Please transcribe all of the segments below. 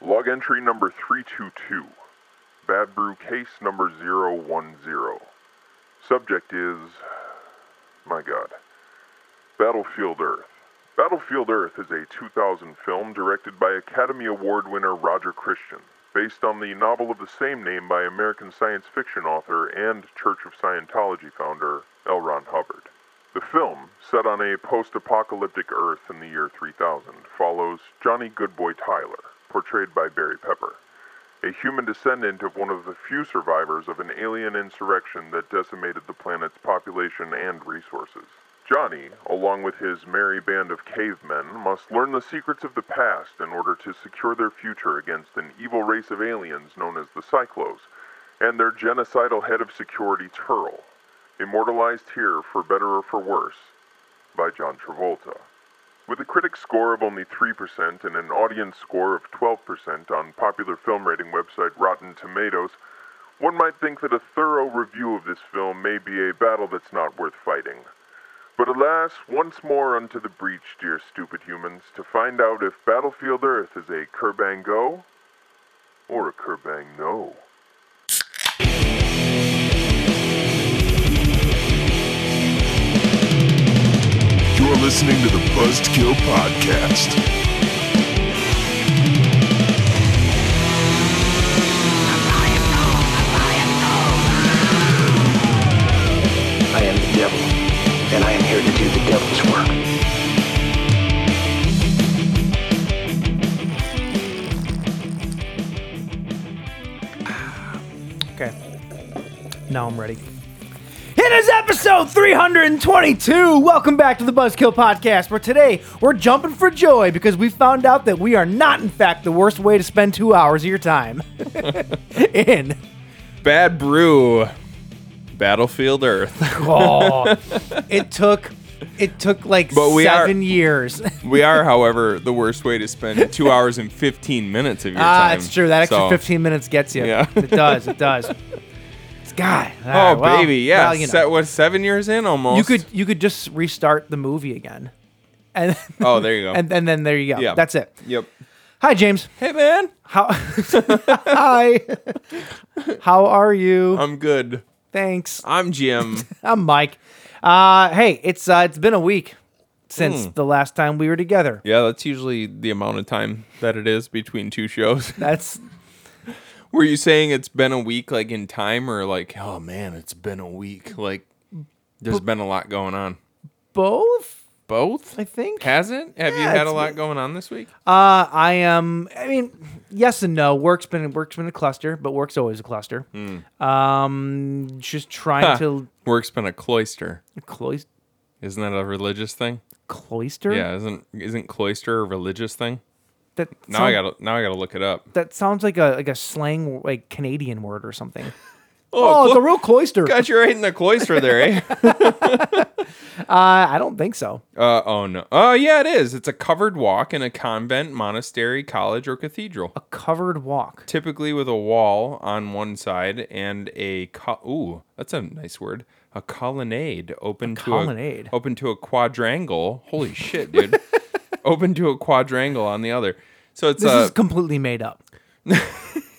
Log entry number 322. Bad Brew case number 010. Subject is. My god. Battlefield Earth. Battlefield Earth is a 2000 film directed by Academy Award winner Roger Christian, based on the novel of the same name by American science fiction author and Church of Scientology founder L. Ron Hubbard. The film, set on a post apocalyptic Earth in the year 3000, follows Johnny Goodboy Tyler, portrayed by Barry Pepper, a human descendant of one of the few survivors of an alien insurrection that decimated the planet's population and resources. Johnny, along with his merry band of cavemen, must learn the secrets of the past in order to secure their future against an evil race of aliens known as the Cyclos and their genocidal head of security, Turl, immortalized here for better or for worse by John Travolta. With a critic score of only 3% and an audience score of 12% on popular film rating website Rotten Tomatoes, one might think that a thorough review of this film may be a battle that's not worth fighting. But alas, once more unto the breach, dear stupid humans, to find out if Battlefield Earth is a Kerbang Go or a Kerbang No. You're listening to the Buzzkill Podcast. I am the devil, and I am here to do the devil's work. Okay. Now I'm ready. It is episode 322. Welcome back to the Buzzkill Podcast, where today we're jumping for joy because we found out that we are not, in fact, the worst way to spend two hours of your time. in. Bad Brew, Battlefield Earth. Oh, it took. It took like But we are- seven years. We are, however, the worst way to spend two hours and 15 minutes of your ah, time. it's true. That extra So- 15 minutes gets you. Yeah. It does. It does. It's God. Oh, All right, well- baby. Yeah. well, you know. Se- what, seven years in almost? You could you could just restart the movie again, and Oh, there you go. and, and then there you go. Yeah. That's it. Yep. Hi, James. Hey, man. How? Hi. How are you? I'm good. Thanks. I'm Jim. I'm Mike. Uh, hey, it's uh, it's been a week Hmm. since the last time we were together. yeah, that's usually the amount of time that it is between two shows. That's Were you saying it's been a week, like in time, or like, oh, man, it's been a week? Like, there's been a lot going on. both, Both? I think. Has it? Have you Yeah, had it's a lot been- going on this week? Uh, I am. I mean, yes and no. Work's been work's been a cluster, but work's always a cluster. Hmm. Um, just trying to Work's been a cloister. clois- Isn't that a religious thing? cloister. Yeah, isn't isn't cloister a religious thing? That Now sound- I gotta now I gotta look it up. That sounds like a like a slang like Canadian word or something. oh, it's a real cloister. got you right in the cloister there, eh? Uh, I don't think so. Uh, oh no. Oh yeah, it is. It's a covered walk in a convent, monastery, college, or cathedral. Oh. Covered walk. Typically with a wall on one side and a co- ooh, that's a nice word. A colonnade open to colonnade. a open to a quadrangle. Holy shit, dude! open to a quadrangle on the other. So it's This a is completely made up.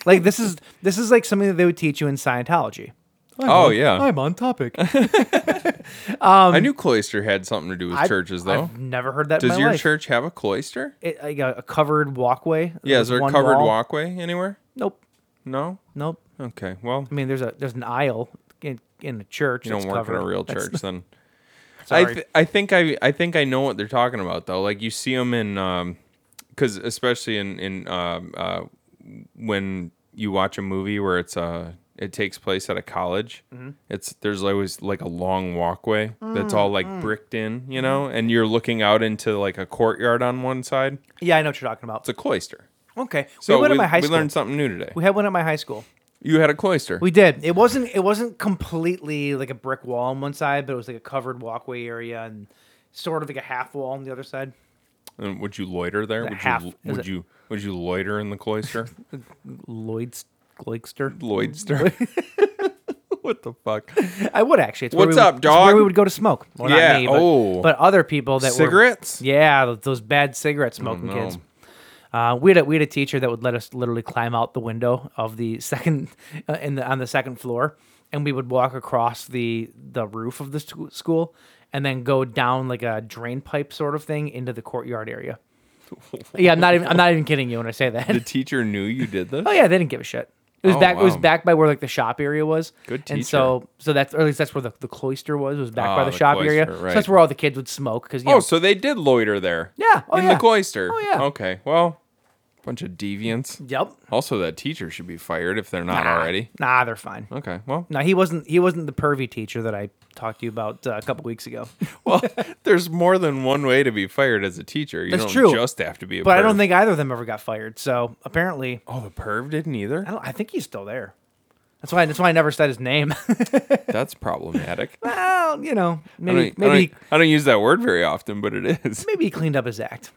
like this is this is like something that they would teach you in Scientology. oh yeah. on topic. Um, I knew cloister had something to do with churches though. I've never heard that. in Does my your life. church have a cloister? It- like a, a covered walkway? Yeah, with is there a one covered wall? walkway anywhere? Nope, No. nope. Okay. Well, I mean, there's a there's an aisle in in a church. you don't that's work covered. in a real That's- church then. I sorry. th- I think I I think I know what they're talking about though. Like you see them in um, because especially in in um uh, when you watch a movie where it's uh it takes place at a college. Mm-hmm. It's there's always like a long walkway that's Mm, all like bricked in, Mm-hmm. you know, and you're looking out into like a courtyard on one side. yeah, I know what you're talking about. It's a cloister. Okay, So we went at my high we school. learned something new today. we had one at my high school. You had a cloister. We did. It wasn't. It wasn't completely like a brick wall on one side, but it was like a covered walkway area and sort of like a half wall on the other side. And would you loiter there? Would half- you is would it- you would you loiter in the cloister? Lloyd's Gloigster. Loidster. what the fuck? I would actually. It's where What's we would- up, it's where dog? we would go to smoke. Well, not Yeah, me, but, oh. but other people that were- Cigarettes? Oh, yeah, th- those bad cigarette smoking no. kids. Uh, we had a, we had a teacher that would let us literally climb out the window of the second uh, in the on the second floor, and we would walk across the the roof of the sch- school, and then go down like a drain pipe sort of thing into the courtyard area. yeah, I'm not even I'm not even kidding you when I say that. The teacher knew you did this. Oh yeah, they didn't give a shit. It was Oh, back. It was wow. back by where like the shop area was. Good And teacher. so, so that's or at least that's where the, the cloister was. Was back by Ah, the, the shop area. cloister, So right. that's where all the kids would smoke because you Oh, know, so they did loiter there. Yeah. Oh, in yeah. the cloister. Oh, yeah. Okay. Well, bunch of deviants. yep. Also, that teacher should be fired if they're not already. Nah, they're fine. Okay. Well, No, he wasn't. He wasn't the pervy teacher that I talked to you about uh, a couple weeks ago. well, there's more than one way to be fired as a teacher. You That's don't true. just have to be a But I don't perv. think either of them ever got fired. So apparently, Oh, the perv didn't either? I, don't, I think he's still there. That's why. That's why I never said his name. That's problematic. well, you know, I don't, maybe I, don't, e maybe I don't use that word very often, but it is. maybe he cleaned up his act.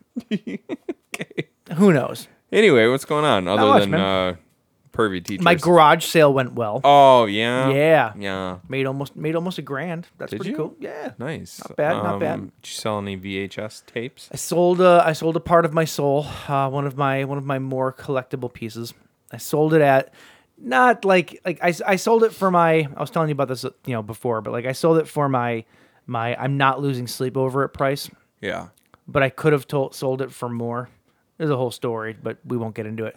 Who knows? Anyway, what's going on other much, than uh, pervy teachers? My garage sale went well. oh, yeah. Yeah. Yeah. Made almost made almost a grand. That's Did pretty you? cool. Yeah. Nice. Um, Not bad, not bad. Did you sell any VHS tapes? I sold uh, I sold a part of my soul, uh, one of my one of my more collectible pieces. I sold it at not like like I, s- I sold it for my I was telling you about this uh, you know before, but like I sold it for my my I'm not losing sleep over it price, Yeah. but I could have told sold it for more. There's a whole story, but we won't get into it.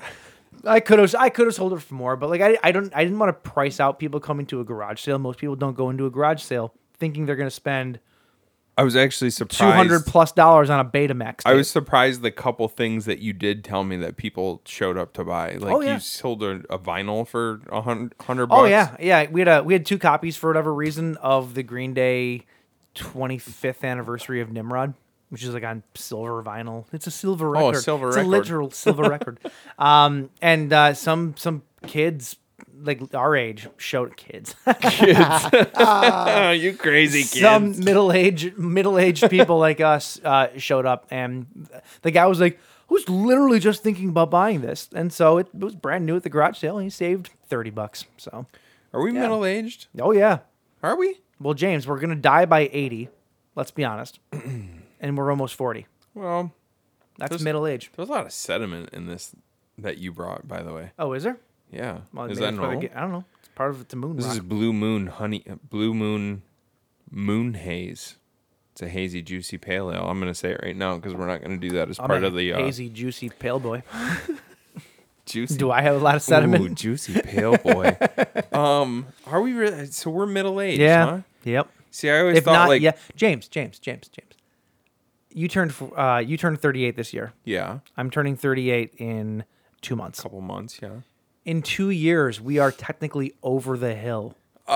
I could have I could have sold it for more, but like I, I don't I didn't want to price out people coming to a garage sale. Most people don't go into a garage sale thinking they're going to spend I was actually two surprised. hundred plus dollars on a Betamax. I tape. was surprised the couple things that you did tell me that people showed up to buy. Like Oh, yeah. you sold a, a vinyl for a hundred hundred bucks. Oh yeah, yeah. We had a we had two copies for whatever reason of the Green Day 25th anniversary of Nimrod, which is like on silver vinyl. It's a silver Oh, a record. silver it's record. a literal silver record. Um, and uh, some some kids like our age showed kids Oh, you crazy kids. Uh, some middle aged middle aged people like us uh, showed up, and the guy was like, "I was literally just thinking about buying this," and so it, was brand new at the garage sale, and he saved thirty bucks. So, Are we middle aged? oh yeah, Are we? well James, we're gonna die by eighty. Let's be honest, and we're almost forty. Well, That's Those- middle age. there's a lot of sediment in this that you brought, by the way. Oh, is there? Yeah. Well, maybe that's is that why they normal? get- I don't know. It's part of the moon. This rock. is blue moon honey, uh, blue moon, moon haze. It's a hazy, juicy pale ale. I'm gonna say it right now because we're not gonna do that as I'm part a of the uh, hazy, juicy pale boy. juicy. Do I have a lot of Ooh, sediment? juicy pale boy. um, are we really? So we're middle aged. yeah. Huh? Yep. See, I always if thought not, like yeah. James, James, James, James. You turned f- uh, you turned 38 this year. yeah, I'm turning 38 in two months. couple months. Yeah. In two years, we are technically over the hill.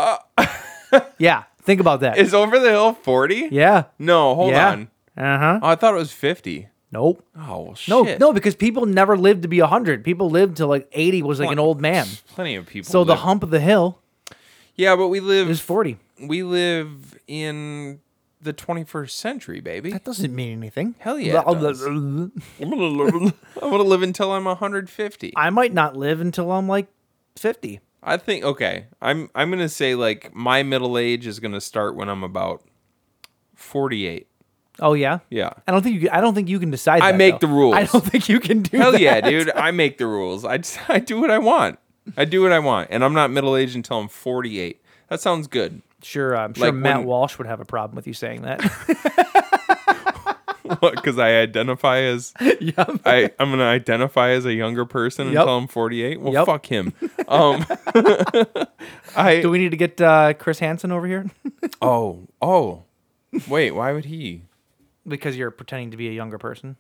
yeah, think about that. Uh, Is over the hill forty? yeah. No, hold yeah. on. Uh huh. Oh, I thought it was fifty. Nope. Oh well, shit. No, no, because people never lived to be 100. People lived till like 80 was like an old man. Plenty of people. So the live- hump of the hill Yeah, but we live. is 40. We live in the 21st century, baby. That doesn't mean anything. Hell yeah, it does. I'm gonna live. I'm gonna live until I'm 150. I might not live until I'm like 50. I think okay. I'm I'm gonna say like my middle age is gonna start when I'm about 48. Oh yeah. Yeah. I don't think you. I don't think you can decide. I that, make though. the rules. I don't think you can do. Hell that. yeah, dude! I make the rules. I just, I do what I want. I do what I want, and I'm not middle aged until I'm 48. That sounds good. Sure, I'm sure Like Matt when- Walsh would have a problem with you saying that. Because I identify as yep. I I'm gonna identify as a younger person Yep. until I'm 48. Well, Yep. fuck him. Um, I Do we need to get uh, Chris Hansen over here oh oh wait, why would he? because you're pretending to be a younger person?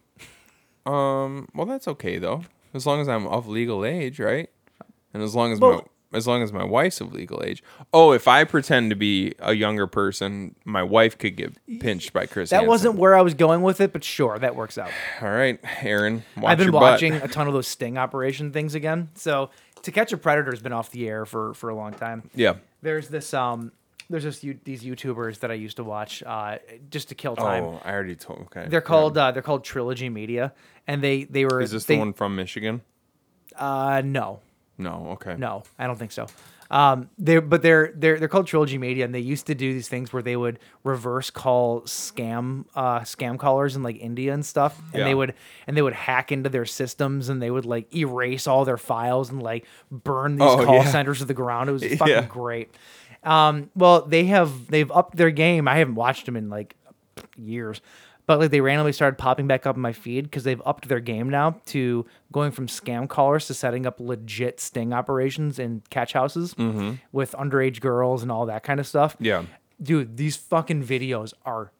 Um, well, that's okay though, as long as I'm of legal age, right? And as long as Well- my as long as my wife's of legal age. Oh, if I pretend to be a younger person, my wife could get pinched by Chris. That Hansen. wasn't where I was going with it, but sure, that works out. all right, Aaron. Watch I've been your butt. watching a ton of those sting operation things again. So, To Catch a Predator has been off the air for for a long time. Yeah. There's this um, there's this you these YouTubers that I used to watch uh, just to kill Oh, time. I already told. Okay. They're called uh, they're called Trilogy Media, and they they were Is this they, the one from Michigan? Uh, no, No. Okay. No, I don't think so. Um, they but they're they're they're called Trilogy Media, and they used to do these things where they would reverse call scam uh, scam callers in like India and stuff, and Yeah. they would and they would hack into their systems and they would like erase all their files and like burn these Oh, call yeah. centers to the ground. It was fucking Yeah. great. Um, well, they have they've upped their game. I haven't watched them in like years. But like they randomly started popping back up in my feed because they've upped their game now to going from scam callers to setting up legit sting operations in catch houses with underage girls and all that kind of stuff. Mm-hmm. Yeah. Dude, these fucking videos are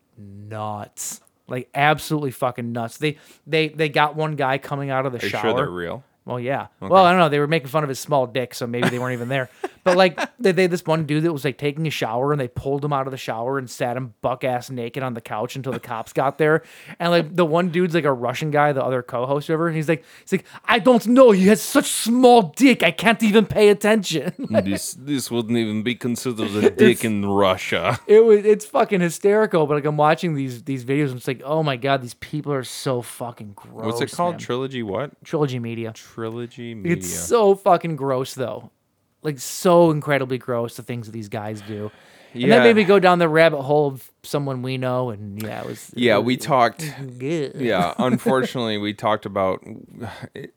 nuts. Like absolutely fucking nuts. They they they got one guy coming out of the Are you shower. sure they're real? Well, yeah. Well, I don't know. They were making fun of his small dick, so maybe they weren't even there. But like, they, they this one dude that was like taking a shower, and they pulled him out of the shower and sat him buck ass naked on the couch until the cops got there. And like, the one dude's like a Russian guy, the other co-host over, and he's like, he's like, I don't know. He has such small dick, I can't even pay attention. this this wouldn't even be considered a dick in Russia. it was it's fucking hysterical. But like, I'm watching these these videos, and it's like, oh my god, these people are so fucking gross. What's it called? man. Trilogy what? Trilogy Media. Trilogy media. It's so fucking gross, though. Like so incredibly gross the things that these guys do. And that Yeah. made me go down the rabbit hole of someone we know, and yeah, it was. yeah, we talked. Good. Yeah, unfortunately, we talked about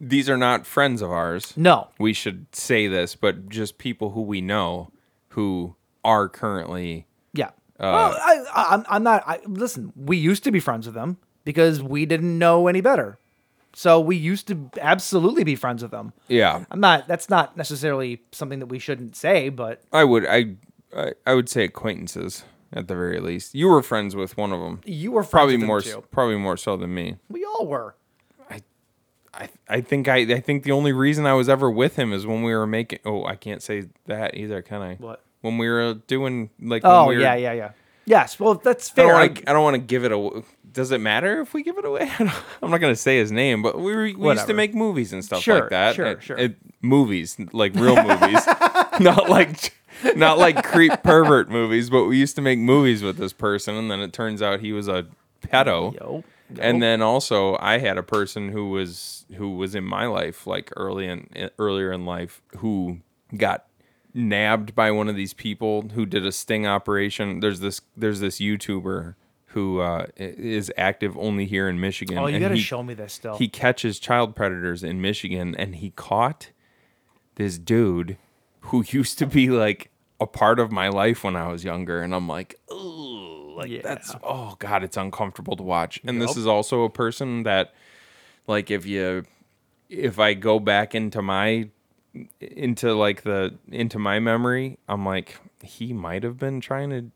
these are not friends of ours. No. we should say this, but just people who we know who are currently Yeah. well, I, I, I'm, I'm not. I, listen, we used to be friends with them because we didn't know any better. So we used to absolutely be friends with them. yeah. I'm not. That's not necessarily something that we shouldn't say, but I would I I, I would say acquaintances at the very least. You were friends with one of them. you were friends Probably with them more s- Too. probably more so than me. We all were. I I think I I think the only reason I was ever with him is when we were making Oh, I can't say that either, can I? What? When we were doing like when Oh we were- Oh, yeah, yeah, yeah. Yes. Well, that's I don't fair. wanna- I don't want to give it away. Does it matter if we give it away? I'm not going to say his name, but we, were, we used Whatever. to make movies and stuff Sure, like that. sure, It- sure. it- movies, like real movies, not like not like creep pervert movies. But we used to make movies with this person, and then it turns out he was a pedo. Yo, And then also, I had a person who was who was in my life, like early in earlier in life, who got nabbed by one of these people who did a sting operation. There's this there's this YouTuber who uh, i- is active only here in Michigan. Oh, you and gotta he- show me this still. He catches child predators in Michigan, and he caught this dude who used to be like a part of my life when I was younger, and I'm like, oh, like Yeah. that's oh god, it's uncomfortable to watch. And this is also a person that, like, if you if I go back into my into like the into my memory, I'm like he might have been trying to.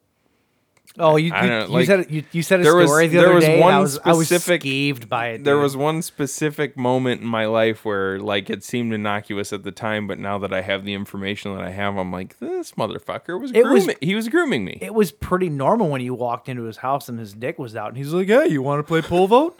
Oh, you, I you, don't know, you like, said you, you said a there was- story the there other was day. and I one was I was specific- skeeved by it. There dude. was one specific moment in my life where like it seemed innocuous at the time, but now that I have the information that I have, I'm like this motherfucker was It was- grooming. he was grooming me. it was pretty normal when you walked into his house and his dick was out, and he's like, "Hey, you want to play pool vote?"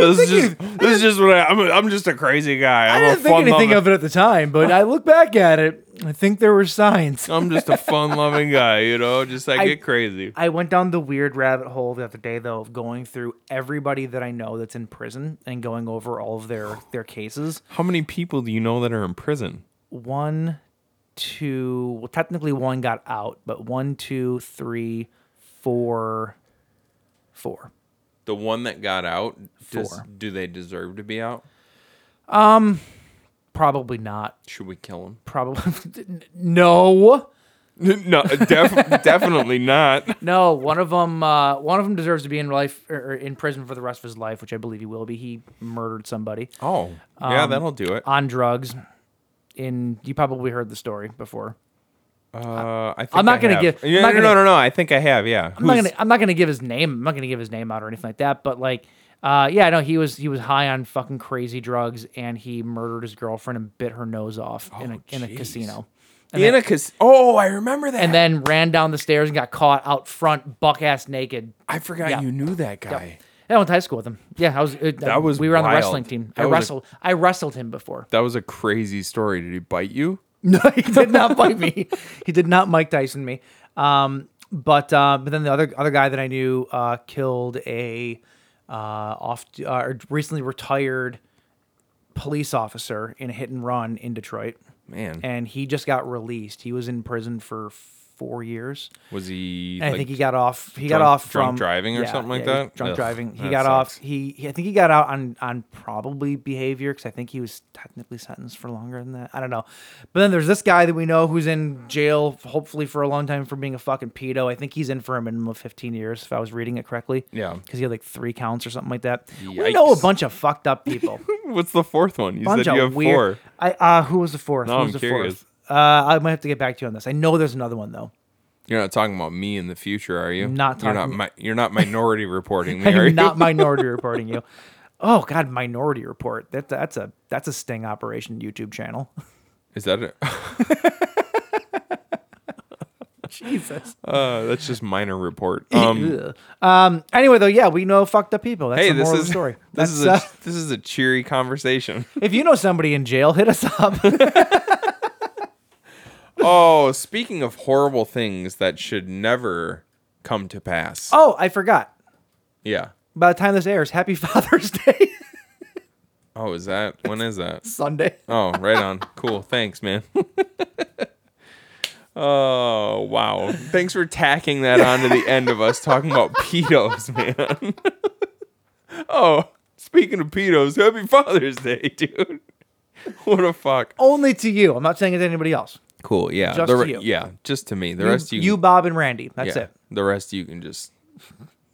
This is think just this is just what I, I'm. A, I'm just a crazy guy. I I'm didn't a think fun anything loving, of it at the time, but I look back at it, I think there were signs. I'm just a fun loving guy. You know, just I, I- get crazy. I went down the weird rabbit hole the other day though of going through everybody that I know that's in prison and going over all of their their cases. How many people do you know that are in prison? one, two. Well, technically one got out, but one, two, three, four, four. The one that got out, does- Four. do they deserve to be out? Probably not. Should we kill Probably no, him? no, def- definitely not. no. One of them, uh, one of them deserves to be in life or or in prison for the rest of his life, which I believe he will be. He murdered somebody Oh, yeah, Um, that'll do it. on drugs. In you probably heard the story before. Uh, I think I'm not I gonna have. give- I'm No, not no, no, gonna- no, no. I think I have. Yeah. I'm not gonna I'm not gonna give his name. I'm not gonna give his name out or anything like that. But like, uh, yeah, no, he was he was high on fucking crazy drugs and he murdered his girlfriend and bit her nose off in a in a Oh, jeez. casino. And then, in a cas- Oh, I remember that. and then ran down the stairs and got caught out front, buck ass naked. I forgot Yeah. you knew that guy. I went to high school with him. Yeah, I was. It, That was we were on the wild. wrestling team. That I was a- wrestled. I wrestled him before. That was a crazy story. Did he bite you? No, he did not bite me. He did not Mike Tyson me. Um, but uh, but then the other other guy that I knew uh, killed a uh, off uh, recently retired police officer in a hit and run in Detroit, Man, and he just got released. He was in prison for four years. was he? And I like, think he got off. He got drunk- off drunk from driving or yeah, something yeah, like he was that? Drunk Ugh, driving. He that got off. sucks. He, he- I think he got out on on probably behavior because I think he was technically sentenced for longer than that. I don't know. But then there's this guy that we know who's in jail, hopefully for a long time for being a fucking pedo. I think he's in for a minimum of 15 years if I was reading it correctly. Yeah. because he had like three counts or something like that. We know a Yikes. bunch of fucked up people. What's the fourth one? You bunch said you of have weird. four. I uh, who was the fourth? No, who I'm was the curious. fourth? Uh, I might have to get back to you on this. I know there's another one though. You're not talking about me in the future, are you? Not You're not. talking- Mi- you're not minority reporting me, I are you? am not minority reporting you. Oh God, minority report. That that's a that's a sting operation YouTube channel. Is that it? Jesus. Uh, that's just minor report. Um, Um, Anyway, though, yeah, we know fucked up people. That's hey, the this moral is of the story. This That's, is a uh, this is a cheery conversation. if you know somebody in jail, hit us up. oh, speaking of horrible things that should never come to pass. oh, I forgot. Yeah. By the time this airs, Happy Father's Day Oh, is that when is that? Sunday. Oh, right on. Cool. Thanks, man. oh, wow. Thanks for tacking that on to the end of us talking about pedos, man. oh, speaking of pedos, happy Father's Day, dude. What a fuck. Only to you. I'm not saying it to anybody else. Cool. Yeah. Just the to re- you. Yeah. Just to me. The You, rest you. you, Bob, and Randy. That's yeah, it. The rest you can just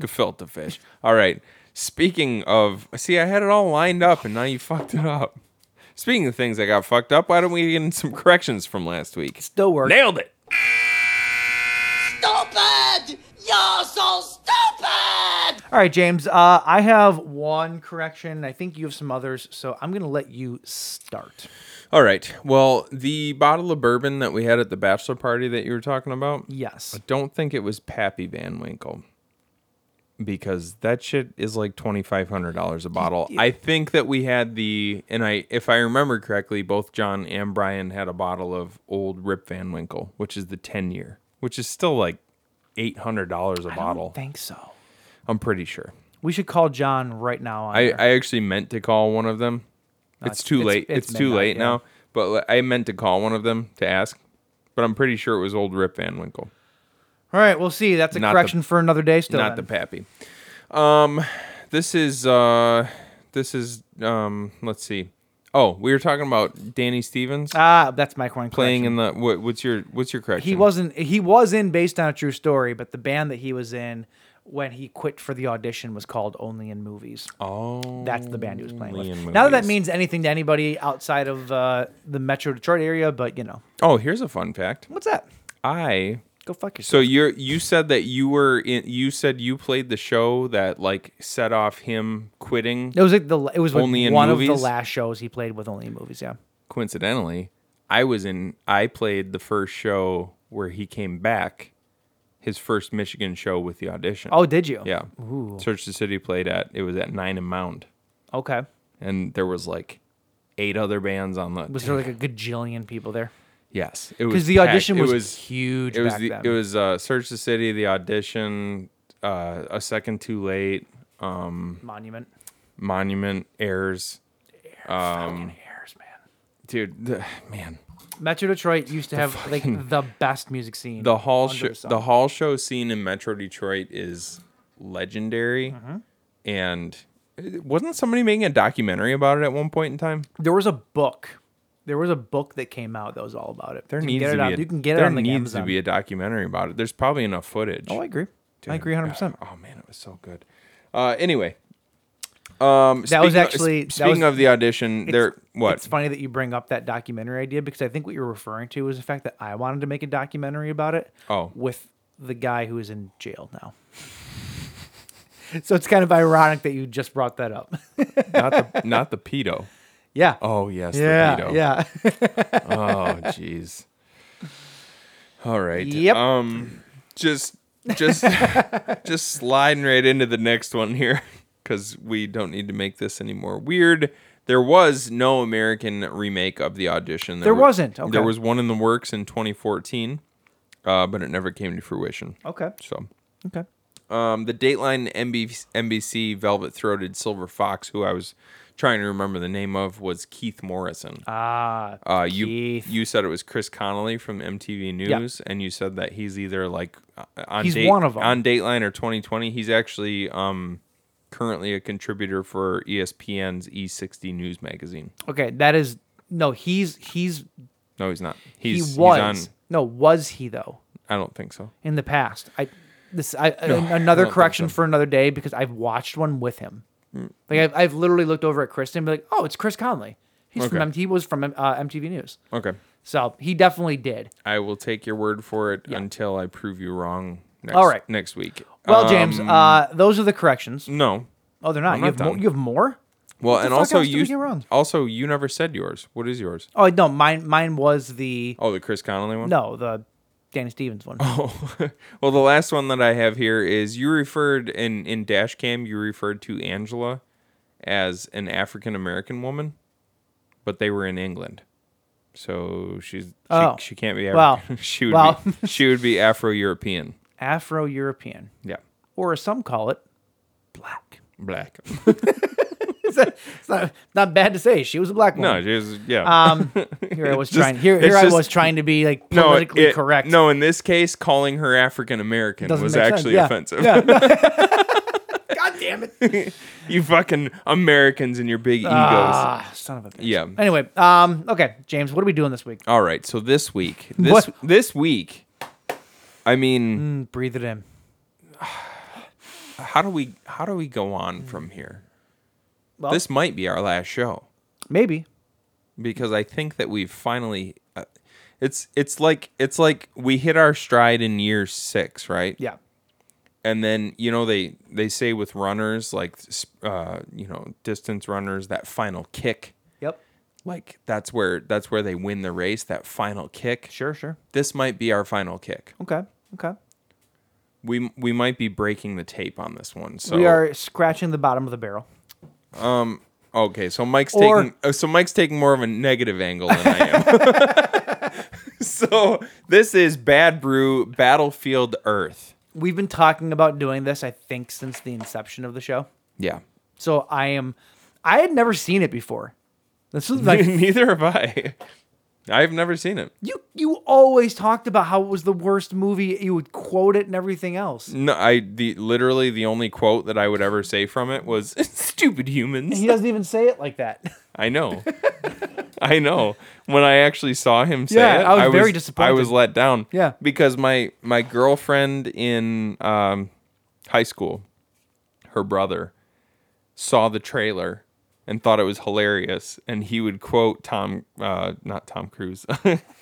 gefilte fish. All right. Speaking of, see, I had it all lined up, and now you fucked it up. Speaking of things that got fucked up, why don't we get in some corrections from last week? Still works. Nailed it. Stupid! You're so stupid! All right, James. Uh, I have one correction. I think you have some others, so I'm gonna let you start. All right. Well, the bottle of bourbon that we had at the bachelor party that you were talking about, Yes. I don't think it was Pappy Van Winkle because that shit is like twenty five hundred dollars a bottle. I think that we had the and I if I remember correctly, both John and Brian had a bottle of old Rip Van Winkle, which is the ten year, which is still like eight hundred dollars a I bottle. don't think so. I'm pretty sure. We should call John right now. On I, there. I actually meant to call one of them. it's, it's- too it's- late. It's, it's too midnight, late yeah. now. But like, I meant to call one of them to ask. But I'm pretty sure it was old Rip Van Winkle. All right, we'll see. That's a Not the- correction for another day. Still, not then. the pappy. Um, this is uh, this is um, let's see. Oh, we were talking about Danny Stevens ah, that's my coin. playing in the what, what's your what's your correction? He wasn't. He was in based on a true story, but the band that he was in when he quit for the audition was called Only in Movies. Oh, That's the band he was playing with. Only in Now that that Movies. means anything to anybody outside of uh, the Metro Detroit area, but you know oh, here's a fun fact. what's that? I Go fuck yourself. so you're you said that you were in you said you played the show that like set off him quitting. It was like the it was like Only in one of Movies? the last shows he played with only in movies. Yeah, Coincidentally, I was in. I played the first show where he came back. His first Michigan show with the audition. Oh, did you? Yeah. Search the City played at it was at Nine and Mound, okay. and there was like eight other bands on the. Was there like a gajillion people there? yes, it was Because the packed. audition It was, huge. It was back the, then. it was uh, Search the City, the audition, uh, a second too late, monument. Monument, Airs, Um, Fucking hairs, man. dude, the, man, Metro Detroit used to have like the best music scene. the hall under show, the, sun. hall show scene in Metro Detroit is legendary, Mm-hmm. and. uh, Wasn't somebody making a documentary about it at one point in time? There was a book. There was a book that came out that was all about it. There you needs can get to it on, be a, you can get there it on like needs Amazon. to be a documentary about it. There's probably enough footage. oh, I agree. I agree, hundred percent. Oh man, it was so good. Uh, anyway, That um, was speaking of- actually- that speaking was- of the audition. There, what? It's funny that you bring up that documentary idea because I think what you're referring to is the fact that I wanted to make a documentary about it. Oh. with the guy who is in jail now. so it's kind of ironic that you just brought that up. not the not the pedo. yeah. Oh yes, yeah. the pedo. Yeah. Oh jeez. All right. Yep. Um, just just just sliding right into the next one here because we don't need to make this any more weird. There was no American remake of the audition. There wa- wasn't, okay. There was one in the works in 2014, uh, but it never came to fruition. okay. So Okay. um, the Dateline NBC, NBC Velvet Throated Silver Fox, who I was trying to remember the name of, was Keith Morrison. Ah, Uh, you Keith. you said it was Chris Connolly from MTV News, and you said that he's either like uh, on He's date, one of 'em. on Dateline or 2020. He's actually um, currently a contributor for E ESPN's E60 News magazine. okay, that is no. He's he's No, he's not. He's, he's he was on. no. Was he though? I don't think so. In the past, I this I an- another think correction so. Hmm. for another day because I've watched one with him. Like I've, I've literally looked over at Kristen and be like, oh, it's Chris Conley. He's Okay. from MT was from uh, MTV News, Okay, so he definitely did. I will take your word for it until I prove you wrong. Next, All right. next week. Well, James, Um, uh, those are the corrections. no. Oh, they're not. you, I'm not have more, done. you have more. Well, the and fuck also else did we get you. wrong? Also, you never said yours. What is yours? Oh no, mine mine was the Oh, the Chris Connolly one. no the Danny Stevens one. Oh. well, the last one that I have here is you referred in in dash cam you referred to Angela as an African American woman, but they were in England, so she's she, Oh. she can't be Wow. African. she would Wow. be, she would be Afro European. Afro European, Yeah, or as some call it, black. black. It's not not bad to say. She was a black no, woman. she's yeah. Um, here I was trying. Here, it's here I just- was trying to be like no, politically it- correct. No, in this case, calling her African American Doesn't was make sense. actually Yeah. offensive. Yeah, no. God damn it! you fucking Americans and your big egos. Ah, son of a bitch. Yeah. Anyway, um, okay, James, what are we doing this week? All right, so this week, this What? this week, I mean, Mm, breathe it in. Mm. how do we how do we go on from here? Well, This might be our last show maybe. because I think that we've finally. Uh, it's it's like it's like we hit our stride in year six, right? Yeah. and then you know they they say with runners like uh, you know distance runners that final kick, Yep. like that's where that's where they win the race. That final kick. Sure. Sure. This might be our final kick. Okay. Okay. We we might be breaking the tape on this one. So we are scratching the bottom of the barrel. Okay, so Mike's Or- taking uh, so Mike's taking more of a negative angle than I am. so this is Bad Brew Battlefield Earth. We've been talking about doing this, I think, since the inception of the show. Yeah. So I am, I had never seen it before. This was like Neither have I. I've never seen it. you. You always talked about how it was the worst movie. You would quote it and everything else. No, I the literally the only quote that I would ever say from it was "stupid humans." He doesn't even say it like that. I know, I know. When I actually saw him say Yeah, it, I was very disappointed. I was let down. Yeah. because my my girlfriend in um, high school, her brother, saw the trailer and thought it was hilarious, and he would quote Tom, uh, not Tom Cruise.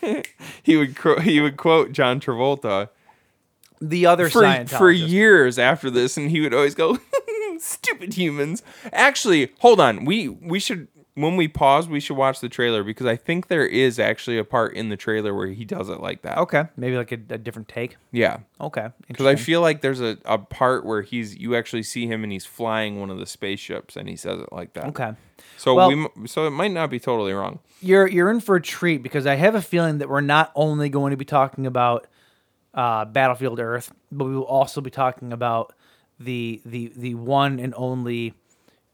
he would cro- he would quote John Travolta The other for, Scientologist. for years after this, and he would always go, "Stupid humans." Actually, hold on. We we should when we pause, we should watch the trailer because I think there is actually a part in the trailer where he does it like that. Okay, Oh, maybe like a, a different take. Yeah. Okay, Because I feel like there's a, a part where he's you actually see him and he's flying one of the spaceships and he says it like that. Okay. So Well- we m- so it might not be totally wrong. you're you're in for a treat because I have a feeling that we're not only going to be talking about uh, Battlefield Earth, but we will also be talking about the the the one and only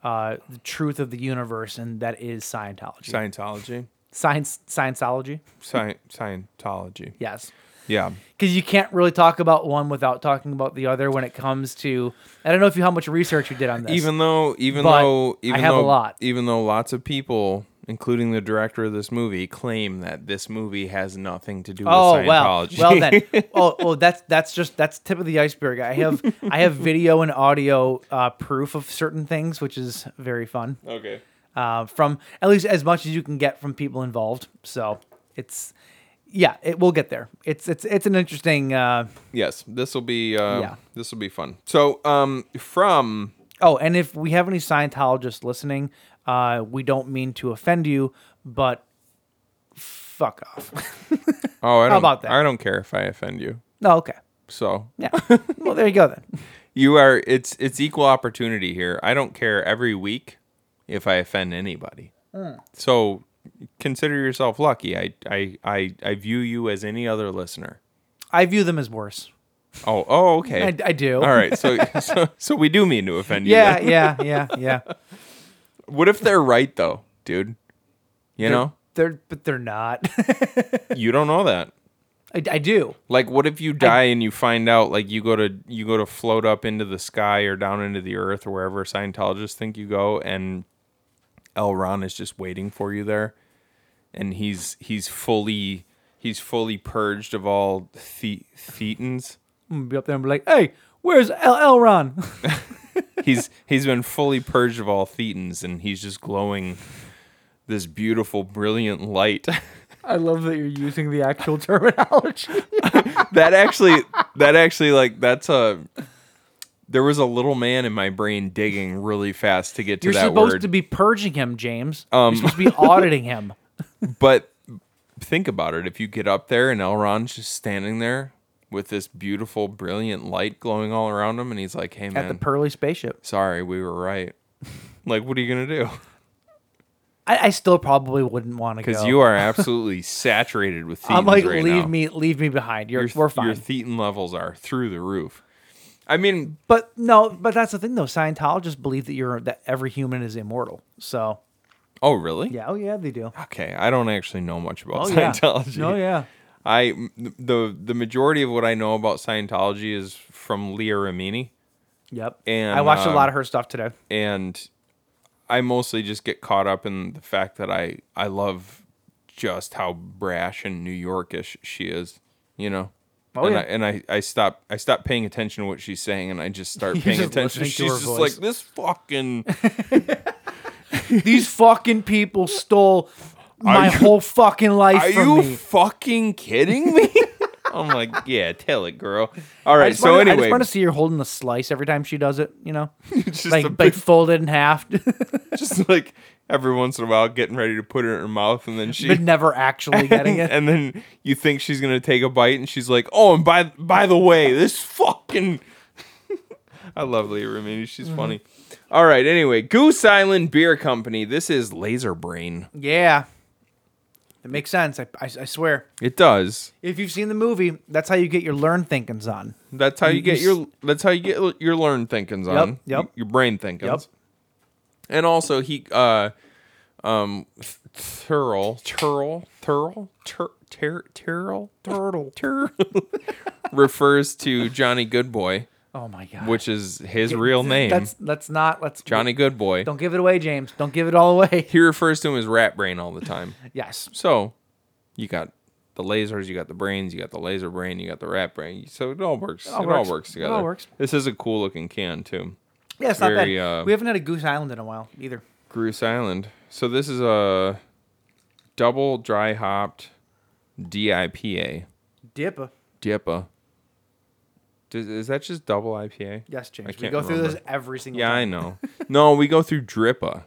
uh, the truth of the universe, and that is Scientology. Scientology. Science Scientology, Sci- Scientology. yes. Yeah. Because you can't really talk about one without talking about the other when it comes to. I don't know if you how much research you did on this. even though even But though I even have a though lot. even though lots of people including the director of this movie claim that this movie has nothing to do Oh with well, Scientology. well then. Oh, oh, that's that's just that's tip of the iceberg. I have I have video and audio uh, proof of certain things, which is very fun. okay. Uh, from at least as much as you can get from people involved. So it's yeah, it will get there. It's it's it's an interesting. Uh, Yes, this will be uh, Yeah. this will be fun. So um from oh, and if we have any Scientologists listening, uh, we don't mean to offend you, but fuck off. oh I don't about that? I don't care if I offend you. no, okay, So yeah. well, there you go then. you are it's it's equal opportunity here. I don't care every week if I offend anybody. Hmm. So consider yourself lucky. I, I I I view you as any other listener. I view them as worse. Oh, oh, okay. I, I do. All right, so, so so we do mean to offend you. Yeah, then. yeah, yeah, yeah. What if they're right though, dude? You know, They're but they're not. you don't know that. I, I do. Like, what if you die and you find out, like, you go to you go to float up into the sky or down into the earth or wherever Scientologists think you go, and L. Ron is just waiting for you there, and he's he's fully he's fully purged of all the- thetans. I'm gonna be up there and be like, "Hey, where's El Elron?" he's he's been fully purged of all thetans, and he's just glowing this beautiful, brilliant light. I love that you're using the actual terminology. that actually that actually like that's a there was a little man in my brain digging really fast to get to you're that supposed word Um, to be purging him, James. you're supposed to be auditing him. but think about it if you get up there and elron's just standing there with this beautiful brilliant light glowing all around him and he's like hey At the man pearly spaceship. sorry we were right like what are you gonna do I, I still probably wouldn't want to go. because you are absolutely saturated with thetans I'm like, right leave now. me, leave me behind. You're, your, we're fine. your thetan levels are through the roof i mean but no, but that's the thing though. Scientologists believe that you're that every human is immortal. So oh really yeah, oh yeah, they do. okay i don't actually know much about Oh yeah. scientology Oh yeah. I m- the the majority of what I know about Scientology is from Leah Remini, Yep. And, I watched a um, lot of her stuff today. and I mostly just get caught up in the fact that I I love just how brash and New Yorkish she is, you know. Oh, and yeah. I, and I I stop I stop paying attention to what she's saying, and I just start You're paying just attention. listening to she's her just voice. like this fucking. These fucking people stole my you- whole fucking life Are from you me. fucking kidding me? I'm like, yeah, tell it, girl. All I right. just So wanna, I anyway, just want to see her holding the slice every time she does it. You know, just like a like big- folded in half, but just like every once in a while, getting ready to put it in her mouth, and then she never actually getting it. and then you think she's gonna take a bite, and she's like, "Oh, and by by the way, this fucking." I love Leah Remini. She's Mm-hmm. funny. All right. Anyway, Goose Island Beer Company. This is Laser Brain. yeah, it makes sense. I, I, I swear. It does. If you've seen the movie, that's how you get your learn thinkings on. That's how you, You- get you your. That's how you get l- your learn thinkings Yep, on. yep. Your brain thinkings. Yep. And also he, uh, um, th- Thurl, Turl, Thurl, Tur, Ter, Turl, Turtle, Turl, refers to Johnny Goodboy, Oh my god, which is his real name, That's that's not. Let's Johnny Goodboy. Don't give it away, James. Don't give it all away. He refers to him as Rat Brain all the time. Yes. So, you got the lasers, you got the brains, you got the laser brain, you got the rat brain. So it all works. It all, works. works It all together. works. This is a cool looking can too. Yeah, it's not Very, bad. uh, we haven't had a Goose Island in a while either. Groose Island. So this is a double dry hopped DIPA. Dippa. DIPA. Does, is that just double IPA? Yes, James. I we can't go through this remember. every single Yeah, time. I know. no, we go through DRIPA.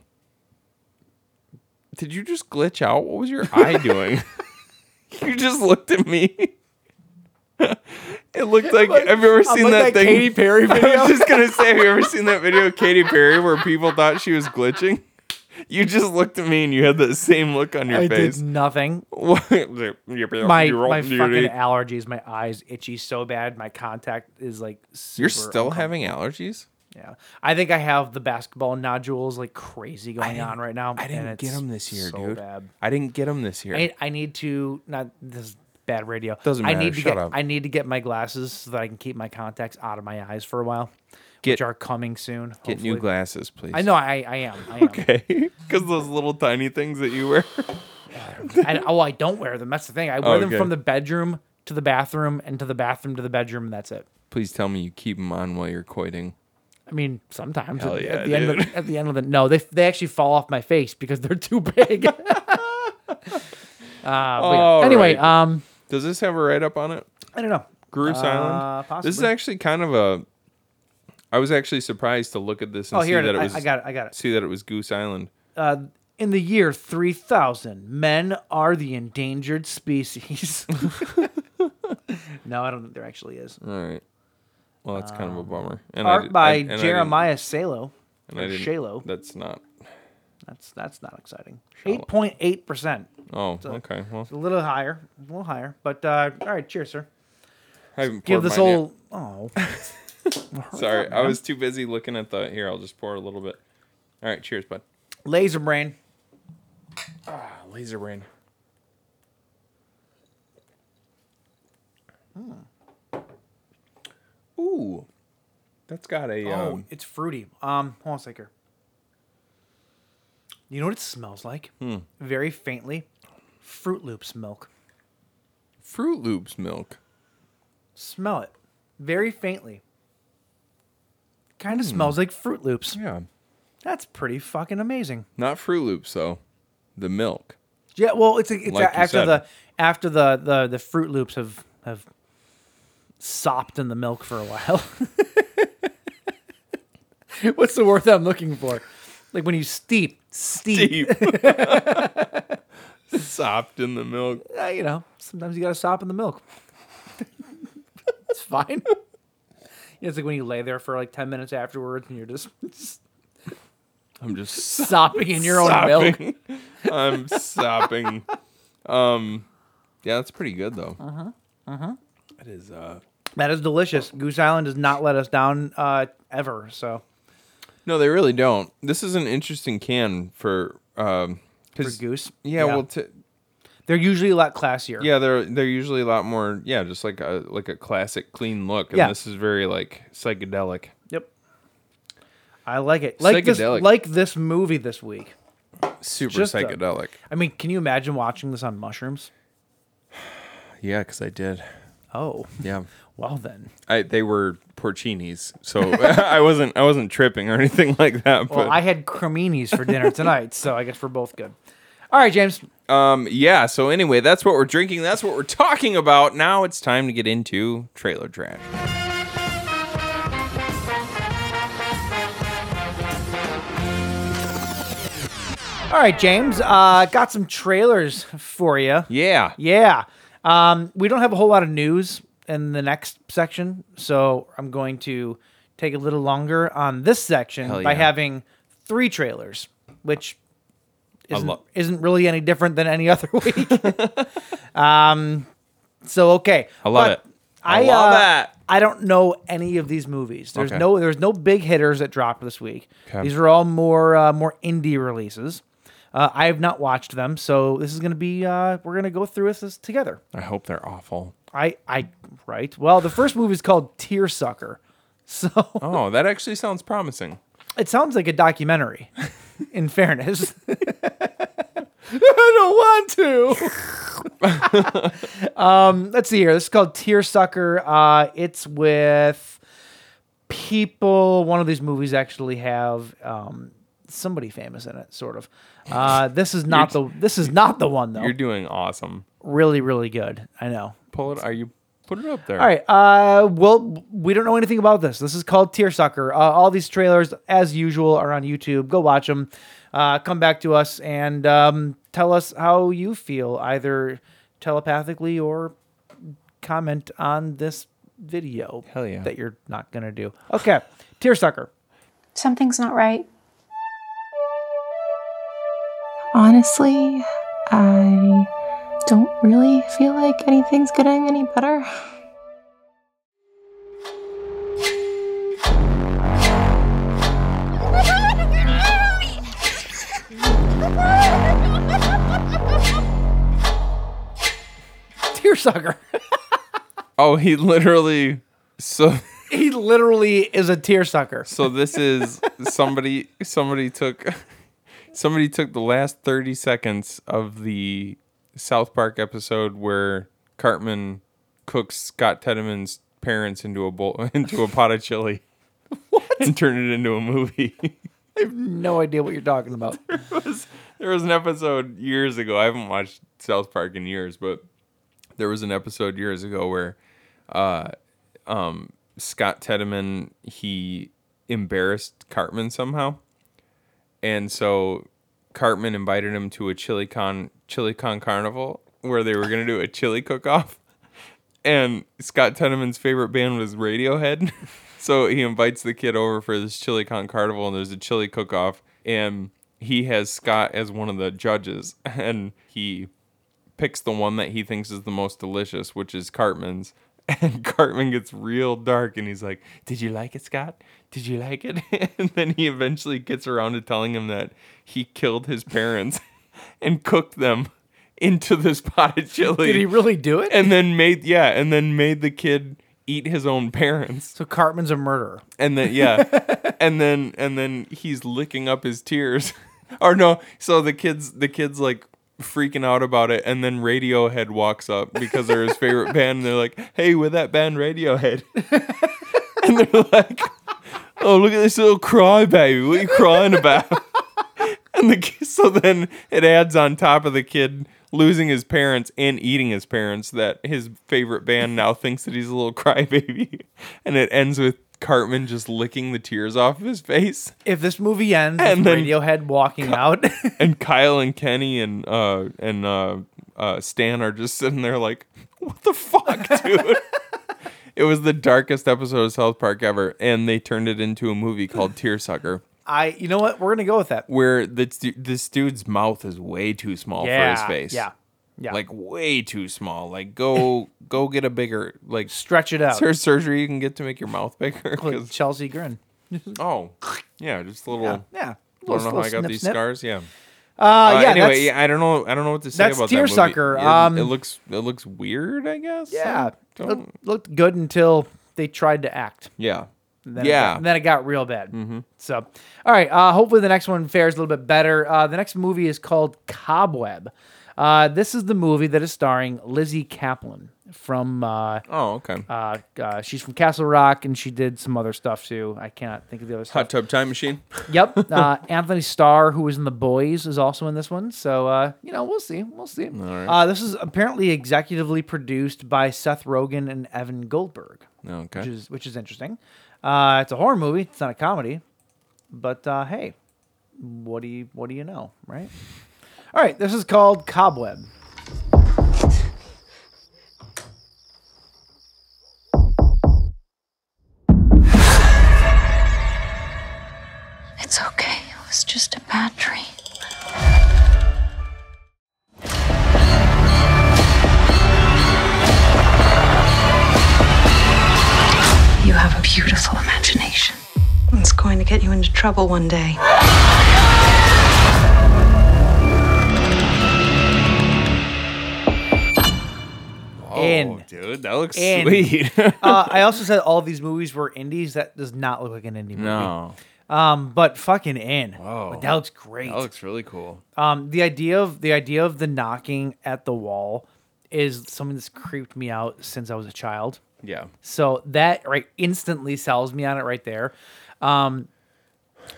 Did you just glitch out? What was your eye doing? you just looked at me. it looked like, have you ever seen like that that, thing? Katy Perry I was just gonna say, have you ever seen that video of Katy Perry where people thought she was glitching? You just looked at me and you had that same look on your I face. Oh, did nothing. My my fucking my allergies. My eyes itchy so bad. My contact is like. Super You're still having allergies? Yeah, I think I have the basketball nodules like crazy going on right now. I didn't and get it's them this year, so dude. Bad. I didn't get them this year. I, I need to not this is bad radio. Doesn't I matter, need to shut get up. I need to get my glasses so that I can keep my contacts out of my eyes for a while, Get- which are coming soon. Get new hopefully. glasses, please. I know I, I am. I am. Okay. Because those little tiny things that you wear. I, oh, I don't wear them. That's the thing. I wear them Oh, Okay. from the bedroom to the bathroom and to the bathroom to the bedroom, and that's it. Please tell me you keep them on while you're coiting. I mean, sometimes Hell at, yeah, at the end dude. of, at the end of the no, they they actually fall off my face because they're too big. uh, but yeah. All Anyway, right. um, Does this have a write up on it? I don't know. Groose Island? This Uh, is possibly. actually kind of a. I was actually surprised to look at this and Oh, see here it that is. it I- was. I got it. I got it. See that it was Goose Island. In the year 3000, men are the endangered species. no, I don't think there actually is. All right. Well, that's kind of a bummer. And I Um, Art did- I- by and I didn't- Jeremiah Salo. and I Or didn't- Shalo. That's not. That's that's not exciting. Eight point eight percent. Oh, okay. Well, A little higher. A little higher. But uh, all right, cheers, sir. I haven't Give poured this mine yet. old Oh, Sorry, I was too busy looking at the. Here, I'll just pour a little bit. All right, cheers, bud. laser brain. Ah, laser brain. Ooh, that's got a. Oh, um, it's fruity. Um, hold on a second. You know what it smells like? Hmm. Very faintly, Fruit Loops milk. Fruit Loops milk. Smell it, very faintly. Kind of Hmm. smells like Fruit Loops. Yeah, That's pretty fucking amazing. not Fruit Loops though. The milk. Yeah, well, it's it's Like you after said. the after the, the the Fruit Loops have have sopped in the milk for a while. What's the word I'm looking for? Like when you steep, steep. Deep. Sopped in the milk. uh, you know, sometimes you gotta stop in the milk. it's fine. Yeah, it's like when you lay there for like ten minutes afterwards, and you're just, just I'm just sopping in your own milk. sopping. I'm sopping. Um, yeah, that's pretty good though. Uh huh. Uh huh. That is uh. That is delicious. Goose Island does not let us down uh, ever. So No, they really don't. This is an interesting can for um. for 'cause- goose, Yeah, well, t- they're usually a lot classier. yeah, they're they're usually a lot more. Yeah, just like a like a classic clean look, and Yeah. this is very like psychedelic. Yep. I like it. Like this, Psychedelic. like this movie this week. Super Just a- psychedelic. I mean, can you imagine watching this on mushrooms? Yeah, because I did. Oh, Yeah. well then. I, they were porcinis, so I wasn't I wasn't tripping or anything like that. But Well, I had creminis for dinner tonight, so I guess we're both good. All right, James. um, yeah. So anyway, that's what we're drinking. That's what we're talking about. Now it's time to get into trailer trash. All right, James. Uh, got some trailers for you. Yeah. Yeah. Um, we don't have a whole lot of news in the next section, so I'm going to take a little longer on this section Hell by yeah. having three trailers, which isn't, lo- isn't really any different than any other week. um, so okay, I love But it. I I, love uh, it. I don't know any of these movies. There's Okay. no there's no big hitters that dropped this week. Okay. These are all more uh, more indie releases. Uh, I have not watched them, so this is gonna be uh, we're gonna go through this, this together. I hope they're awful. I I right. Well, the first movie is called Tearsucker, so Oh, that actually sounds promising. it sounds like a documentary. In fairness, I don't want to. um, let's see here. This is called Tearsucker. Uh, it's with people. One of these movies actually have um, somebody famous in it, sort of. Uh, this is not the. This is not the one though. You're doing awesome. Really, really good. I know. Pull it. Are you put it up there? All right. Uh, well, we don't know anything about this. This is called Tearsucker. Uh, all these trailers, as usual, are on YouTube. Go watch them. Uh, come back to us and um, tell us how you feel, either telepathically or comment on this video. Hell yeah. That you're not gonna do. Okay. Tearsucker. Something's not right. Honestly, I don't really feel like anything's getting any better. Tearsucker. Oh, he literally. So he literally is a tearsucker. so this is somebody somebody took somebody took the last thirty seconds of the South Park episode where Cartman cooks Scott Tedman's parents into a bowl into a pot of chili. And turned it into a movie. No idea what you're talking about. there was an episode years ago. I haven't watched South Park in years, but there was an episode years ago where uh, um, Scott Tedeman he embarrassed Cartman somehow, and so Cartman invited him to a chili con chili con carnival where they were gonna do a chili cook off, and Scott Tedeman's favorite band was Radiohead, so he invites the kid over for this chili con carnival and there's a chili cook off, and he has Scott as one of the judges, and he picks the one that he thinks is the most delicious, which is Cartman's. And Cartman gets real dark and he's like, Did you like it, Scott? Did you like it? And then he eventually gets around to telling him that he killed his parents and cooked them into this pot of chili. Did he really do it? And then made, yeah, and then made the kid eat his own parents. so Cartman's a murderer. And then, yeah. and then, and then he's licking up his tears. or no, so the kid's, the kid's like, freaking out about it and then Radiohead walks up because they're his favorite band and they're like, "Hey, we're that band Radiohead." and they're like, "Oh, look at this little crybaby. What are you crying about?" and the kid, so then it adds on top of the kid losing his parents and eating his parents that his favorite band now thinks that he's a little crybaby. and it ends with Cartman just licking the tears off of his face. If this movie ends And and then- Radiohead walking out, and Kyle and Kenny and uh and uh, uh Stan are just sitting there like, what the fuck, dude? it was the darkest episode of South Park ever, and they turned it into a movie called Tearsucker, I you know what? We're gonna go with that. where this du- this dude's mouth is way too small yeah, for his face. Yeah. Yeah. Like way too small. Like go go get a bigger like stretch it out. sur- surgery you can get to make your mouth bigger. Like 'cause- Chelsea Grin. oh, yeah, just a little. Yeah. I don't know how I got these scars. Yeah. Uh, Uh, yeah, anyway, anyway, yeah, I don't know. I don't know what to say that's about that movie. Tearsucker, It- um, It, looks it looks weird. I guess. yeah, I look- don't- looked good until they tried to act. yeah. Then it yeah. Mm-hmm. got- then it got real bad. So, all right. Uh, hopefully, the next one fares a little bit better. Uh, the next movie is called Cobweb. Uh, this is the movie that is starring Lizzie Kaplan from. Uh, oh, okay. uh, uh, she's from Castle Rock, and she did some other stuff too. I cannot think of the other stuff. Hot tub time machine. Yep. Uh, Anthony Starr, who was in The Boys, is also in this one. So, uh, you know, we'll see. We'll see. Uh, this is apparently executively produced by Seth Rogen and Evan Goldberg, Okay. which is which is interesting. Uh, it's a horror movie. It's not a comedy, but uh, hey, what do you what do you know, right? All right. This is called Cobweb. It's okay. It was just a bad dream. You have a beautiful imagination. It's going to get you into trouble one day. oh, in. dude, that looks In. sweet. Uh, I also said all these movies were indies. That does not look like an indie movie. no, Um, but fucking in. Whoa. But that looks great. that looks really cool. Um, the idea of the idea of the knocking at the wall is something that's creeped me out since I was a child. Yeah. So that right instantly sells me on it right there. Um,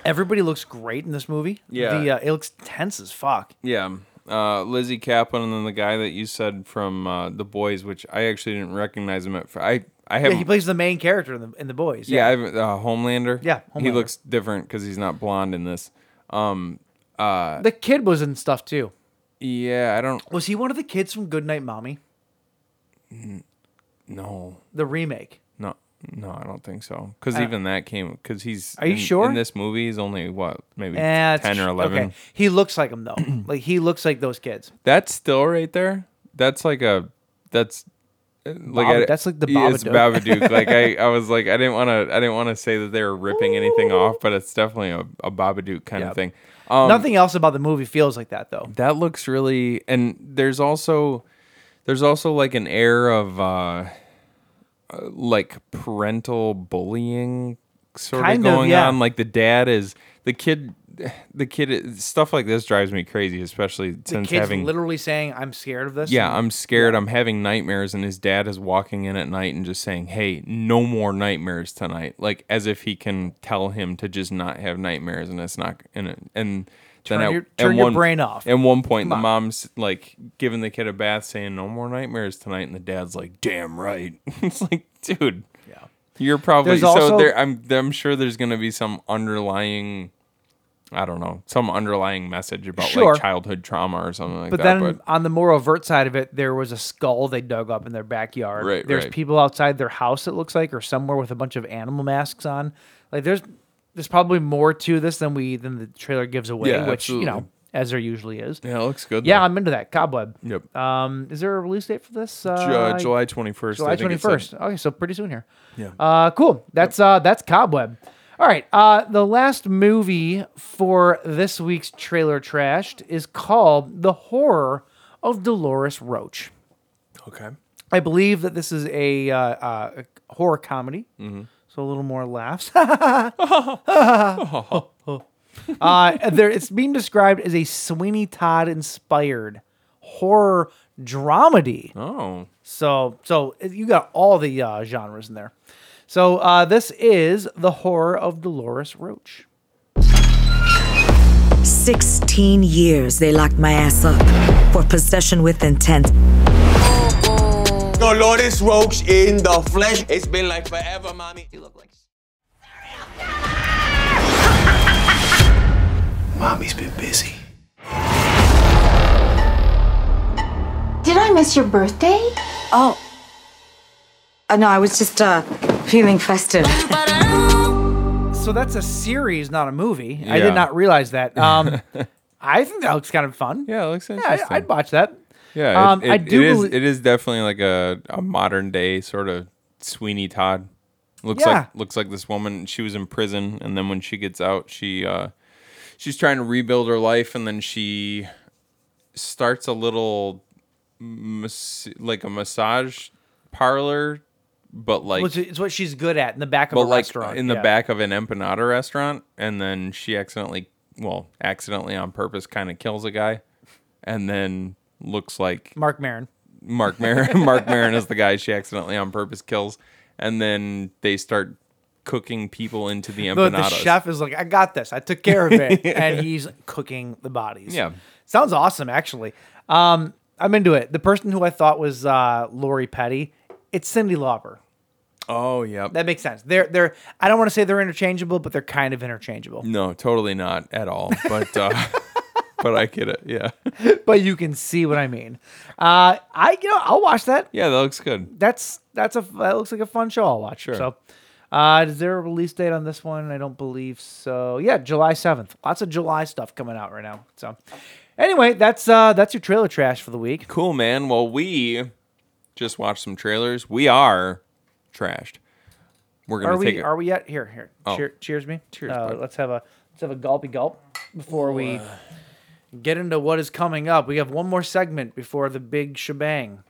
everybody looks great in this movie. Yeah. the, uh, it looks tense as fuck. Yeah. Uh, Lizzie Kaplan and then the guy that you said from uh, the boys, which I actually didn't recognize him at. Fir- I I Yeah, haven't. he plays the main character in the in the boys. Yeah, I haven't- uh, Homelander. Yeah, he Homelander. looks different because he's not blonde in this. Um, the kid was in stuff too. yeah, I don't Was he one of the kids from Goodnight Mommy, know. the remake? No, no, I don't think so. Because even that came because he's. Uh, Are you in- sure? In this movie, he's only what maybe Eh, it's- ten or eleven. Okay. He looks like him though. like he looks like those kids. That's still right there. That's like a. That's. uh, Like Bob- I- that's like the Yeah, it's Babadook. Babadook. like I, I was like I didn't want to I didn't want to say that they were ripping anything off, but it's definitely a, a Babadook kind Yep. of thing. Um, Nothing else about the movie feels like that though. that looks really and there's also there's also like an air of uh uh, like parental bullying sort Kind of of, going yeah. on like the dad is the kid the kid is, stuff like this drives me crazy especially the since kid's having literally saying, "I'm scared of this." yeah i'm scared i'm having nightmares and his dad is walking in at night and just saying hey no more nightmares tonight like as if he can tell him to just not have nightmares and it's not and it- and then Turn at, your- at turn your one- brain off. at one point the mom's like giving the kid a bath saying no more nightmares tonight and the dad's like damn right it's like dude yeah you're probably There's so also- there i'm i'm sure there's going to be some underlying I don't know some underlying message about Sure. like childhood trauma or something like But that. then on the more overt side of it, there was a skull they dug up in their backyard. Right, there's right. people outside their house, it looks like, or somewhere with a bunch of animal masks on. Like there's there's probably more to this than we than the trailer gives away, Yeah, which you know absolutely. as there usually is. Yeah, it looks good. Yeah, though. I'm into that. Cobweb. Yep. Um, is there a release date for this? Uh, Ju- uh, July 21st. July I think twenty it said. first. Okay, so pretty soon here. Yeah. Uh, cool. That's uh, that's Cobweb. All right. Uh, the last movie for this week's trailer trashed is called The Horror of Dolores Roach. Okay. I believe that this is a, uh, uh, a horror comedy, Mm-hmm. so a little more laughs. uh, there, it's being described as a Sweeney Todd inspired horror dramedy. Oh. So, so uh, you got all the uh, genres in there. So uh, this is the horror of Dolores Roach. 16 years they locked my ass up for possession with intent. Dolores Roach in the flesh. It's been like forever, mommy. You look like. Mommy's been busy. Did I miss your birthday? Uh, no, I was just uh, feeling festive. So that's a series, not a movie. I Yeah. did not realize that. Um, I think that looks kind of fun. Yeah, it looks yeah interesting. I, I'd watch that. Yeah, Um, it, I it- do it is. belie- It is definitely like a, a modern day sort of Sweeney Todd. Looks Yeah. like looks like this woman. She was in prison, and then when she gets out, she uh, she's trying to rebuild her life, and then she starts a little mas- like a massage parlor, but like Which is what she's good at in the back of a but like restaurant. in the yeah. back of an empanada restaurant, and then she accidentally, well, accidentally on purpose, kind of kills a guy, and then looks like Mark Maron. Mark Maron. Mark Maron is the guy she accidentally on purpose kills, and then they start cooking people into the The, the empanadas. chef is like, I got this. I took care of it, and he's cooking the bodies. Yeah. sounds awesome. Actually, um, I'm into it. The person who I thought was uh, Lori Petty, it's Cindy Lauper. Oh yeah. That makes sense. They're they're. I don't want to say they're interchangeable, but they're kind of interchangeable. no, totally not at all. But uh, but I get it. Yeah. But you can see what I mean. Uh, I you know I'll watch that. Yeah, that looks good. That's that's a that looks like a fun show. I'll watch. Sure. So, uh, is there a release date on this one? I don't believe so. Yeah, July seventh. Lots of July stuff coming out right now. So, anyway, that's uh that's your trailer trash for the week. Cool, man. Well, we just watched some trailers. We are trashed. We're gonna Are take we it. are we at here here? Oh. Cheer, cheers me. Cheers. Uh, bud. let's have a let's have a gulpy gulp before we get into what is coming up. We have one more segment before the big shebang.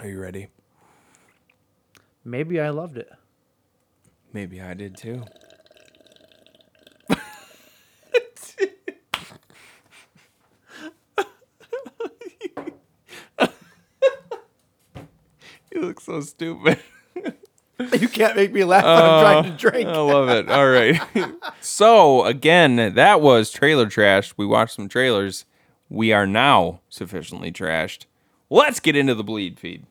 are you ready? Maybe I loved it. Maybe I did too. you look so stupid. You can't make me laugh when I'm trying to drink. I love it. All right. so, again, that was trailer trashed. We watched some trailers. We are now sufficiently trashed. Let's get into the bleed feed.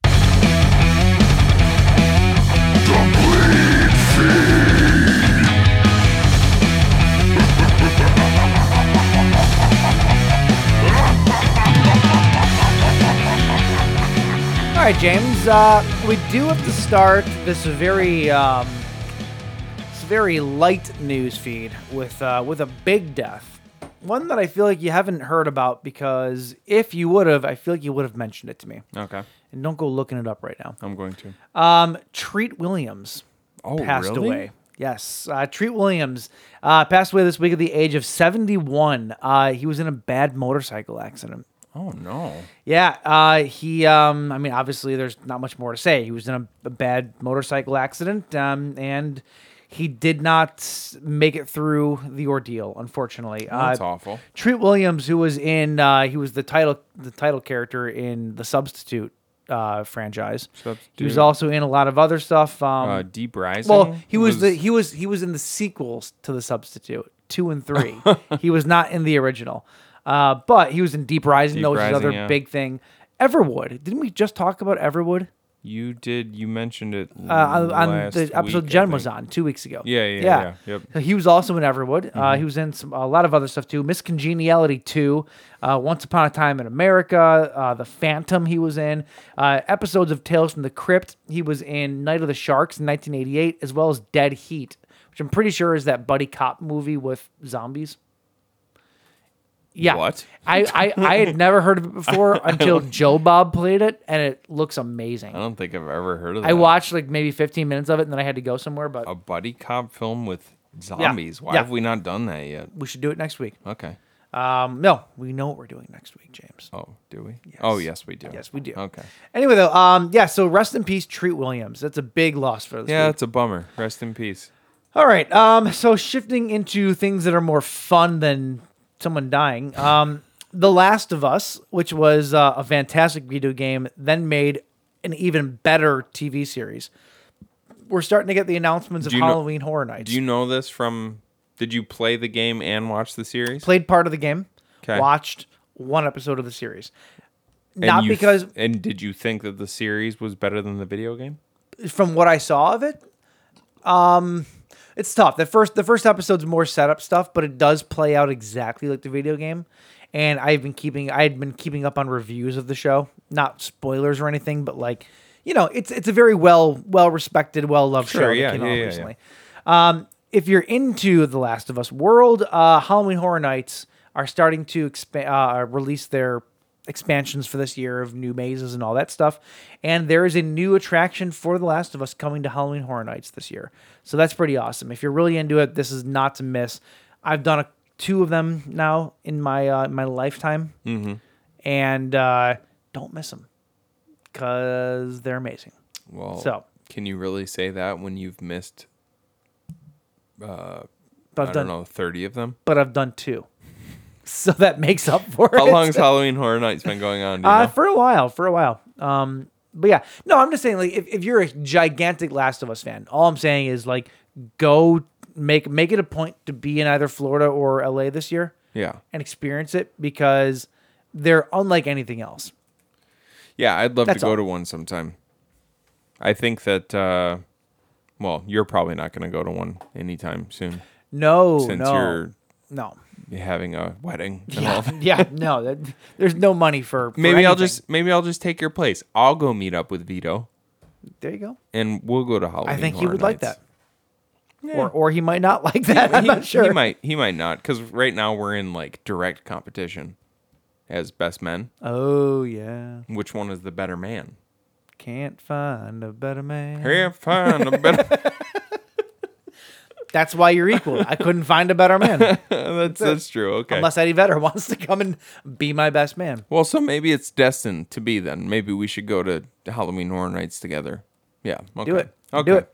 All right, James. Uh, we do have to start this very um, this very light news feed with uh, with a big death, one that I feel like you haven't heard about because if you would have, I feel like you would have mentioned it to me. Okay. And don't go looking it up right now. I'm going to. Um, Treat Williams Oh, passed really? away. Yes, uh, Treat Williams uh, passed away this week at the age of 71. Uh, he was in a bad motorcycle accident. Oh, no. Yeah, uh, he. Um, I mean, obviously, there's not much more to say. He was in a, a bad motorcycle accident, um, and he did not make it through the ordeal. Unfortunately, That's uh, awful. Treat Williams, who was in, uh, he was the title, the title character in the Substitute uh, franchise. He was Substitute. also in a lot of other stuff. Um, Uh, Deep Rising. well, he was, the he was he was in the sequels to the Substitute two and three. he was not in the original, uh, but he was in Deep Rising, Deep though, which Rising, is another yeah. big thing. Everwood, didn't we just talk about Everwood You did. You mentioned it uh, uh, on, on the episode Jen was on two weeks ago? Yeah, yeah, yeah, yep. Mm-hmm. So He was also in Everwood. Uh, he was in some, a lot of other stuff too. Miss Congeniality two, uh, Once Upon a Time in America, uh, The Phantom. He was in uh, episodes of Tales from the Crypt. He was in Night of the Sharks in 1988, as well as Dead Heat. which which I'm pretty sure is that buddy cop movie with zombies. Yeah. What? I, I, I had never heard of it before until Joe Bob played it, and it looks amazing. I don't think I've ever heard of that. I watched like maybe 15 minutes of it, and then I had to go somewhere. But a buddy cop film with zombies. Why yeah. have we not done that yet? we should do it next week. Okay. Um, no, we know what we're doing next week, James. Oh, do we? Oh, yes, we do. Yes, we do. Okay. Anyway, though, um, yeah. So rest in peace, Treat Williams. That's a big loss for this. Yeah, week. it's a bummer. Rest in peace. All right. Um, so shifting into things that are more fun than someone dying. Um, The Last of Us, which was uh, a fantastic video game, then made an even better TV series. We're starting to get the announcements of Do you know- Halloween Horror Nights. Do you know this from? Did you play the game and watch the series? played part of the game, 'Kay. watched one episode of the series. And Not you th- because and did you think that the series was better than the video game? from what I saw of it, um, it's tough. The first the first episode's more setup stuff, but it does play out exactly like the video game. And I've been keeping I had been keeping up on reviews of the show, not spoilers or anything, but like you know, it's it's a very well well respected, well loved Sure, show yeah, that came yeah, out yeah, yeah. recently. Um, if you're into the Last of Us world, uh, Halloween Horror Nights are starting to expa- uh, release their expansions for this year of new mazes and all that stuff. And there is a new attraction for The Last of Us coming to Halloween Horror Nights this year. So that's pretty awesome. If you're really into it, this is not to miss. I've done a, two of them now in my uh, my lifetime, Mm-hmm. and uh, don't miss them because they're amazing. Well, So. can you really say that when you've missed? But I I've don't done, know, thirty of them. but I've done two, so that makes up for it. How long's Halloween Horror Nights been going on? Do you Uh, know? for a while, for a while. Um, but yeah, no, I'm just saying, like, if, if you're a gigantic Last of Us fan, all I'm saying is like, go make make it a point to be in either Florida or LA this year Yeah, and experience it because they're unlike anything else. yeah. I'd love to That's go all. to one sometime. I think that. Uh, well, you're probably not going to go to one anytime soon, No, since no, you're no. having a wedding. and all Yeah, that. yeah, no. That, there's no money for. for Maybe I'll anything. just maybe I'll just take your place. I'll go meet up with Vito, There you go. and we'll go to Halloween. I think he Horror would like Nights. that, or or he might not like that. I'm he, not sure. he might. He might not because right now we're in like direct competition as best men. Oh yeah, Which one is the better man? can't find a better man. Can't find a better. That's why you're equal. I couldn't find a better man. that's that's true. Okay. Unless Eddie Vedder wants to come and be my best man. well, so maybe it's destined to be. Then maybe we should go to Halloween Horror Nights together. Yeah. Okay. Do it. Okay. Do it.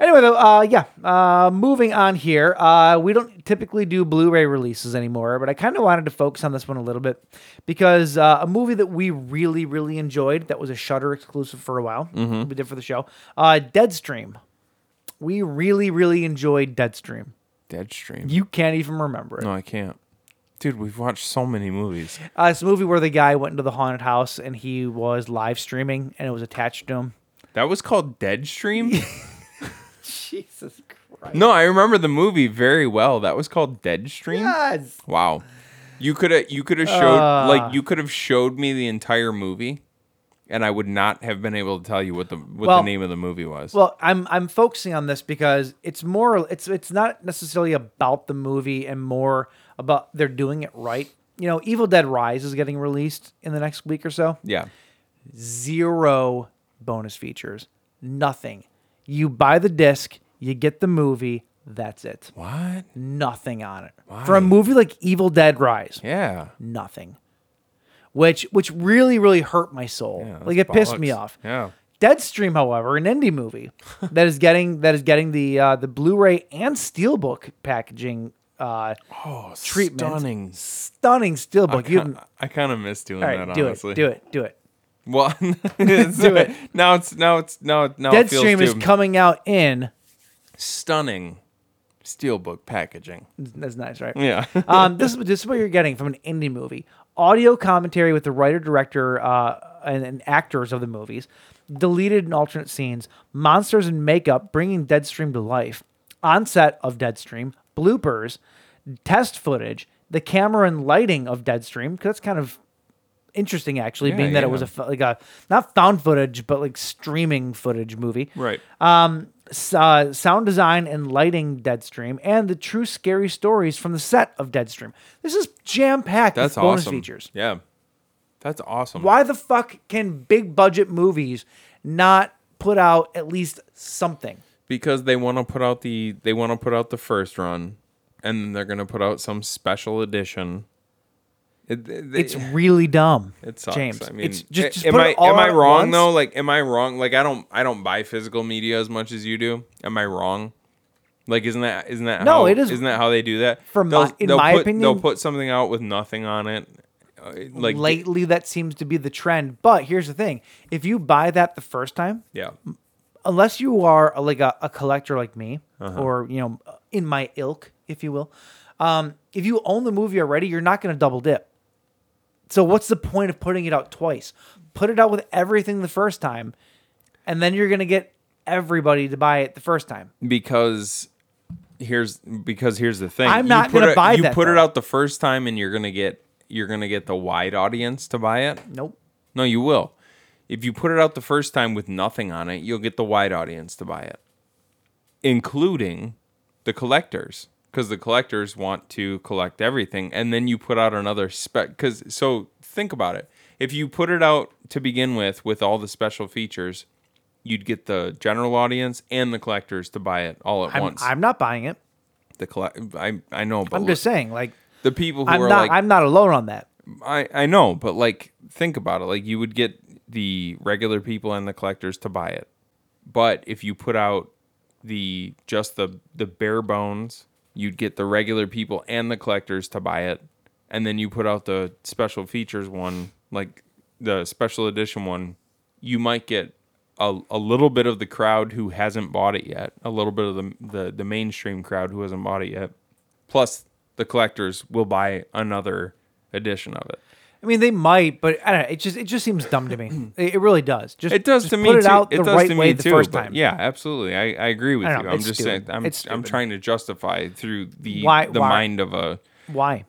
Anyway, though, uh, yeah. Uh, moving on here. Uh, we don't typically do Blu-ray releases anymore, but I kind of wanted to focus on this one a little bit because uh, a movie that we really, really enjoyed that was a Shutter exclusive for a while. We did for the show. Uh, Deadstream. We really, really enjoyed Deadstream. Deadstream. You can't even remember it. no, I can't. Dude, we've watched so many movies. Uh, it's a movie where the guy went into the haunted house and he was live streaming and it was attached to him. That was called Deadstream. Jesus Christ. no, I remember the movie very well. That was called Deadstream. Yes. Wow. You could have you could have showed Ah. like you could have showed me the entire movie and I would not have been able to tell you what the what Well- the name of the movie was. Well, I'm I'm focusing on this because it's more it's it's not necessarily about the movie and more about they're doing it right. You know, Evil Dead Rise is getting released in the next week or so. yeah. Zero bonus features. Nothing. You buy the disc, you get the movie, that's it. What? Nothing on it. For a movie like Evil Dead Rise. Yeah. nothing. Which which really really hurt my soul. that's like it pissed me bollocks. off. Yeah. Deadstream, however, an indie movie that is getting that is getting the uh, the Blu-ray and steelbook packaging uh, treatment. Stunning. stunning steelbook. You haven't- Oh, I kind of miss doing all right? that do honestly. it, do it, do it. Well, uh, Do it. Now it's now it's now it- now it feels Deadstream is too- coming out in. stunning steelbook packaging. That's nice, right? Yeah. um, this, is- this is what you're getting from an indie movie audio commentary with the writer, director, uh, and, and actors of the movies, deleted and alternate scenes, monsters and makeup bringing Deadstream to life, onset of Deadstream, bloopers, test footage, the camera and lighting of Deadstream, because that's kind of interesting actually Yeah, being that yeah. it was a f- like a not found footage but like streaming footage movie right. s- uh, sound design and lighting Deadstream, and the true scary stories from the set of Deadstream. This is jam packed with That's bonus awesome. features. Yeah, that's awesome. Why the fuck can big budget movies not put out at least something? Because they want to put out the they want to put out the first run, and then they're gonna put out some special edition. It, they- It's really dumb. It sucks. James. I mean, it's just, just am put I it all am out I at wrong once. though? Like, am I wrong? Like, I don't I don't buy physical media as much as you do. Am I wrong? Like, isn't that isn't that No, How, it is- Isn't that how they do that? For my- in my put, they'll opinion- put something out with nothing on it. uh, Like Lately, that seems to be the trend. But here's the thing: if you buy that the first time, yeah, unless you are a, like a, a collector like me, Uh-huh. or you know, in my ilk, if you will, um, if you own the movie already, you're not going to double dip. So what's the point of putting it out twice? Put it out with everything the first time, and then you're going to get everybody to buy it the first time. because here's because here's the thing. I'm You not put gonna it- buy You that, put it though. out the first time, and you're gonna get you're gonna get the wide audience to buy it. Nope. No, you will. If you put it out the first time with nothing on it, you'll get the wide audience to buy it, including the collectors, because the collectors want to collect everything. And then you put out another spec. Because so think about it. If you put it out to begin with with all the special features, you'd get the general audience and the collectors to buy it all at I'm, once. I'm not buying it. the collect. I I know, but I'm just saying, like, the people who I'm are not. like I'm not alone on that. I I know, but like think about it. Like you would get the regular people and the collectors to buy it. But if you put out the just the the bare bones, you'd get the regular people and the collectors to buy it. And then you put out the special features one, like the special edition one, you might get a, a little bit of the crowd who hasn't bought it yet, a little bit of the, the the mainstream crowd who hasn't bought it yet. Plus the collectors will buy another edition of it. I mean, they might, but I don't know. It just it just seems dumb to me. It, it really does. Just It does just to me Put it too. out it the does right to me way too, the first but time. Yeah, absolutely. I, I agree with I you. don't know, I'm it's just stupid. saying. I'm It's I'm stupid. trying to justify through the Why- the why? mind of a Why?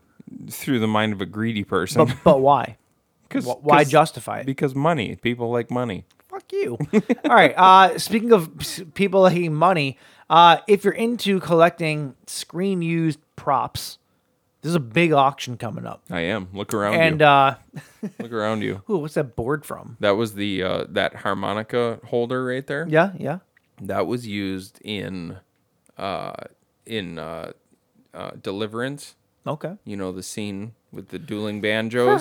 through the mind of a greedy person. But but why? 'Cause- wh- why 'cause- justify it? Because money. People like money. Fuck you. All right. Uh, speaking of s- people liking money, uh, if you're into collecting screen used props, there's a big auction coming up. I am. Look around And you. uh, Look around you. ooh, what's that board from? That was the uh, that harmonica holder right there. Yeah, yeah. That was used in uh in uh, uh Deliverance. Okay. you know the scene with the dueling banjos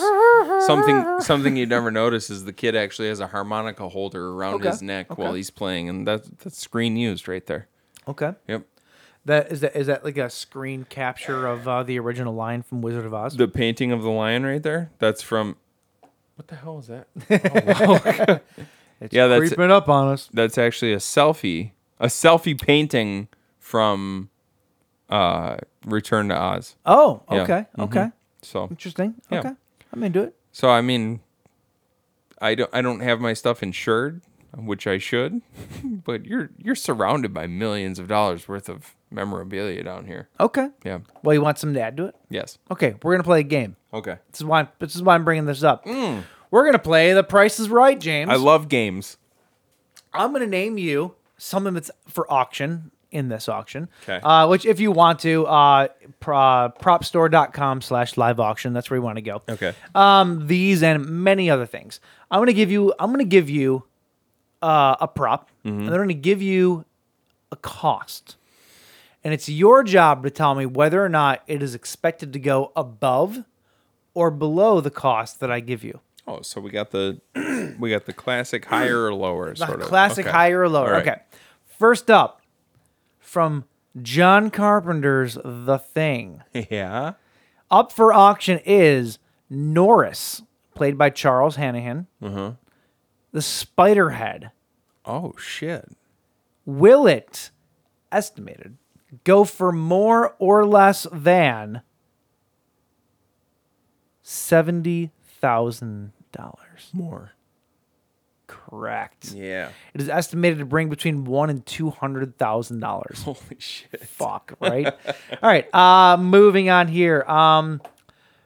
something something you never notice is the kid actually has a harmonica holder around Okay, his neck okay. while he's playing and that that's screen used right there Okay. yep That is that is that like a screen capture of uh, the original line from Wizard of Oz? the painting of the lion right there that's from what the hell is that It's yeah, that's- creeping up on us. that's actually a selfie a selfie painting from uh return to oz Oh, Yeah, okay, mhm. okay. so Interesting. Yeah. Okay. I'm into it. so i mean i don't i don't have my stuff insured which i should but you're you're surrounded by millions of dollars worth of memorabilia down here Okay. Yeah. Well, you want something to add to it? Yes. Okay, we're gonna play a game. Okay. This is why. I'm, this is why I'm bringing this up. We're gonna play The Price is Right, James. Mm. I love games. I'm gonna name you something that's for auction in this auction. 'Kay. Uh, which, if you want to, uh, pro, uh, propstore.com/slash live auction. That's where you want to go. Okay. Um, these and many other things. I'm gonna give you. I'm gonna give you uh, a prop, Mm-hmm. and they're gonna give you a cost. And it's your job to tell me whether or not it is expected to go above or below the cost that I give you. Oh, so we got the we got the classic higher or lower The sort of classic Okay. higher or lower. All right. Okay. First up, from John Carpenter's The Thing. Yeah. Up for auction is Norris, played by Charles Hannahan, Uh-huh. the Spiderhead. Oh shit. Will it, estimated, go for more or less than $70,000? More. Correct. Yeah. It is estimated to bring between one and two hundred thousand dollars. Holy shit. Fuck, right? All right. Uh moving on here. Um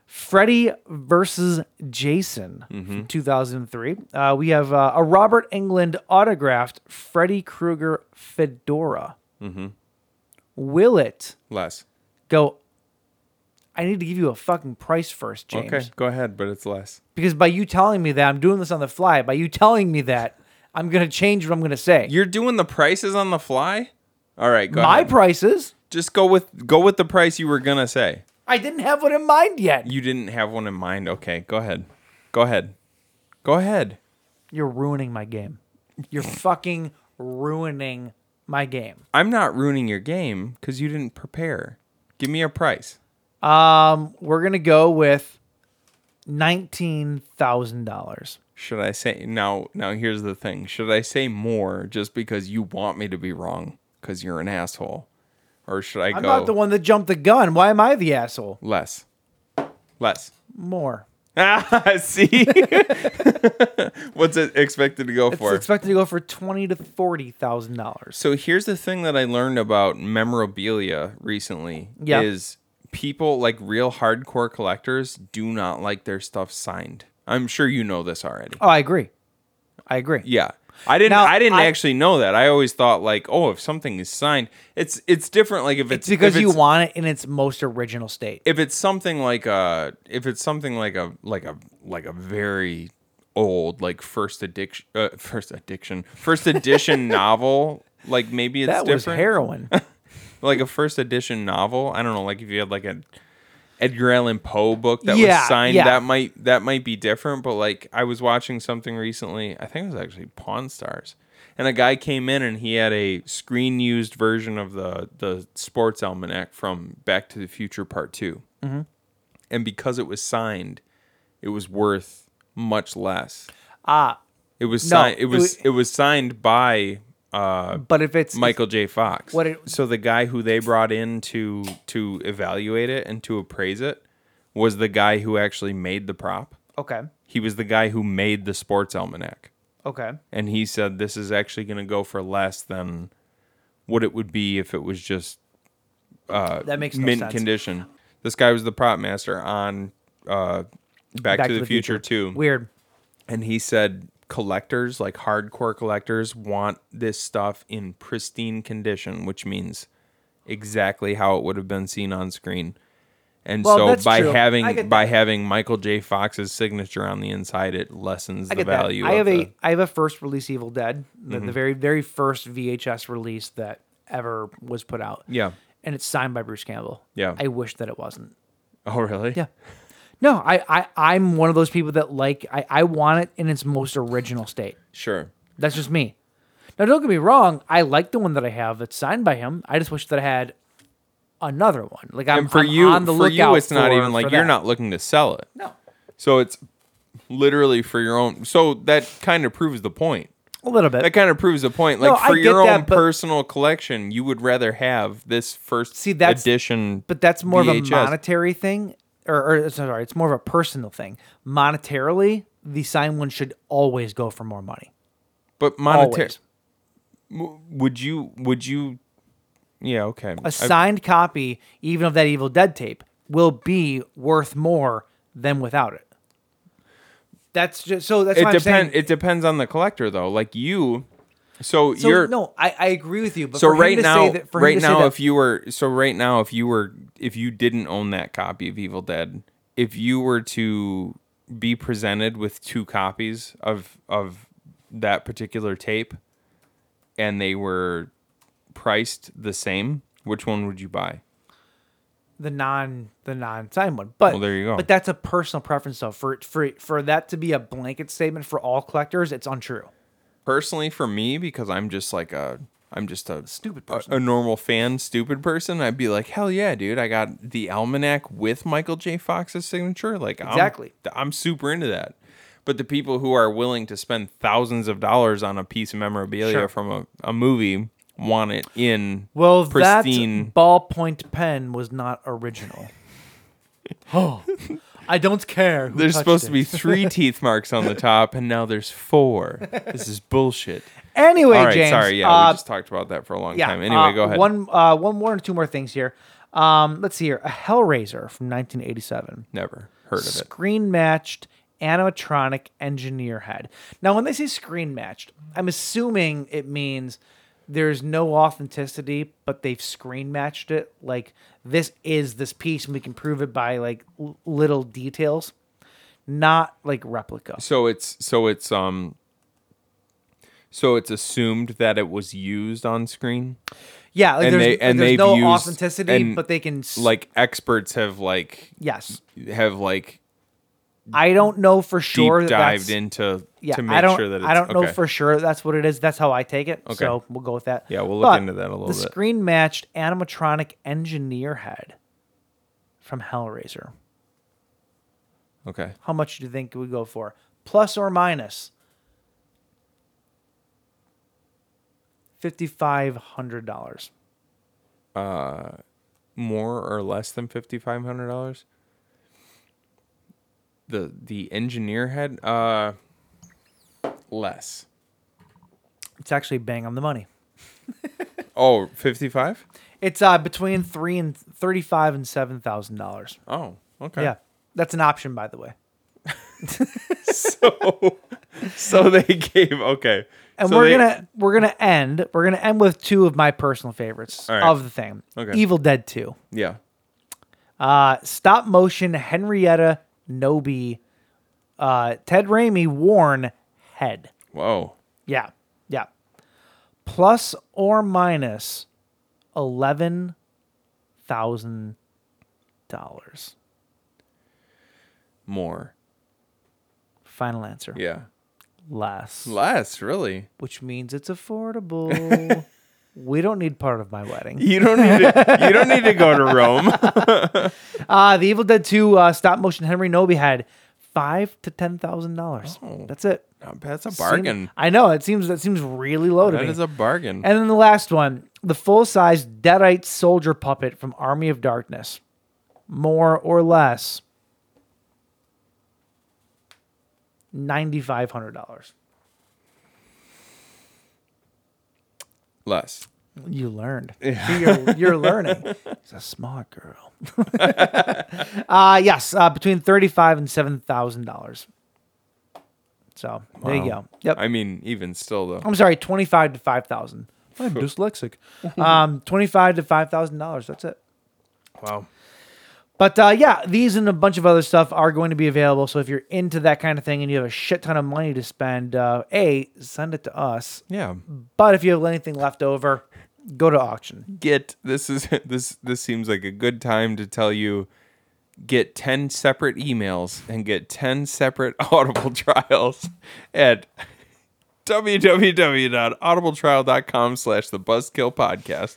Freddy versus Jason Mm-hmm. from 2003. Uh, we have uh, a Robert England autographed Freddy Krueger fedora. Mm-hmm. Will it Less. go? I need to give you a fucking price first, James. Okay, go ahead, but it's less. Because by you telling me that, I'm doing this on the fly. By you telling me that, I'm going to change what I'm going to say. You're doing the prices on the fly? All right, go My ahead. prices? Just go with go with the price you were gonna say. I didn't have one in mind yet. You didn't have one in mind. Okay, go ahead. Go ahead. Go ahead. You're ruining my game. You're fucking ruining my game. I'm not ruining your game because you didn't prepare. Give me a price. Um, we're gonna go with nineteen thousand dollars. Should I say now? Now here's the thing. Should I say more just because you want me to be wrong because you're an asshole, or should I I'm go not the one that jumped the gun. Why am I the asshole? less? Less. More. Ah, see. What's it expected to go It's for? expected to go for twenty to forty thousand dollars. So here's the thing that I learned about memorabilia recently Yeah. is people like real hardcore collectors do not like their stuff signed. I'm sure you know this already. Oh, I agree. I agree. Yeah. I didn't Now, I didn't I- actually know that. I always thought like, oh, if something is signed, it's it's different like if it's, It's because if you it's- want it in its most original state. if it's something like a if it's something like a like a like a very old like first addiction uh, first addiction first edition novel like maybe it's that was different heroin. like a first edition novel. I don't know, like if you had like an Edgar Allan Poe book that Yeah, was signed, yeah. that might that might be different. But like I was watching something recently, I think it was actually Pawn Stars, and a guy came in and he had a screen used version of the the sports almanac from Back to the Future Part 2 Mm-hmm. and because it was signed, it was worth much less. ah, It was No, signed. It it was wa- it was signed by uh, but if it's Michael J. Fox. What it- so the guy who they brought in to to evaluate it and to appraise it was the guy who actually made the prop. okay, He was the guy who made the sports almanac, okay, and he said this is actually going to go for less than what it would be if it was just that makes no mint sense. condition. This guy was the prop master on uh, Back, to, the, Future, too. Weird. and he said collectors like hardcore collectors want this stuff in pristine condition which means exactly how it would have been seen on screen and Well, so that's by true. I having get by having michael j fox's signature on the inside it lessens I the get that. value I have of a the- Mm-hmm. I have a first release Evil Dead, the, the very very first VHS release that ever was put out. Yeah. and it's signed by Bruce Campbell. Yeah. I wish that it wasn't. oh really Yeah. No, I, I I'm one of those people that like I, I want it in its most original state. sure That's just me. Now don't get me wrong, I like the one that I have that's signed by him. I just wish that I had another one. Like I'm, and for I'm you on the for lookout you it's not for- even like for you're that. not looking to sell it No. so it's literally for your own so that kind of proves the point A little bit. that kind of proves the point. No, Like I for get your own that, but- personal collection, you would rather have this first See, that's- edition. but that's more of a VHS. monetary thing or, or sorry it's more of a personal thing monetarily the signed one should always go for more money But monetary. always Would you? Would you? Yeah. Okay. a signed copy even of that evil dead tape will be worth more than without it that's just so that's it why I'm depends. saying, It depends on the collector, though. Like you. So, so you're no I, I agree with you but so for him right to say now. that- for him Right to say now, that- if you were so right now, if you were if you didn't own that copy of Evil Dead, if you were to be presented with two copies of of that particular tape, and they were priced the same, which one would you buy? the non the non signed one. But Well, there you go. But that's a personal preference though. For for for that to be a blanket statement for all collectors, it's untrue. Personally, for me, because I'm just like a I'm just a Stupid a- person. a, normal fan, stupid person. I'd be like, hell yeah, dude! I got the almanac with Michael J. Fox's signature. Like, I'm- Exactly. th- I'm, super into that. But the people who are willing to spend thousands of dollars on a piece of memorabilia Sure. from a, a movie want it in Well, pristine. that ballpoint pen was not original. oh, I don't care. Who There's touched supposed to it. be three teeth marks on the top, and now there's four. This is bullshit. Anyway, All right, James. sorry. Yeah, uh, we just talked about that for a long yeah, time. Anyway, uh, go ahead. One, uh, one more, and two more things here. Um, let's see here. A Hellraiser from 1987. Never Heard of it. screen matched animatronic engineer head. Now, when they say screen matched, I'm assuming it means there's no authenticity, but they've screen matched it. Like this is this piece, and we can prove it by like l- little details, not like replica. So it's so it's um so it's assumed that it was used on screen. Yeah, like and there's, they and there's they've no used- authenticity, and, but they can s- like experts have like yes. have like I don't know for deep sure. that dived that's- into Yeah, to make I don't, sure that it's, I don't know okay. for sure that's what it is. That's how I take it. Okay. So we'll go with that. Yeah, we'll look into that a little the bit. The screen matched animatronic engineer head from Hellraiser. Okay. How much do you think it would go for? Plus or minus? $5,500. More or less than fifty five hundred dollars. The the engineer had uh less. It's actually bang on the money. Oh, 55? It's uh, between three and thirty-five and seven thousand dollars. Oh, okay. Yeah, that's an option, by the way. So so they gave okay. And So we're they- gonna we're gonna end we're gonna end with two of my personal favorites All right. of the thing. Okay. Evil Dead Two, Yeah. uh, stop motion Henrietta Nobi, uh, Ted Raimi Warren head. Whoa. Yeah, yeah. Plus or minus eleven thousand dollars. More. Final answer. Yeah. Less. Less, really. which means it's affordable. we don't need part of my wedding. You don't need to, you don't need to go to Rome. Uh, the Evil Dead 2 uh, stop motion Henry Noby had five to ten thousand dollars. Oh. That's it. That's a bargain. Seem- I know it seems that seems really low to That me. is a bargain. and then the last one, the full size Deadite soldier puppet from Army of Darkness, more or less ninety five hundred dollars. Less. You learned. See, you're, you're learning. He's a smart girl. uh yes, uh, between thirty-five and seven thousand dollars. So there you Wow. go. Yep. I mean, even still though. I'm sorry, twenty-five to five thousand. I'm dyslexic. um, twenty-five to five thousand dollars. That's it. Wow. But uh, yeah, these and a bunch of other stuff are going to be available. So if you're into that kind of thing and you have a shit ton of money to spend, uh, a send it to us. Yeah. But if you have anything left over, go to auction. Get this is this this seems like a good time to tell you get 10 separate emails and get 10 separate audible trials at www.audibletrial.com slash the buzzkill podcast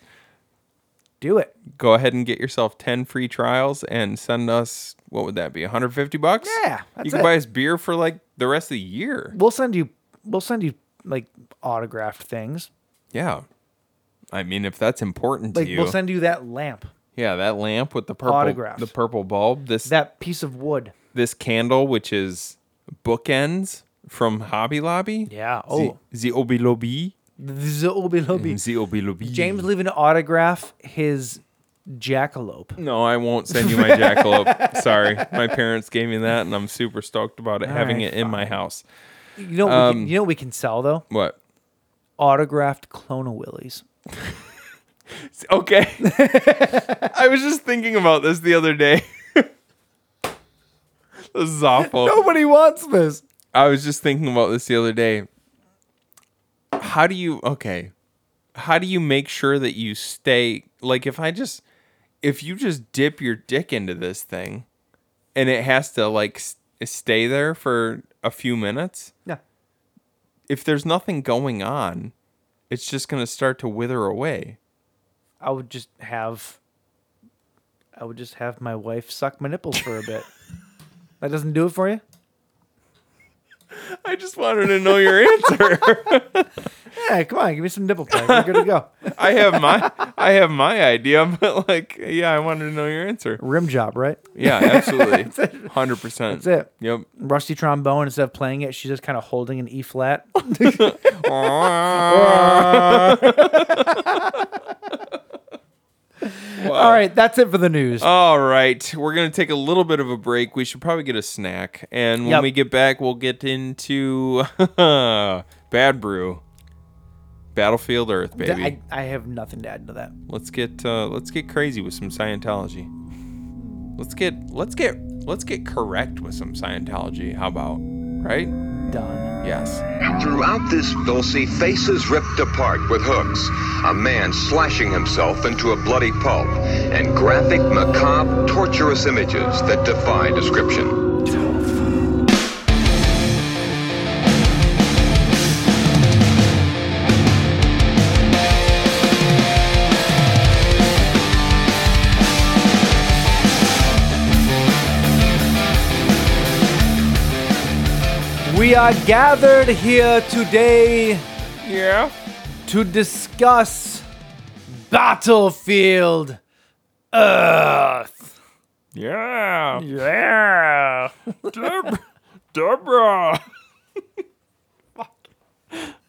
Do it. go ahead and get yourself 10 free trials and send us what would that be 150 bucks Yeah, that's you can it. buy us beer for like the rest of the year we'll send you we'll send you like autographed things. yeah i mean if that's important Like to you we'll send you that lamp, yeah that lamp with the purple Autograph. the purple bulb this that piece of wood. this candle which is bookends from hobby lobby Yeah. the, Oh, the obi lobby the Obi Lobby. the obi lobby James leaving to autograph his jackalope. no, I won't send you my jackalope. Sorry, my parents gave me that, and I'm super stoked about it having right, it in my house. You know, what we can, you know what we can sell though What? autographed Clona Willies. Okay. I was just thinking about this the other day. this is awful. Nobody wants this. I was just thinking about this the other day. How do you okay? How do you make sure that you stay like if I just if you just dip your dick into this thing and it has to like s- stay there for a few minutes, Yeah. if there's nothing going on, it's just going to start to wither away. I would just have I would just have my wife suck my nipples for a bit. That doesn't do it for you? I just wanted to know your answer. Yeah, come on, give me some nipple play. We're good to go. I have my I have my idea, but like, yeah, I wanted to know your answer. Rim job, right? Yeah, absolutely, hundred percent. That's it. Yep. rusty trombone instead of playing it she's just kind of holding an e flat wow. All right, that's it for the news. All right, we're gonna take a little bit of a break. We should probably get a snack, and when Yep. we get back, we'll get into Bad Brew, Battlefield Earth, Th- baby. I, I have nothing to add to that. Let's get uh, let's get crazy with some Scientology. Let's get let's get let's get correct with some Scientology. How about right? Done. Yes. Throughout this, they'll see faces ripped apart with hooks, a man slashing himself into a bloody pulp, and graphic, macabre, torturous images that defy description. We are gathered here today Yeah. to discuss Battlefield Earth. Yeah. Yeah. Deborah.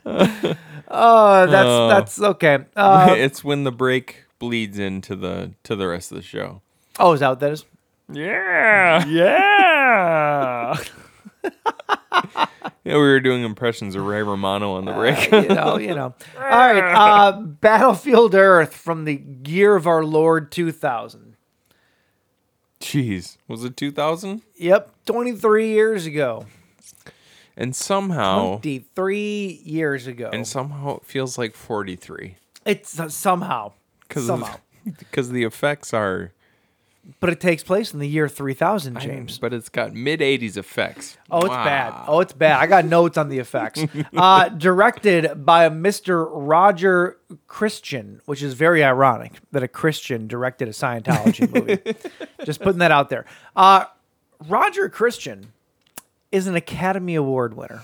Oh, that's Oh. that's okay. Uh, it's when the break bleeds into the to the rest of the show. oh, is that what that is? Yeah. Yeah. Yeah, we were doing impressions of Ray Romano Uh, on the break. you know, you know. All right, uh, Battlefield Earth from the year of our Lord 2000. Jeez, was it 2000? Yep, 23 years ago. And somehow 23 years ago. Oh. and somehow it feels like 43 it's uh, somehow. cuz Somehow. cuz the effects are But it takes place in the year 3000, I- James. but it's got mid 80s effects. Oh, it's Wow. bad. Oh, it's bad. I got notes on the effects. Uh, directed by Mr. Roger Christian, which is very ironic that a Christian directed a Scientology movie. Just putting that out there. Uh, Roger Christian is an Academy Award winner.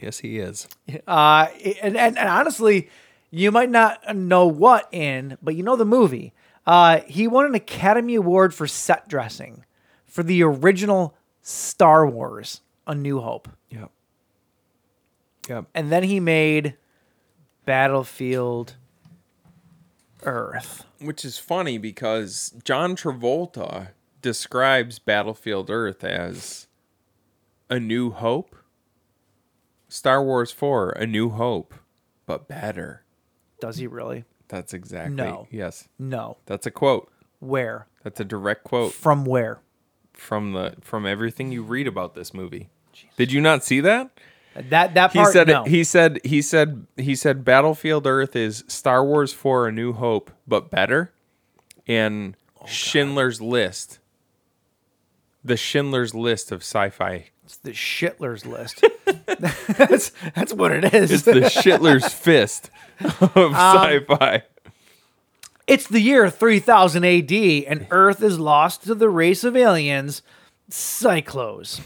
Yes, he is. Uh, and, and, and honestly, you might not know what in, but you know the movie. Uh, he won an Academy Award for set dressing for the original Star Wars A New Hope. Yep. Yep. And then he made Battlefield Earth. Which is funny because John Travolta describes Battlefield Earth as a new hope. Star Wars 4, a new hope, but better. Does he really? That's exactly. No. Yes. No. That's a quote. Where? That's a direct quote From where? from the from everything you read about this movie. Did you not see that? That that He part. said no. he said he said he said Battlefield Earth is Star Wars 4 A New Hope but better and Schindler's List. The Schindler's List of sci-fi. it's the Shitler's list. that's that's what it is. It's the Schindler's Fist of sci-fi. It's the year 3000 AD, and Earth is lost to the race of aliens, Cyclos.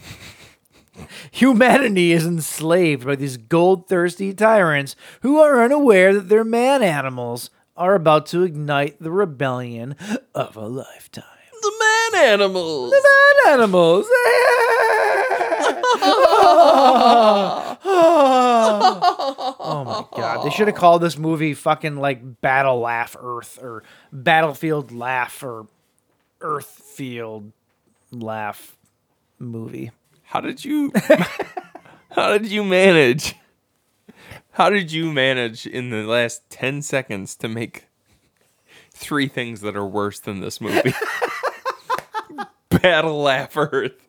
Humanity is enslaved by these gold-thirsty tyrants who are unaware that their man animals are about to ignite the rebellion of a lifetime. The man animals. Man animals! oh my god. They should have called this movie fucking like Battle Laugh Earth or Battlefield Laugh or Earth Field Laugh movie. How did you How did you manage? How did you manage in the last 10 seconds to make three things that are worse than this movie? Battle Laugh Earth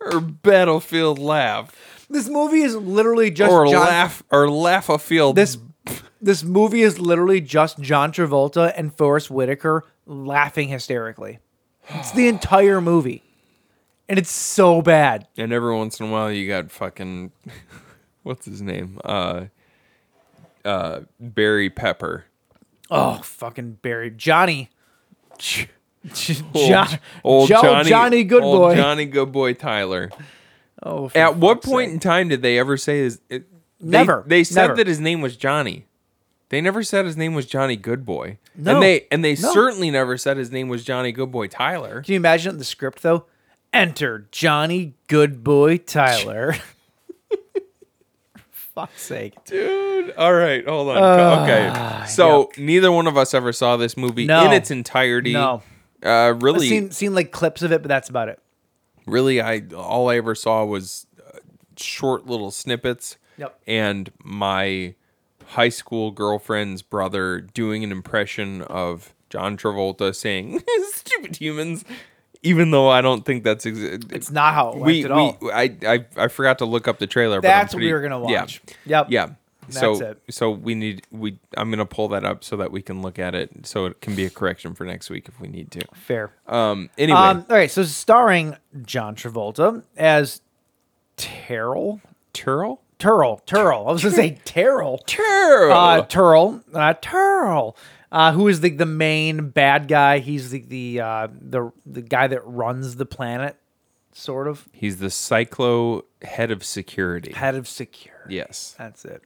or Battlefield Laugh This movie is literally just or John- Laugh or Laugh a Field. This this movie is literally just John Travolta and Forrest Whitaker laughing hysterically. It's the entire movie. And it's so bad. and every once in a while you got fucking what's his name? Uh uh Barry Pepper. Oh, fucking buried Johnny. John, Old- Joe- Johnny, Good old Boy. Johnny Good Boy Tyler. oh, for At what fuck's point sake. in time did they ever say his? It, they- Never. They, said Never. that his name was Johnny. They never said his name was Johnny Goodboy. No. And they and they No. certainly never said his name was Johnny Goodboy Tyler. Can you imagine the script though? Enter Johnny Good Boy Tyler. fuck's sake. Dude. All right, hold on. Ah, okay. So neither one of us ever saw this movie No. in its entirety. No. Uh, I've really, seen, seen like clips of it, but that's about it. really, I all I ever saw was uh, short little snippets. Yep. And my high school girlfriend's brother doing an impression of John Travolta saying "stupid humans," even though I don't think that's exa- It's not how it went we, at all. we I, I I forgot to look up the trailer. but I'm That's what we pretty- were gonna yeah. watch. Yep. Yeah. That's So it. so we need we I'm gonna pull that up so that we can look at it so it can be a correction for next week if we need to. Fair. Um. Anyway. Um, all right, so starring John Travolta as Terrell. Turl? Turl. Turl. I was going to say Terrell. Turl. Uh, Turl. Uh, Turl. Uh, who is the, the main bad guy? He's the the, uh, the the guy that runs the planet, sort of He's the Cyclo head of security. head of secure. Yes. That's it.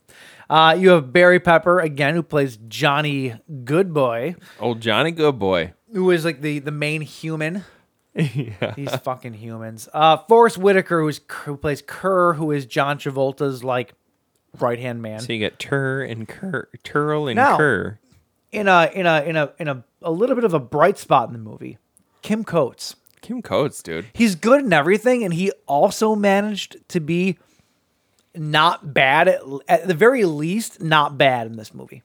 Uh, you have Barry Pepper again, who plays Johnny Goodboy, Old Johnny Good Boy. who is like the the main human. These fucking humans. Uh, Forrest Whitaker, who's who plays Kerr, who is John Travolta's like right hand man. So you get Tur and Kerr, Turl and Now- Kerr. In a in a in a in a, a little bit of a bright spot in the movie, Kim Coates. Kim Coates, dude. He's good in everything, and he also managed to be not bad at, at the very least, not bad in this movie.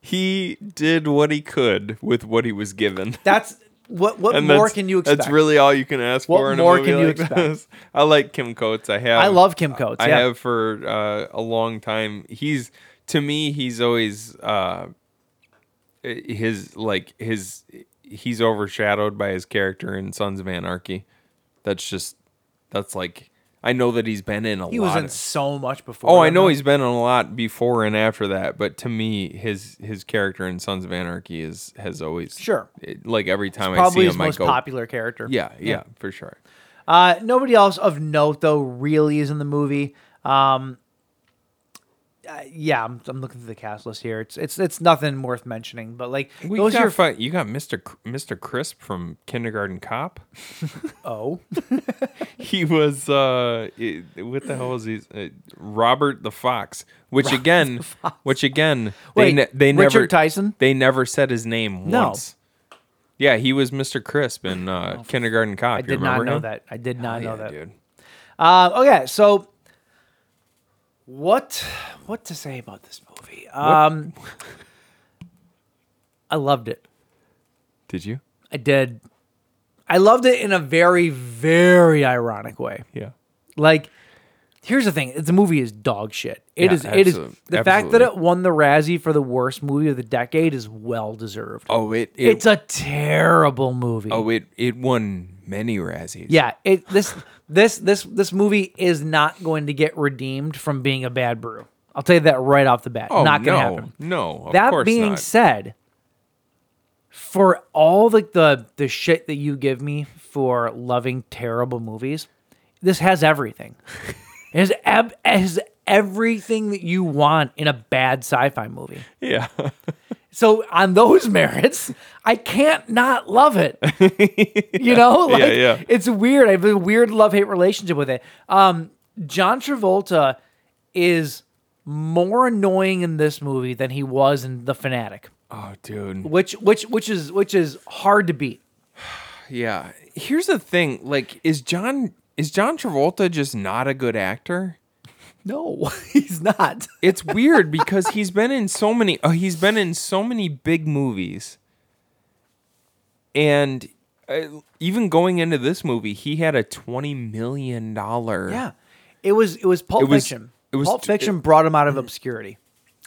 He did what he could with what he was given. That's what what And more that's- can you expect? That's really all you can ask What for in a more movie can you like expect? this. I like Kim Coates. I have. I love Kim Coates, I yeah. have for uh, a long time. He's to me. He's always uh, his like his. He's overshadowed by his character in Sons of Anarchy. That's just. That's like. I know that he's been in a he lot. was in of- so much before. Oh, I that know movie. he's been in a lot before and after that, but to me, his his character in Sons of Anarchy is has always Sure. it- like every time I probably see his him, I most go, popular character. yeah, yeah, for sure. Uh, nobody else of note though really is in the movie. Um, uh, yeah, I'm, I'm looking through the cast list here. It's it's it's nothing worth mentioning, but like We those got are your fi- you got Mr. Cr- Mr. Crisp from Kindergarten Cop. oh He was uh, i- what the hell is he? Uh, Robert the Fox. Which again, which again, Wait, they ne- they Richard never Tyson? They never said his name No. once. Yeah, he was Mr. Crisp in uh, Kindergarten Cop. I You did not remember know him? that. I did not Oh, know yeah, that. dude. Uh, oh yeah, so what what to say about this movie? Um, I loved it. Did you? I did. I loved it in a very very ironic way. Yeah. Like, here's the thing: the movie is dog shit. It Yeah, is. It is. The absolute- fact that absolutely. it won the Razzie for the worst movie of the decade is well deserved. Oh, it, it it's a terrible movie. oh it it won many Razzies. yeah. It this this this this movie is not going to get redeemed from being a bad brew. I'll tell you that right off the bat. Oh, not gonna no, happen. No, of that course being not. said, for all the, the the shit that you give me for loving terrible movies, this has everything. it has, ab- it has everything that you want in a bad sci-fi movie. yeah, So on those merits, I can't not love it. You know, like yeah. it's weird. I have a weird love-hate relationship with it. Um, John Travolta is more annoying in this movie than he was in The Fanatic, oh, dude. which which which is which is hard to beat. Yeah. Here's the thing. Like, is John is John Travolta just not a good actor? No, he's not. It's weird because he's been in so many. Oh, he's been in so many big movies, and uh, even going into this movie, he had a twenty million dollar. Yeah, it was it was Pulp It was- Fiction. it was- Mm-hmm. Pulp Fiction brought him out of obscurity.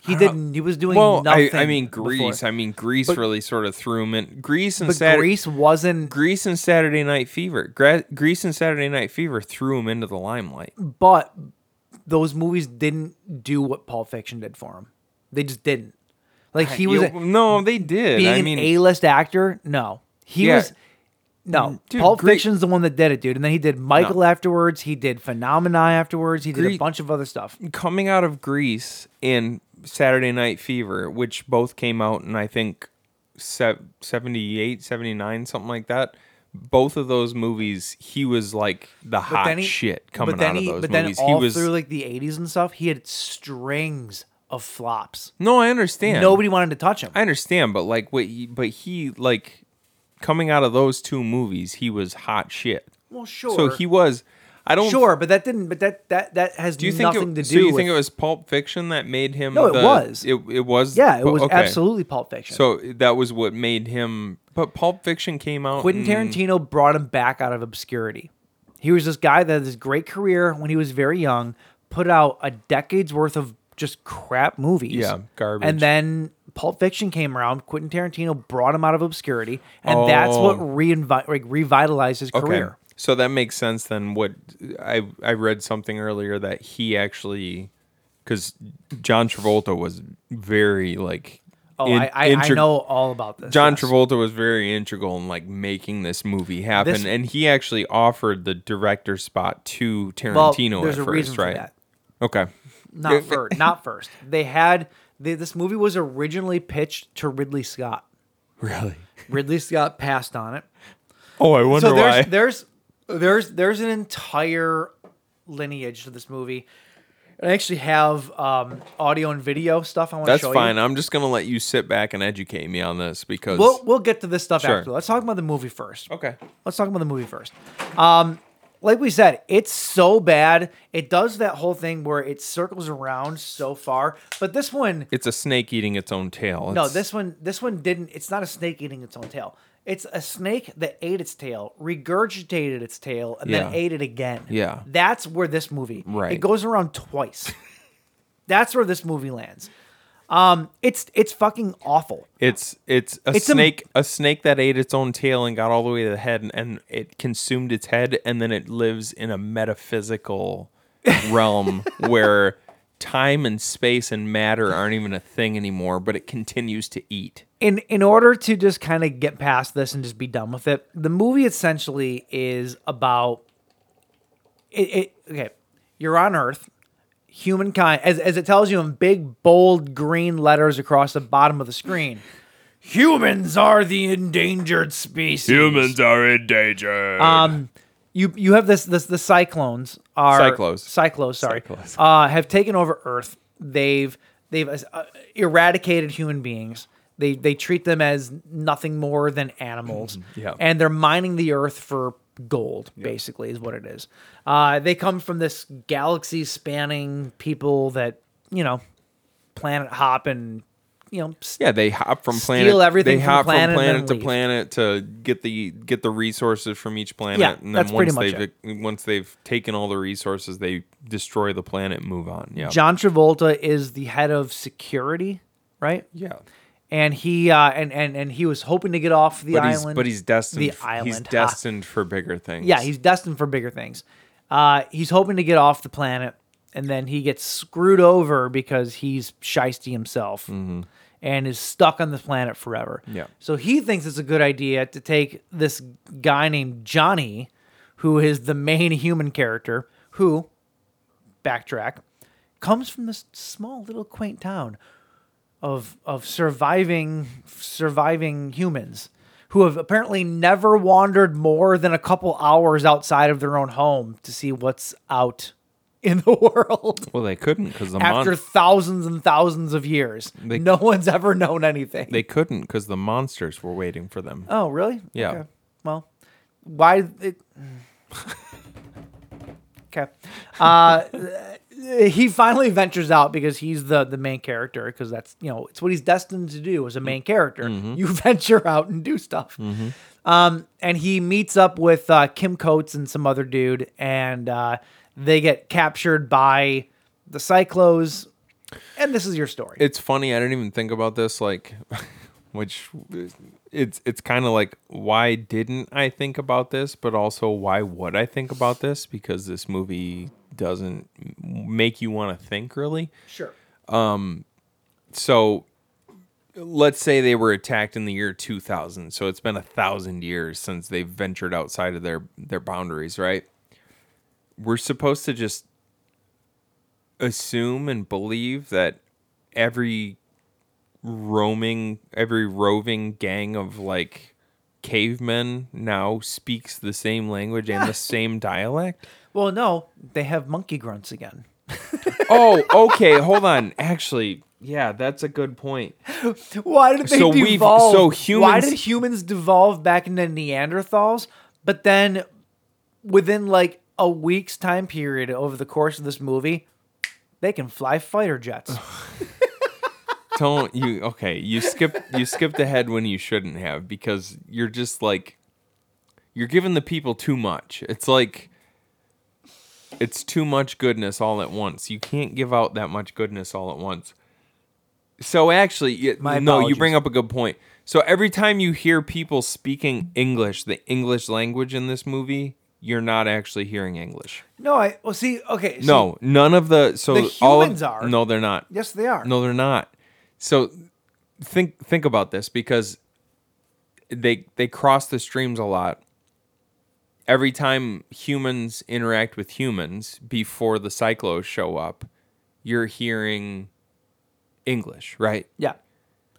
He didn't. He was doing Well, I, nothing. I mean before. Greece. I mean Greece But- really sort of threw him in. Greece and but Saturday. Grease wasn't. Grease and Saturday Night Fever. Gra- Grease and Saturday Night Fever threw him into the limelight. but those movies didn't do what Pulp Fiction did for him. They just didn't. Like he was You- a- no, they did. being I mean, an A-list actor. No, he Yeah. Mm, was. No, Dude, Pulp Gre- Fiction's the one that did it, dude. And then he did Michael afterwards. He did Phenomena afterwards. He did a Gre- bunch of other stuff. coming out of Grease and Saturday Night Fever, which both came out in I think se- 78, 79, something like that. both of those movies, he was like the hot shit coming out of he- those but movies. Then all he was through like the 80s and stuff, he had strings of flops. No, I understand. Nobody wanted to touch him. I understand, but like what he, but he like coming out of those two movies, he was hot shit. Well, sure. So he was I don't sure, but that didn't but that that that has Do you think nothing it, to do so you with think it was Pulp Fiction that made him No, it the- was. It, it was Yeah, it but- was okay. absolutely Pulp Fiction. So that was what made him but Pulp Fiction came out Quentin in- Tarantino brought him back out of obscurity. He was this guy that had this great career when he was very young, put out a decade's worth of just crap movies. Yeah, garbage. And then Pulp Fiction came around. Quentin Tarantino brought him out of obscurity, and that's what Oh. reinvi- like, revitalized his career. So that makes sense then. What I I read something earlier that he actually because John Travolta was very like Oh, in- I, I, I integ- know all about this. John yes. Travolta was very integral in like making this movie happen, This- and he actually offered the director spot to Well, Tarantino there's at a first, reason for right? that. Okay, Not first. Not first. They had they, this movie was originally pitched to Ridley Scott. Really? Ridley Scott passed on it. Oh, I wonder so why. there's, There's there's there's an entire lineage to this movie. And I actually have um, audio and video stuff I want to That's show fine. you. I'm just gonna let you sit back and educate me on this because We'll we'll get to this stuff Sure. after. Let's talk about the movie first. Okay. Let's talk about the movie first. Um, like we said, it's so bad. It does that whole thing where it circles around so far. But this one it's a snake eating its own tail. No, It's- this one this one didn't. It's not a snake eating its own tail. It's a snake that ate its tail, regurgitated its tail, and then Yeah. ate it again. Yeah. That's where this movie It Right. goes around twice. That's where this movie lands. Um, it's it's fucking awful. It's it's a It's a- snake a, snake that ate its own tail and got all the way to the head and, and it consumed its head and then it lives in a metaphysical realm where time and space and matter aren't even a thing anymore, but it continues to eat. in in order to just kind of get past this and just be done with it, the movie essentially is about it. it okay, you're on Earth, humankind, as as it tells you in big bold green letters across the bottom of the screen. Humans are the endangered species. Humans are in danger. Um, you you have this this the cyclones are Cyclos. cyclos sorry Uh, have taken over Earth. They've they've uh, eradicated human beings. They they treat them as nothing more than animals. Mm, Yeah. and they're mining the Earth for gold. Basically, is what it is. Uh, they come from this galaxy spanning people that you know, planet hop and you know s- Yeah, they hop from Steal planet. everything they from hop planet and from then planet to leave. planet to get the get the resources from each planet. Yeah, and then that's pretty once much they've e, once they've taken all the resources, they destroy the planet, and move on. Yeah, John Travolta is the head of security, right? Yeah. And he uh, and and and he was hoping to get off the but island. He's, but he's destined. The f- island. He's ha. destined for bigger things. Yeah, he's destined for bigger things. Uh, he's hoping to get off the planet, and then he gets screwed over because he's shisty himself and is stuck on this planet forever. Mm-hmm. Yeah. So he thinks it's a good idea to take this guy named Johnny, who is the main human character, who, backtrack, comes from this small little quaint town of of surviving surviving humans who have apparently never wandered more than a couple hours outside of their own home to see what's out in the world Well, they couldn't because the after monster. thousands and thousands of years. They- no one's ever known anything. they couldn't because the monsters were waiting for them. Oh, really? Yeah. Okay. Well, why it Okay. Uh he finally ventures out because he's the the main character because that's, you know, it's what he's destined to do as a main character. You venture out and do stuff. Um and he meets up with uh Kim Coates and some other dude and uh they get captured by the Cyclos. And this is your story. It's funny. I didn't even think about this. Like, which it's it's kind of like why didn't I think about this? But also why would I think about this? Because this movie doesn't make you want to think really. Sure. Um, so let's say they were attacked in the year 2000. So it's been a thousand years since they've ventured outside of their their boundaries, right? We're supposed to just assume and believe that every roaming, every roving gang of like cavemen now speaks the same language and the same dialect? Well, no, they have monkey grunts again. oh, okay. Hold on. Actually, yeah, that's a good point. Why did they So we've- devolve? so humans- Why did humans devolve back into Neanderthals? But then, within like a week's time period over the course of this movie, they can fly fighter jets. Don't you? Okay, you skipped you skipped ahead when you shouldn't have because you're just like you're giving the people too much. It's like it's too much goodness all at once. You can't give out that much goodness all at once. So actually, y- My no, you apologies. bring up a good point. So every time you hear people speaking English, the English language in this movie, you're not actually hearing English. no, I well see. Okay, so- No, none of the so The all humans of, are. No, they're not. Yes, they are. No, they're not. So think think about this because they they cross the streams a lot. Every time humans interact with humans before the cyclos show up, you're hearing English, right? Yeah.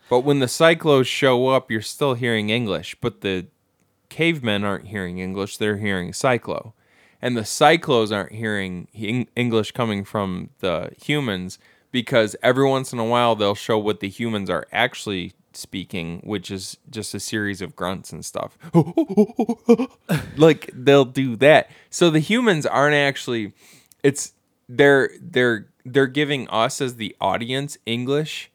But when the cyclos show up, you're still hearing English, but the cavemen aren't hearing English, they're hearing cyclo. And the cyclos aren't hearing Eng- English coming from the humans because every once in a while they'll show what the humans are actually speaking, which is just a series of grunts and stuff. like they'll do that. So the humans aren't actually it's they're they're they're giving us as the audience English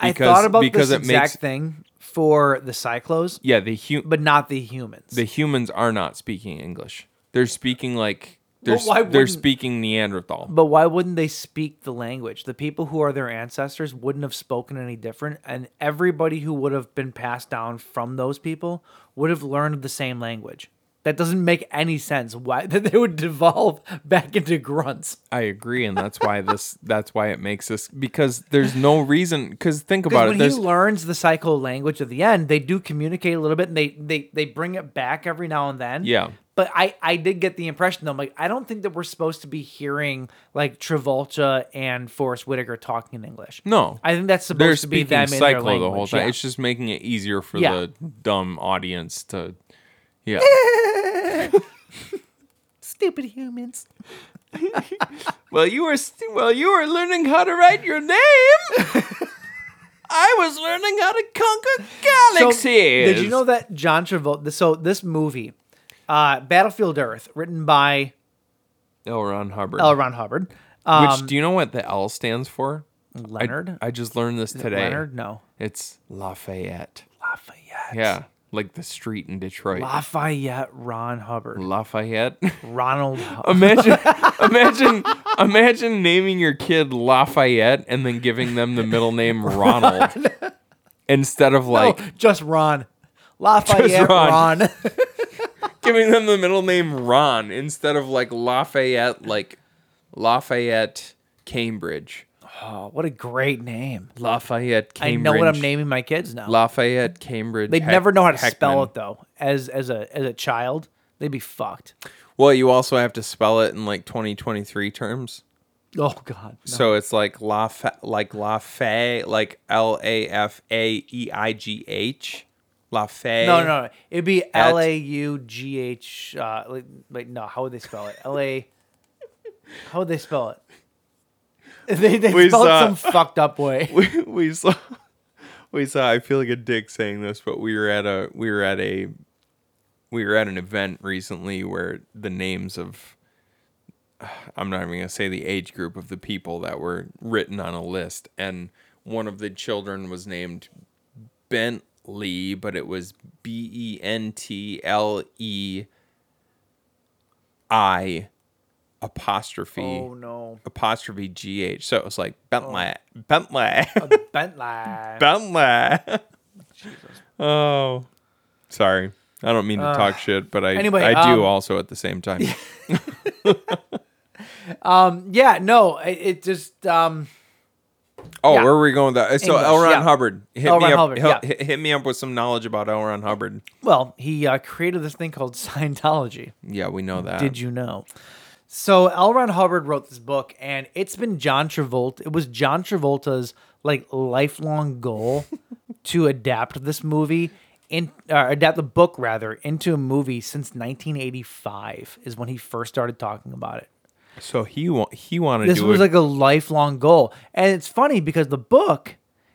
I thought about this exact thing for the cyclos, yeah, the hu- but not the humans. the humans are not speaking English. They're speaking like they're Well, why s- they're wouldn't- speaking Neanderthal. But why wouldn't they speak the language? The people who are their ancestors wouldn't have spoken any different, and everybody who would have been passed down from those people would have learned the same language. That doesn't make any sense. Why that they would devolve back into grunts? I agree, and that's why this that's why it makes this because there's no reason. Because think Because about when it, there's he learns the psycho language at the end, they do communicate a little bit, and they they they bring it back every now and then. Yeah. But I, I did get the impression though, I'm like I don't think that we're supposed to be hearing like Travolta and Forrest Whitaker talking in English. no. I think that's they're supposed to be speaking them in their cyclo the whole language, time. yeah. It's just making it easier for Yeah. the dumb audience to, yeah. Stupid humans. well, you were st- well, you were learning how to write your name. I was learning how to conquer galaxies. So, did you know that John Travolta? So this movie, uh, Battlefield Earth, written by L. Ron Hubbard? L. Ron um, Hubbard. Which do you know what the L stands for? Leonard? I, I just learned this Is it today. Leonard? No. It's Lafayette. Lafayette. Yeah, like the street in Detroit. Lafayette Ron Hubbard. Lafayette. Ronald. Hu- imagine, imagine, imagine naming your kid Lafayette and then giving them the middle name Ronald instead of like No, Oh, just Ron. Lafayette Ron. Ron. giving them the middle name Ron instead of like Lafayette, like Lafayette Cambridge. Oh, what a great name. Lafayette I Cambridge. know what I'm naming my kids now. Lafayette Cambridge. They'd Heck- never know how to Heckman. spell it though. As as a as a child, they'd be fucked. Well, you also have to spell it in like 2023 terms. Oh God. no. So it's like La like La like L A F A E I G H. La No, no, no. It'd be At- L A U G H. uh, Like, like, no, how would they spell it? L A. How would they spell it? They, they We spelled saw- some fucked up way. We, we saw we saw I feel like a dick saying this, but we were at a we were at a we were at an event recently where the names of I'm not even gonna say the age group of the people that were written on a list, and one of the children was named Bentley, but it was B E N T L E I apostrophe Oh, no. apostrophe G H. So it was like Oh. Bentley, Bentley, Bentley. Bentley. Oh, sorry. I don't mean to Uh, talk shit, but I anyway, I do um, also at the same time. Um. Yeah. No. It, it just. Um. Oh, Yeah. where were we going with that? So English, L. Ron yeah. Hubbard. Hit L. me Ron up. Hubbard, hel- yeah. hit, hit me up with some knowledge about L. Ron Hubbard. Well, he uh, created this thing called Scientology. Yeah, we know that. Did you know? So L. Ron Hubbard wrote this book, and it's been John Travolta. It was John Travolta's like lifelong goal to adapt this movie in uh, adapt the book rather into a movie since 1985 is when he first started talking about it. So he wa- he wanted This to do was it- like a lifelong goal, and it's funny because the book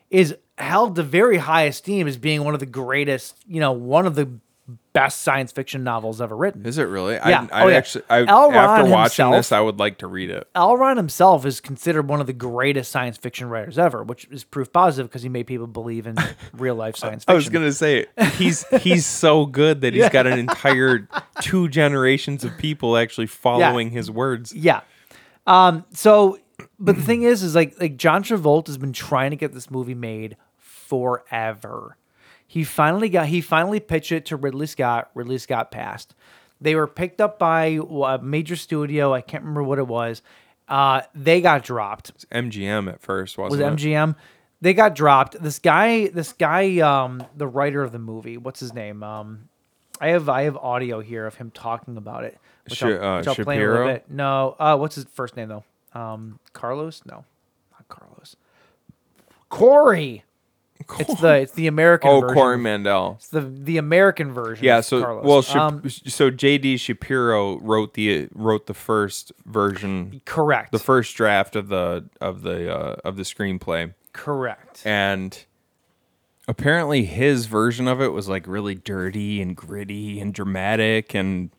is held to very high esteem as being one of the greatest, you know, one of the best science fiction novels ever written. Is it really? Yeah. I, I Oh, yeah. actually, I, L. after Ron watching this, himself- I would like to read it. L. Ron himself is considered one of the greatest science fiction writers ever, which is proof positive because he made people believe in real life science fiction. I was gonna say he's he's so good that he's got an entire two generations of people actually following his words. Yeah. Um, so, but the thing is, is like like John Travolta has been trying to get this movie made forever. He finally got he finally pitched it to Ridley Scott. Ridley Scott passed. They were picked up by uh, a major studio. I can't remember what it was. Uh, they got dropped MGM at first was wasn't it? MGM. They got dropped. This guy, this guy, um, the writer of the movie, what's his name? Um, I have I have audio here of him talking about it. Which Sh- uh, I'll, which I'll play in a little Shapiro? bit. No, uh, what's his first name though? Um, Carlos? No, not Carlos. Corey. It's the it's the American. Oh, version. Corey Mandel. It's the the American version. Yeah. of So Carlos. well, Shap- Um, so JD Shapiro wrote the wrote the first version. Correct. The first draft of the of the uh, of the screenplay. Correct. And apparently, his version of it was like really dirty and gritty and dramatic and.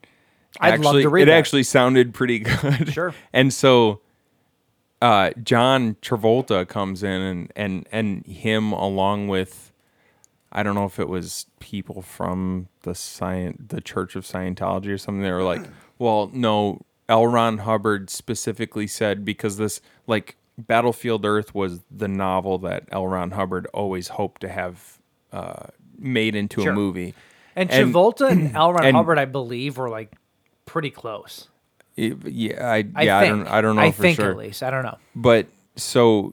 I'd love actually, to read It that. actually sounded pretty good. Sure. And so, uh, John Travolta comes in and and and him along with, I don't know if it was people from the science, the Church of Scientology or something. They were like, well, no, L. Ron Hubbard specifically said because this like Battlefield Earth was the novel that L. Ron Hubbard always hoped to have uh, made into Sure. a movie. and Travolta and, L. Ron and- Hubbard, I believe, were like pretty close. It- yeah, I, I yeah, think. I don't, I don't know I for think sure. at least. I don't know. But so,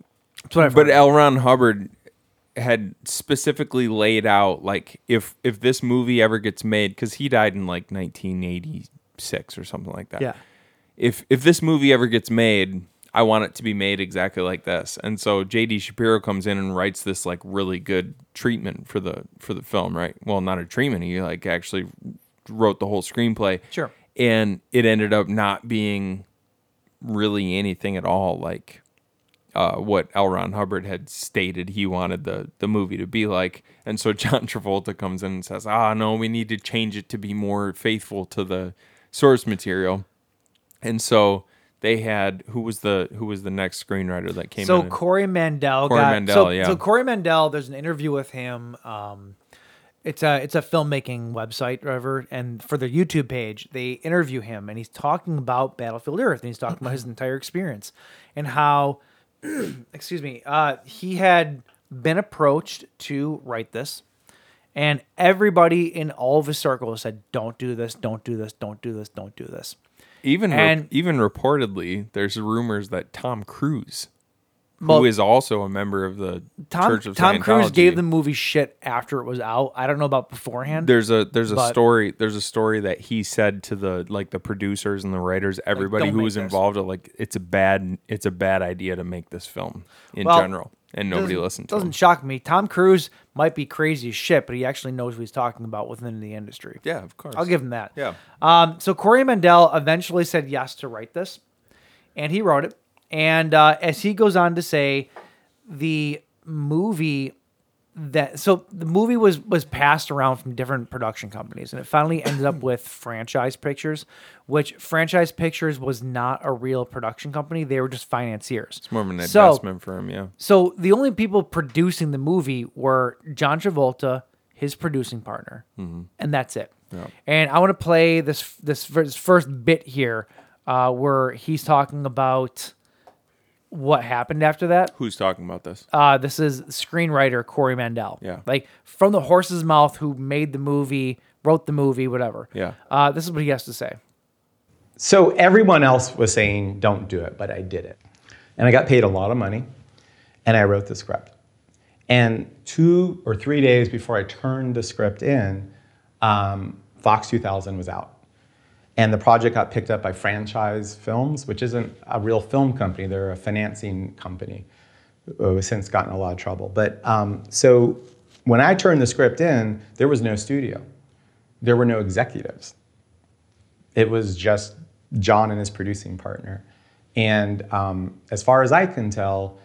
but L. Ron Hubbard had specifically laid out like if if this movie ever gets made, because he died in like 1986 or something like that. Yeah. If if this movie ever gets made, I want it to be made exactly like this. And so J.D. Shapiro comes in and writes this like really good treatment for the for the film, right? Well, not a treatment. He like actually wrote the whole screenplay. Sure. And it ended up not being really anything at all like uh, what L. Ron Hubbard had stated he wanted the the movie to be like. And so John Travolta comes in and says, "Ah, no, we need to change it to be more faithful to the source material." And so they had who was the who was the next screenwriter that came so in? and- Corey Mandel Corey got Mandel, so, yeah. so Corey Mandel. There's an interview with him. Um, it's a it's a filmmaking website, whatever, and for their YouTube page, they interview him, and he's talking about Battlefield Earth, and he's talking about his entire experience, and how, excuse me, uh, he had been approached to write this, and everybody in all of his circles said, "Don't do this, don't do this, don't do this, don't do this." even re- and- even reportedly, there's rumors that Tom Cruise, Well- who is also a member of the Tom Church of Tom Cruise Scientology- gave the movie shit after it was out. I don't know about beforehand. There's a there's a but- story there's a story that he said to the like the producers and the writers everybody "Don't who make was this." involved are like it's a bad it's a bad idea to make this film in Well, general and nobody doesn't- listened to Doesn't him. shock me. Tom Cruise might be crazy as shit, but he actually knows what he's talking about within the industry. Yeah, of course. I'll give him that. Yeah. Um, so Corey Mandel eventually said yes to write this, and he wrote it. And uh, as he goes on to say, the movie that so the movie was was passed around from different production companies and it finally ended up with franchise pictures which franchise pictures was not a real production company they were just financiers It's more of an So- investment for him, yeah. so the only people producing the movie were John Travolta, his producing partner, Mhm. and that's it. Yeah. And I want to play this this first, first bit here, uh, where he's talking about what happened after that. Who's talking about this? Uh, this is screenwriter Corey Mandel. Yeah. like from the horse's mouth, who made the movie, wrote the movie, whatever. Yeah. Uh, this is what he has to say. So everyone else was saying, don't do it, but I did it. And I got paid a lot of money, and I wrote the script. And two or three days before I turned the script in, um, Fox 2000 was out. And the project got picked up by Franchise Films, which isn't a real film company, they're a financing company who has since gotten in a lot of trouble. But um, so When I turned the script in, there was no studio, there were no executives. It was just John and his producing partner. And um, as far as I can tell,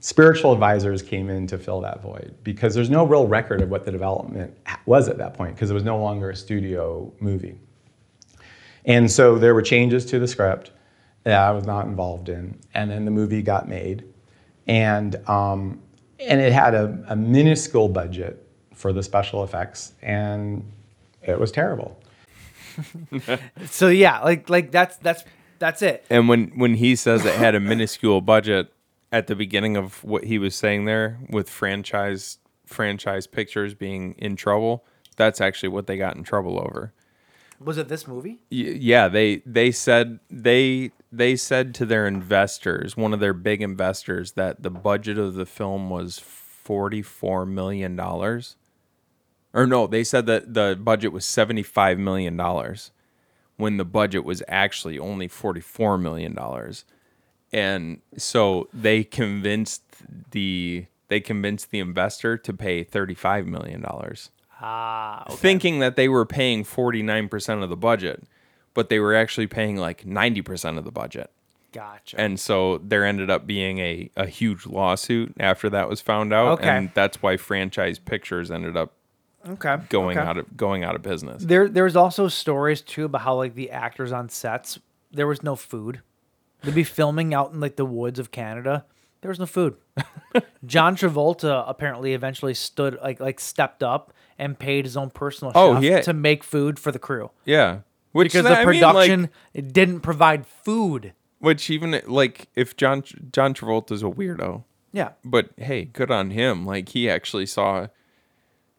spiritual advisors came in to fill that void because there's no real record of what the development was at that point because it was no longer a studio movie. And so there were changes to the script that I was not involved in, and then the movie got made, and um, and it had a, a minuscule budget for the special effects, and it was terrible. so yeah, like like that's that's that's it. And when when he says it had a minuscule budget at the beginning of what he was saying there with franchise franchise pictures being in trouble, that's actually what they got in trouble over. Was it this movie? Y- yeah, they they said they they said to their investors, one of their big investors, that the budget of the film was forty four million dollars. Or no, they said that the budget was seventy five million dollars when the budget was actually only forty four million dollars. And so they convinced the they convinced the investor to pay thirty five million dollars. Ah, okay. thinking that they were paying 49% of the budget, but they were actually paying like 90% of the budget. Gotcha. And so there ended up being a, a huge lawsuit after that was found out. Okay. And that's why franchise pictures ended up Okay. going okay. out of going out of business. There there was also stories too about how like the actors on sets there was no food. They'd be filming out in like the woods of Canada. There was no food. John Travolta apparently eventually stood like like stepped up and paid his own personal Oh, chef yeah. to make food for the crew. yeah. Which because I the mean, like- production it didn't provide food. which even like if John John Travolta's a weirdo. Yeah. But hey, good on him. Like he actually saw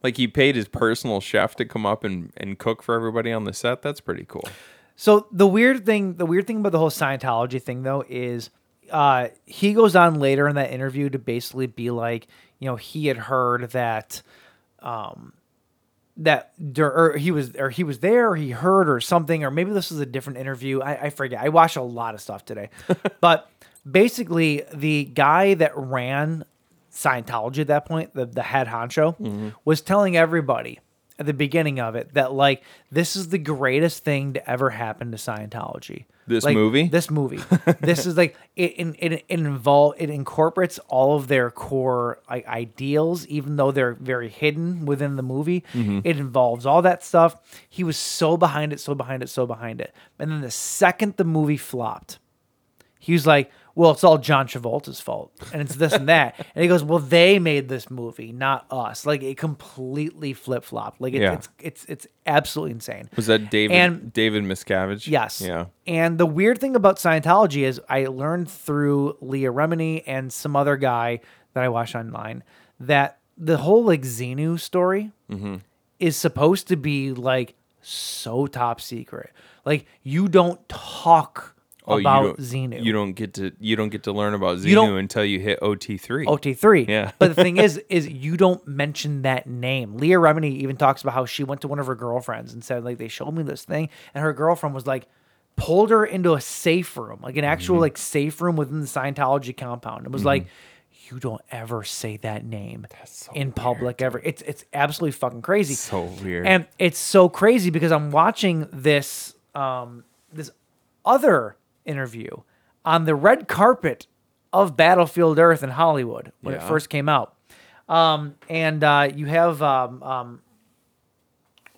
like he paid his personal chef to come up and, and cook for everybody on the set. That's pretty cool. So the weird thing, the weird thing about the whole Scientology thing though is uh, he goes on later in that interview to basically be like, you know, he had heard that um that dur- or he was or he was there or he heard or something or maybe this was a different interview I, I forget i watched a lot of stuff today but basically the guy that ran scientology at that point the, the head honcho Mm-hmm. was telling everybody at the beginning of it that like this is the greatest thing to ever happen to scientology This Like, movie? this movie this is like it it, it it invol- it incorporates all of their core like ideals even though they're very hidden within the movie Mm-hmm. Mhm. it involves all that stuff he was so behind it so behind it so behind it and then the second the movie flopped he was like well it's all john travolta's fault and it's this and that and he goes well they made this movie not us like it completely flip-flopped like it, Yeah. it's it's it's absolutely insane Was that David And- David Miscavige? Yes. Yeah. And the weird thing about Scientology is I learned through Leah Remini and some other guy that I watched online that the whole like Xenu story Mm-hmm. is supposed to be like so top secret. Like you don't talk about Xenu. You Oh, don't get to you don't get to learn about You don't- Oh. Xenu until you hit OT three. OT three. Yeah. but the thing is, is you don't mention that name. Leah Remini even talks about how she went to one of her girlfriends and said, like, they showed me this thing, and her girlfriend was like, pulled her into a safe room, like an actual Mhm. Mm-hmm. like safe room within the Scientology compound, and was Mhm. like, Mm-hmm. you don't ever say that name in public ever. It's it's absolutely fucking crazy. So weird. And it's so crazy because I'm watching this um this other interview on the red carpet of Battlefield Earth in Hollywood when it Yeah. first came out. Um and uh you have um um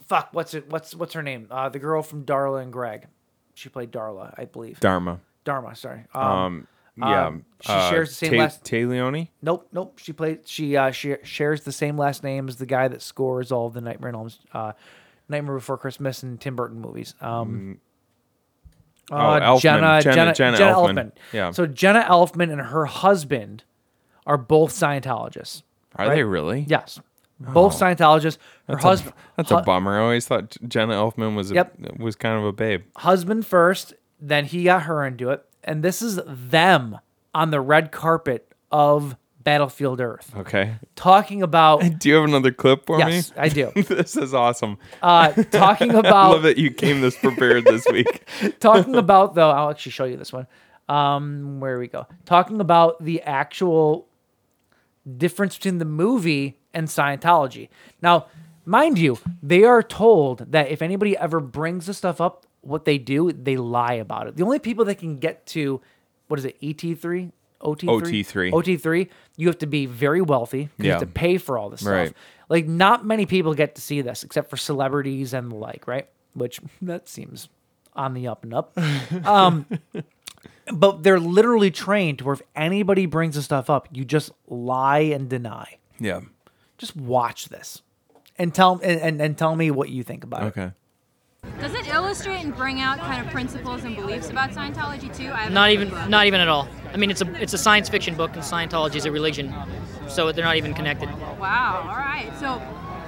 fuck what's it what's what's her name? Uh the girl from Darla and Greg. She played Darla, I believe. Dharma. Dharma, sorry. Um, yeah. um, she uh, shares the same Ta- last Ta- Leone? Nope, nope. She played. She uh, she shares the same last name as the guy that scores all of the Nightmare on Elm, uh, Nightmare Before Christmas and Tim Burton movies. Um, Mm, Oh, Elfman. Uh, Jenna, Jenna- Jenna, Jenna Jenna Elfman. Elfman. Yeah. So Jenna Elfman and her husband are both Scientologists. Are they really? Yes. Both Oh. Scientologists. Her That's husband. A, that's a bummer. I always thought Jenna Elfman was a, Yep. was kind of a babe. husband first, then he got her into it, and this is them on the red carpet of Battlefield Earth Okay. talking about Do you have another clip for me? Yes, I do. this is awesome. Uh, talking I about- love that you came this prepared this week. talking about though i'll actually show you this one um where we go talking about the actual difference between the movie and Scientology. Now, mind you, they are told that if anybody ever brings this stuff up, what they do, they lie about it. The only people that can get to what is it, E ET3? OT3? OT3. OT3, you have to be very wealthy. 'cause You Yeah. have to pay for all this stuff. Right. Like, not many people get to see this except for celebrities and the like, right? Which that seems on the up and up. Um, but they're literally trained to where if anybody brings this stuff up, you just lie and deny. Yeah. Just watch this and tell and, and, and tell me what you think about it. Okay. Does it illustrate and bring out kind of principles and beliefs about Scientology too? I haven't Not read even, the book. not even at all. I mean, it's a it's a science fiction book, and Scientology is a religion, so they're not even connected. Wow. All right. So,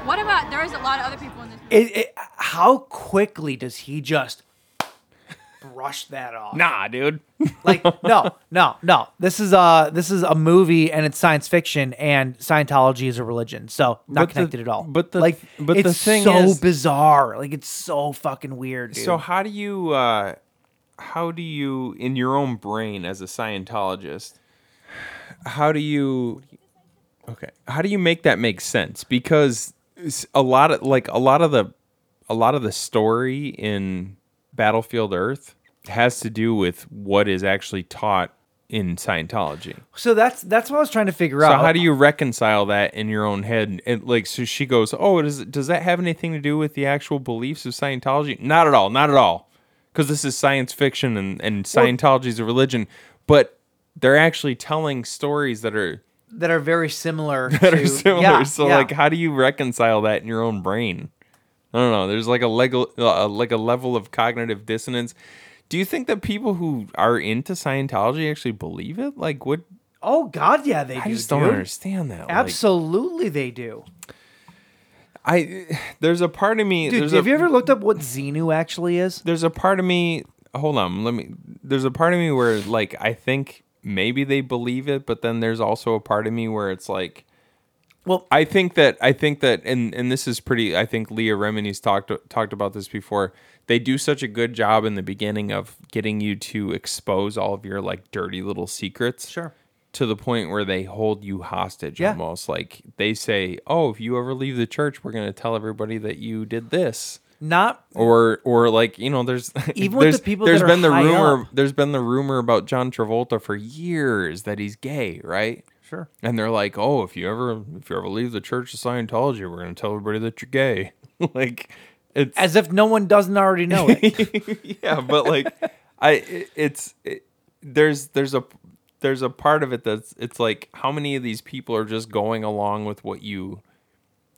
what about there is a lot of other people in this. It, it how quickly does he just brush that off? Nah, dude. like no, no, no. This is uh this is a movie and it's science fiction and Scientology is a religion, so not But the- connected at all. but the- like but the it's thing so is- bizarre. Like it's so fucking weird. Dude. So how do you uh how do you in your own brain as a Scientologist how do you okay how do you make that make sense because s- a lot of like a lot of the a lot of the story in Battlefield Earth has to do with what is actually taught in Scientology. So that's that's what I was trying to figure So out. how do you reconcile that in your own head? And, and, like, so she goes, "Oh, does does that have anything to do with the actual beliefs of Scientology? Not at all, not at all, because this is science fiction and and Scientology is a religion, but they're actually telling stories that are that are very similar. that to, are similar. Yeah, so yeah. like, how do you reconcile that in your own brain? I don't know. There's like a legal, uh, like a level of cognitive dissonance. Do you think that people who are into Scientology actually believe it? Like, what? oh god, yeah, they. I do, just don't dude. understand that. like- Absolutely, they do. I there's a part of me. Dude, there's have a, you ever looked up what Xenu actually is? There's a part of me. Hold on, let me. There's a part of me where like I think maybe they believe it, but then there's also a part of me where it's like, well, I think that I think that, and and this is pretty. I think Leah Remini's talked talked about this before. They do such a good job in the beginning of getting you to expose all of your like dirty little secrets. Sure. To the point where they hold you hostage Yeah. almost. Like they say, Oh, if you ever leave the church, we're gonna tell everybody that you did this Not or or like you know there's Even with there's, the people there's that are been the high rumor there's been the rumor about John Travolta for years that he's gay right Sure. and they're like oh if you ever if you ever leave the Church of Scientology we're gonna tell everybody that you're gay like it's as if no one doesn't already know it. yeah but like I it- it's it, there's there's a there's a part of it that's it's like how many of these people are just going along with what you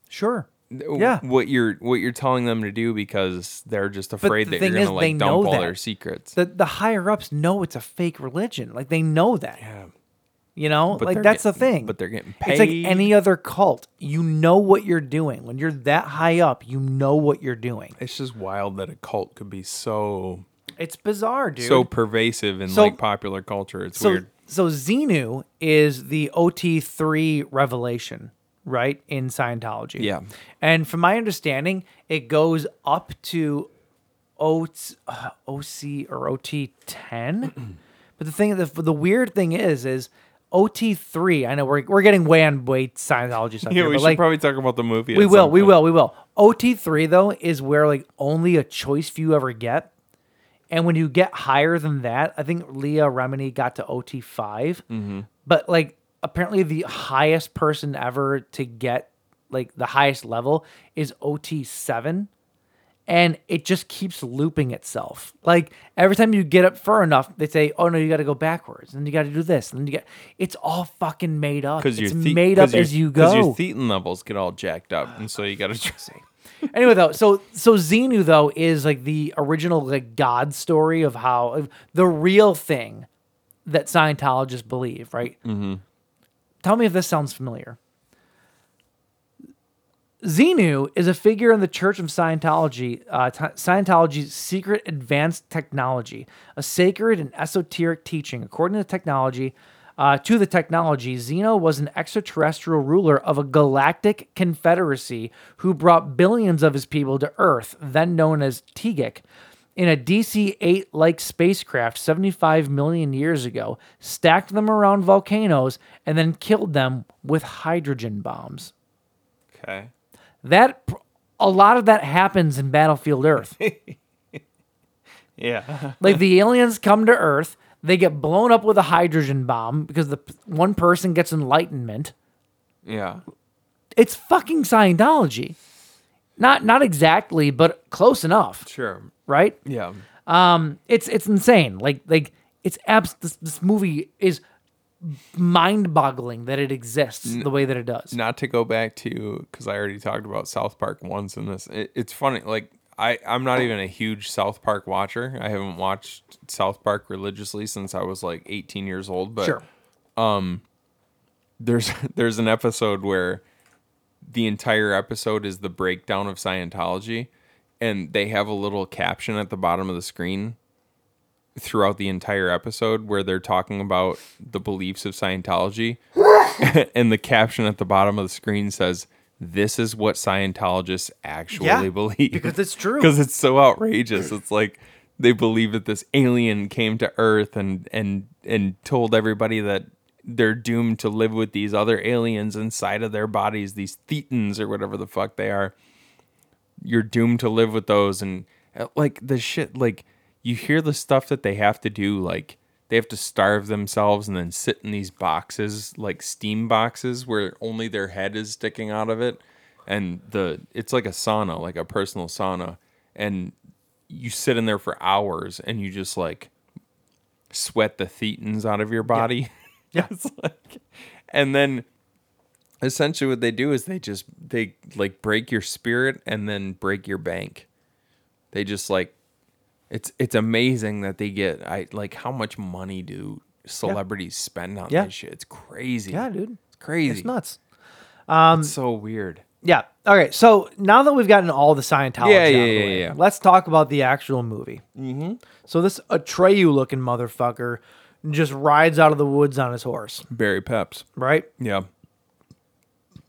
sure. w- Yeah. what you're what you're telling them to do because they're just But afraid the that thing you're gonna is, they like know dump all that. their secrets. The the higher ups know it's a fake religion. Like they know that. Yeah. You know, But like they're that's the getting- thing. but they're getting It's like paid. any other cult. You know what you're doing. When you're that high up, you know what you're doing. It's just wild that a cult could be so It's bizarre, dude. so pervasive in So- like popular culture. It's so, weird. So Xenu is the OT3 revelation, right, in Scientology. Yeah. And from my understanding, it goes up to O uh, OC or OT10. but the thing, the, the weird thing is, is OT3, I know we're, we're getting way on way Scientology stuff. Yeah, here, we but should like, probably talk about the movie. we at will, some we point. will, we will. OT3 though is where like only a choice few ever get. And when you get higher than that, I think Leah Remini got to OT5. Mhm. But like apparently the highest person ever to get like the highest level is OT7 and it just keeps looping itself. Like every time you get up far enough, they say, "Oh no, you got to go backwards, and you got to do this, and then you get." It's all fucking made up. It's your the- made up 'cause your- as you 'cause go. your thetan levels get all jacked up, and so you got to just anyway, though, so so Xenu though is like the original like God story of how of the real thing that Scientologists believe, right? Mhm. Tell me if this sounds familiar. Xenu is a figure in the Church of Scientology, uh, t- Scientology's secret advanced technology, a sacred and esoteric teaching. According to the technology, uh, to the technology, Xeno was an extraterrestrial ruler of a galactic confederacy who brought billions of his people to Earth, then known as Tegic, in a DC 8 like spacecraft 75 million years ago, stacked them around volcanoes, and then killed them with hydrogen bombs. Okay. That pr- a lot of that happens in Battlefield Earth. Yeah. like the aliens come to Earth, they get blown up with a hydrogen bomb because the p- one person gets enlightenment. Yeah. It's fucking Scientology. Not not exactly, but close enough. Sure. Right? Yeah. Um it's it's insane. Like like it's abs this, this movie is mind-boggling that it exists the way that it does. Not to go back to because I already talked about South Park once in this. It, it's funny, like I I'm not even a huge South Park watcher. I haven't watched South Park religiously since I was like 18 years old. But Sure. um, there's there's an episode where the entire episode is the breakdown of Scientology, and they have a little caption at the bottom of the screen throughout the entire episode where they're talking about the beliefs of Scientology. and the caption at the bottom of the screen says, This is what Scientologists actually Yeah, believe. because it's true. Because it's so outrageous. It's like they believe that this alien came to Earth and and and told everybody that they're doomed to live with these other aliens inside of their bodies, these thetans or whatever the fuck they are you're doomed to live with those and uh, like the shit like you hear the stuff that they have to do like they have to starve themselves and then sit in these boxes like steam boxes where only their head is sticking out of it and the it's like a sauna like a personal sauna and you sit in there for hours and you just like sweat the thetans out of your body yeah. it's like and then essentially what they do is they just they like break your spirit and then break your bank they just like it's it's amazing that they get i like how much money do celebrities spend on Yeah. this shit it's crazy Yeah, dude. it's crazy It's nuts. Um It's so weird Yeah. All right. So now that we've gotten all the Scientology, Yeah, out of the yeah, yeah, way, yeah. let's talk about the actual movie. Mhm. So this Atreyu looking motherfucker just rides out of the woods on his horse, barry peps right? yeah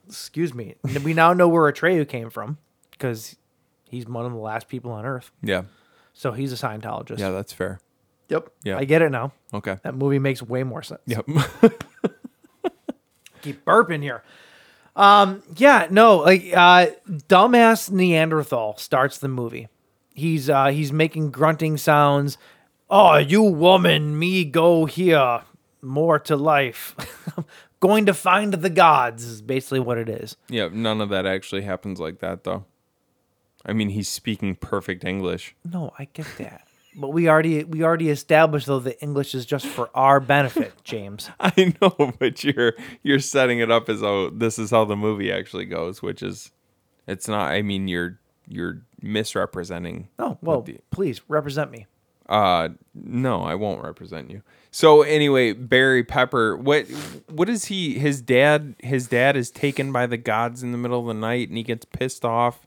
Excuse me. And we now know where Atreyu came from because he's one of the last people on Earth. yeah So he's a Scientologist. yeah that's fair Yep. Yeah. I get it now. Okay. That movie makes way more sense. Yep. Keep burping here. Um, yeah, no, like uh dumbass Neanderthal starts the movie. He's uh he's making grunting sounds. Oh, you woman, me go here. More to life. Going to find the gods is basically what it is. yeah none of that actually happens like that though i mean he's speaking perfect english No, I get that. But we already we already established though that English is just for our benefit, James. I know, but you're you're setting it up as though this is how the movie actually goes, which is it's not. I mean, you're you're misrepresenting. Oh, what well, the- please represent me. uh, no, I won't represent you. So anyway, Barry Pepper, what what is he? His dad, his dad is taken by the gods in the middle of the night, and he gets pissed off.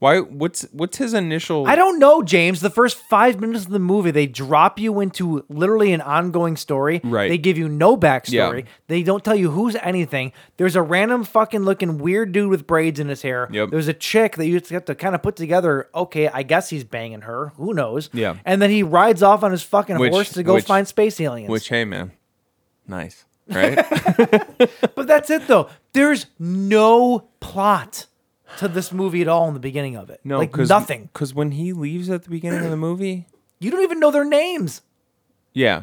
Why? What's what's his initial? I don't know, James. The first five minutes of the movie, they drop you into literally an ongoing story. Right. They give you no backstory. Yeah. They don't tell you who's anything. There's a random fucking looking weird dude with braids in his hair. Yep. There's a chick that you just have to kind of put together. Okay, I guess he's banging her. Who knows? Yeah. And then he rides off on his fucking Which- horse to go which- find space aliens. Which hey man, nice right? but that's it though. There's no plot to this movie at all in the beginning of it. No, like nothing. Because when he leaves at the beginning of the movie, You don't even know their names. yeah,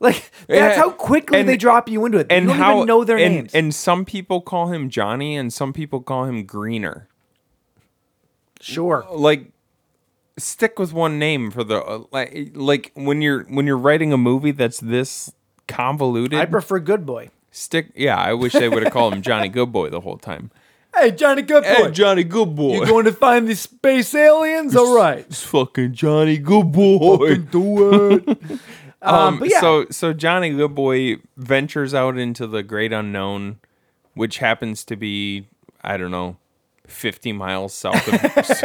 Like that's Yeah, how quickly and- they drop you into it. and you don't how even know their and, names. And some people call him Johnny, and some people call him Greener. Sure. Like, stick with one name for the uh, like. Like when you're when you're writing a movie that's this convoluted. I prefer Good Boy. stick. Yeah, I wish they would have called him Johnny Goodboy the whole time. Hey Johnny Good Boy. Hey, Johnny Goodboy. You going to find these space aliens? All right. It's fucking Johnny Goodboy. do it. Um, Um, but yeah. so so Johnny Goodboy ventures out into the great unknown, which happens to be I don't know, fifty miles south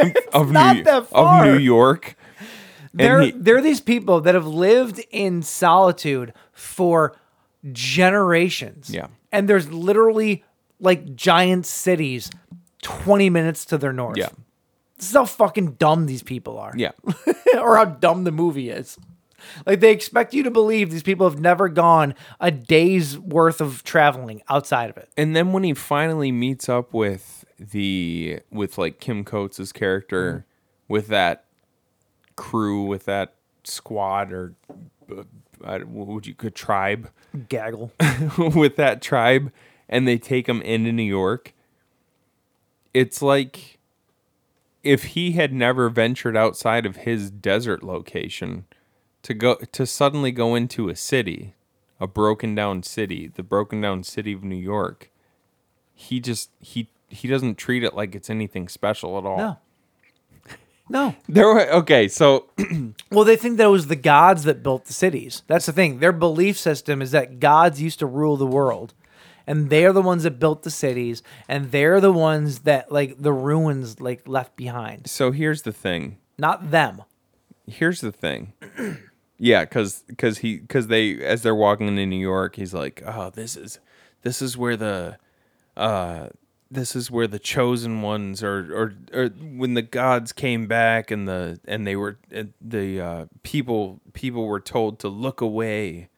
of of, not New, that of far. New York. And There, he- there are these people that have lived in solitude for generations. Yeah. And there's literally like giant cities 20 minutes to their north. Yeah. This is how fucking dumb these people are. yeah, or how dumb the movie is. Like they expect you to believe these people have never gone a day's worth of traveling outside of it. and then when he finally meets up with the with like Kim Coates' character Mm-hmm. with that crew with that squad or uh, I- what would you could tribe Gaggle. with that tribe and they take him into New York. It's like if he had never ventured outside of his desert location to go to suddenly go into a city, a broken down city, the broken down city of New York, he just he he doesn't treat it like it's anything special at all. No. No. There were okay, so Well, they think that it was the gods that built the cities. That's the thing. Their belief system is that gods used to rule the world. And they're the ones that built the cities, and they're the ones that like the ruins like left behind. so here's the thing. Not them. here's the thing. Yeah, cause, cause he, cause they, as they're walking into New York, he's like, "Oh, this is, this is where the, uh, this is where the chosen ones, or, or, or when the gods came back and the, and they were, uh, the uh, people, people were told to look away.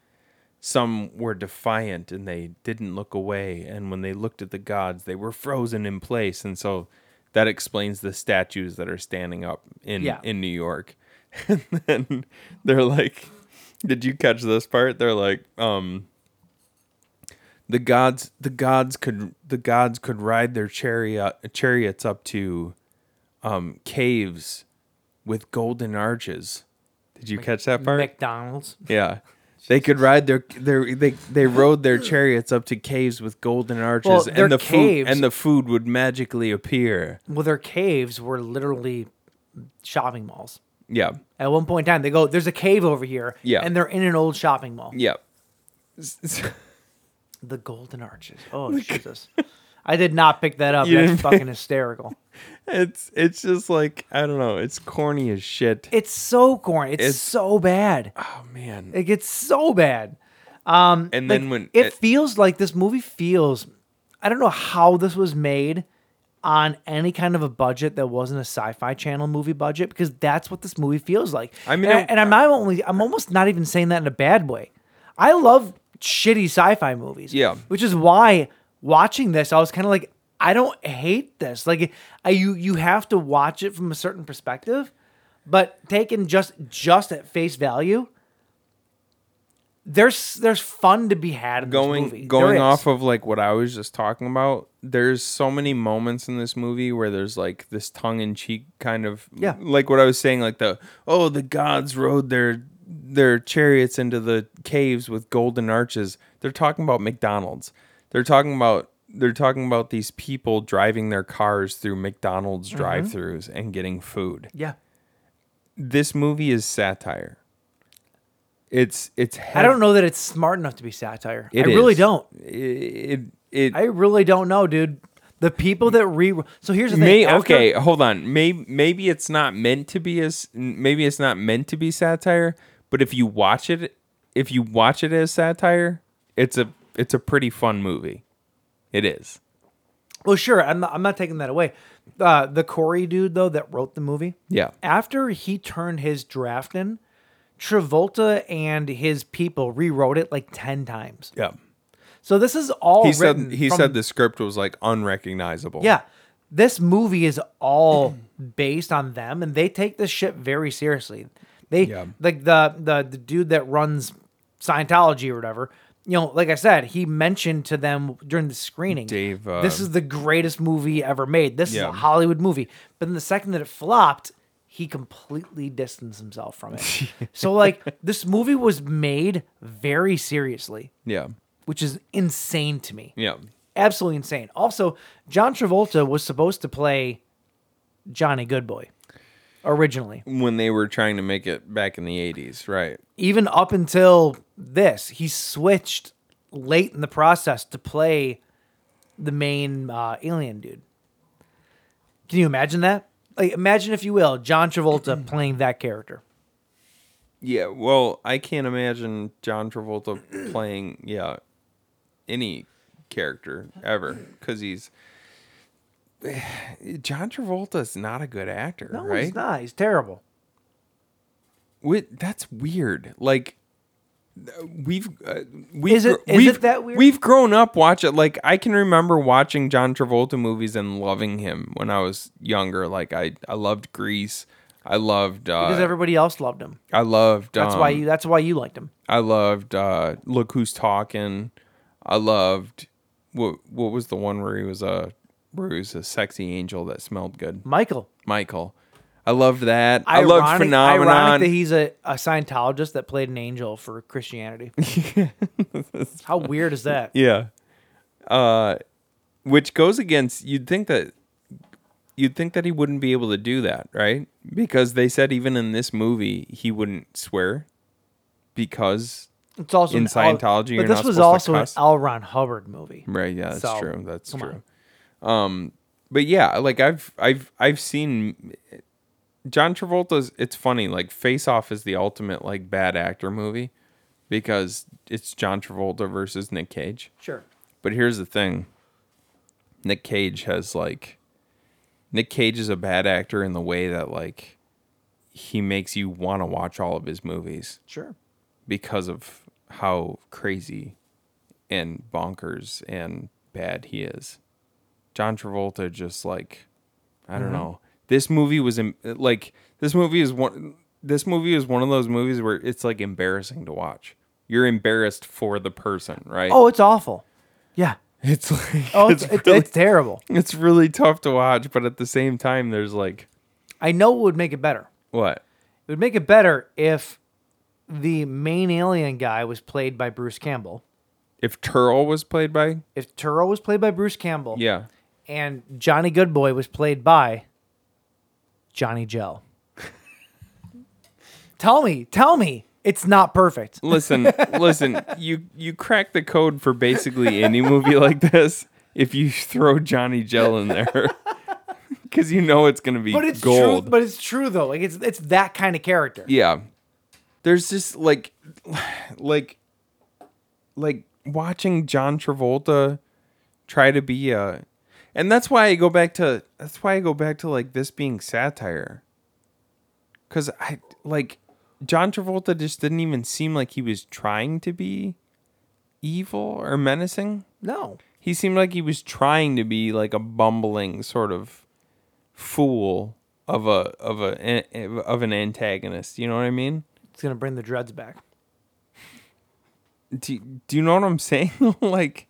Some were defiant and they didn't look away, and when they looked at the gods, they were frozen in place, and so that explains the statues that are standing up in Yeah. in New York. And then they're like, "Did you catch this part?" They're like, um, "The gods, the gods could, the gods could ride their chariot, chariots up to, um, caves with golden arches." Did you catch that part? McDonald's. Yeah. They could ride their, their they they rode their chariots up to caves with golden arches Well, their and the caves- food and the food would magically appear. Well, their caves were literally shopping malls. Yeah. At one point in time, they go, "There's a cave over here," Yeah. and they're in an old shopping mall. Yeah. The Golden Arches. Oh Jesus! I did not pick that up. You That's didn't fucking hysterical. It's it's just like I don't know, it's corny as shit. It's so corny. It's, It's- so bad. Oh man. It gets so bad. Um, And then when- it, it- feels like this movie feels, I don't know how this was made on any kind of a budget that wasn't a sci-fi channel movie budget because that's what this movie feels like. I mean, and, it- and I'm not only I'm almost not even saying that in a bad way. I love shitty sci-fi movies. Yeah. which is why watching this, I was kind of like, I don't hate this. Like, I, you you have to watch it from a certain perspective, but taken just just at face value, there's there's fun to be had in going this movie. There going is. off of like what I was just talking about, there's so many moments in this movie where there's like this tongue in cheek kind of Yeah. like what I was saying, like the oh the gods rode their their chariots into the caves with golden arches. They're talking about McDonald's. They're talking about they're talking about these people driving their cars through McDonald's Mhm. drive-throughs and getting food. yeah. This movie is satire. It's it's I don't know that it's smart enough to be satire. It I really is. don't. It, I really don't know, dude. The people that re so here's the thing. May, after- okay, hold on. Maybe maybe it's not meant to be as maybe it's not meant to be satire, but if you watch it if you watch it as satire, it's a it's a pretty fun movie. It is. Well, sure. I'm not, I'm not taking that away. Uh, the Corey dude though that wrote the movie. Yeah. After he turned his draft in, Travolta and his people rewrote it like ten times. Yeah. So this is all he said written he from- said the script was like unrecognizable. Yeah. This movie is all based on them and they take this shit very seriously. They Yeah. like the, the the dude that runs Scientology or whatever. You know, like I said, he mentioned to them during the screening, Dave, uh, this is the greatest movie ever made. This is Yeah. a Hollywood movie. But then the second that it flopped, he completely distanced himself from it. so like this movie was made very seriously, Yeah. which is insane to me Yeah. absolutely insane. Also, John Travolta was supposed to play Johnny Goodboy originally. When they were trying to make it back in the 80s, right? Even up until this, he switched late in the process to play the main uh, alien dude. Can you imagine that? Like, imagine if you will, John Travolta playing that character. Yeah, well, I can't imagine John Travolta playing yeah any character ever because he's John Travolta's not a good actor, No, right? he's not. He's terrible. Wait, that's weird. Like we've uh, we've Is it- gr- is it we've, that weird? we've grown up watching like I can remember watching John Travolta movies and loving him when I was younger like I I loved Grease I loved uh, because everybody else loved him. I loved That's why um, you. That's why you liked him. I loved uh Look Who's Talking. I loved what what was the one where he was a where he was a sexy angel that smelled good? Michael. Michael. I loved that. I loved Ironic- Phenomenon. Ironic that he's a, a Scientologist that played an angel for Christianity. How weird is that? Yeah. Uh which goes against you'd think that you'd think that he wouldn't be able to do that, right? Because they said even in this movie he wouldn't swear because It's also in an Al- Scientology but you're this not was supposed also to an cuss. L. Ron Hubbard movie. Right, yeah, that's So, true. That's come on. true. Um but yeah, like I've I've I've seen John Travolta's it's funny, like Face Off is the ultimate like bad actor movie because it's John Travolta versus Nick Cage. Sure. But here's the thing. Nick Cage has like Nick Cage is a bad actor in the way that like he makes you want to watch all of his movies. Sure. Because of how crazy and bonkers and bad he is. John Travolta just like I don't Mhm. know. This movie was em- like this movie is one this movie is one of those movies where it's like embarrassing to watch. You're embarrassed for the person, right? Oh, it's awful. Yeah. It's like oh, it's, it's, really- it's terrible. It's really tough to watch, but at the same time, there's like I know it would make it better. what? It would make it better if the main alien guy was played by Bruce Campbell. If Turl was played by If Turo was played by Bruce Campbell, yeah, and Johnny Goodboy was played by Johnny Gel. tell me, tell me, it's not perfect. listen, listen, you you crack the code for basically any movie like this if you throw Johnny Gel in there, because you know it's gonna be but it's gold. true. But it's true though. Like it's it's that kind of character. Yeah. There's just like like like watching John Travolta try to be a and that's why I go back to that's why I go back to like this being satire. Cuz I like John Travolta just didn't even seem like he was trying to be evil or menacing. No. He seemed like he was trying to be like a bumbling sort of fool of a of a of an antagonist. You know what I mean? It's gonna bring the dreads back. Do Do you know what I'm saying? like,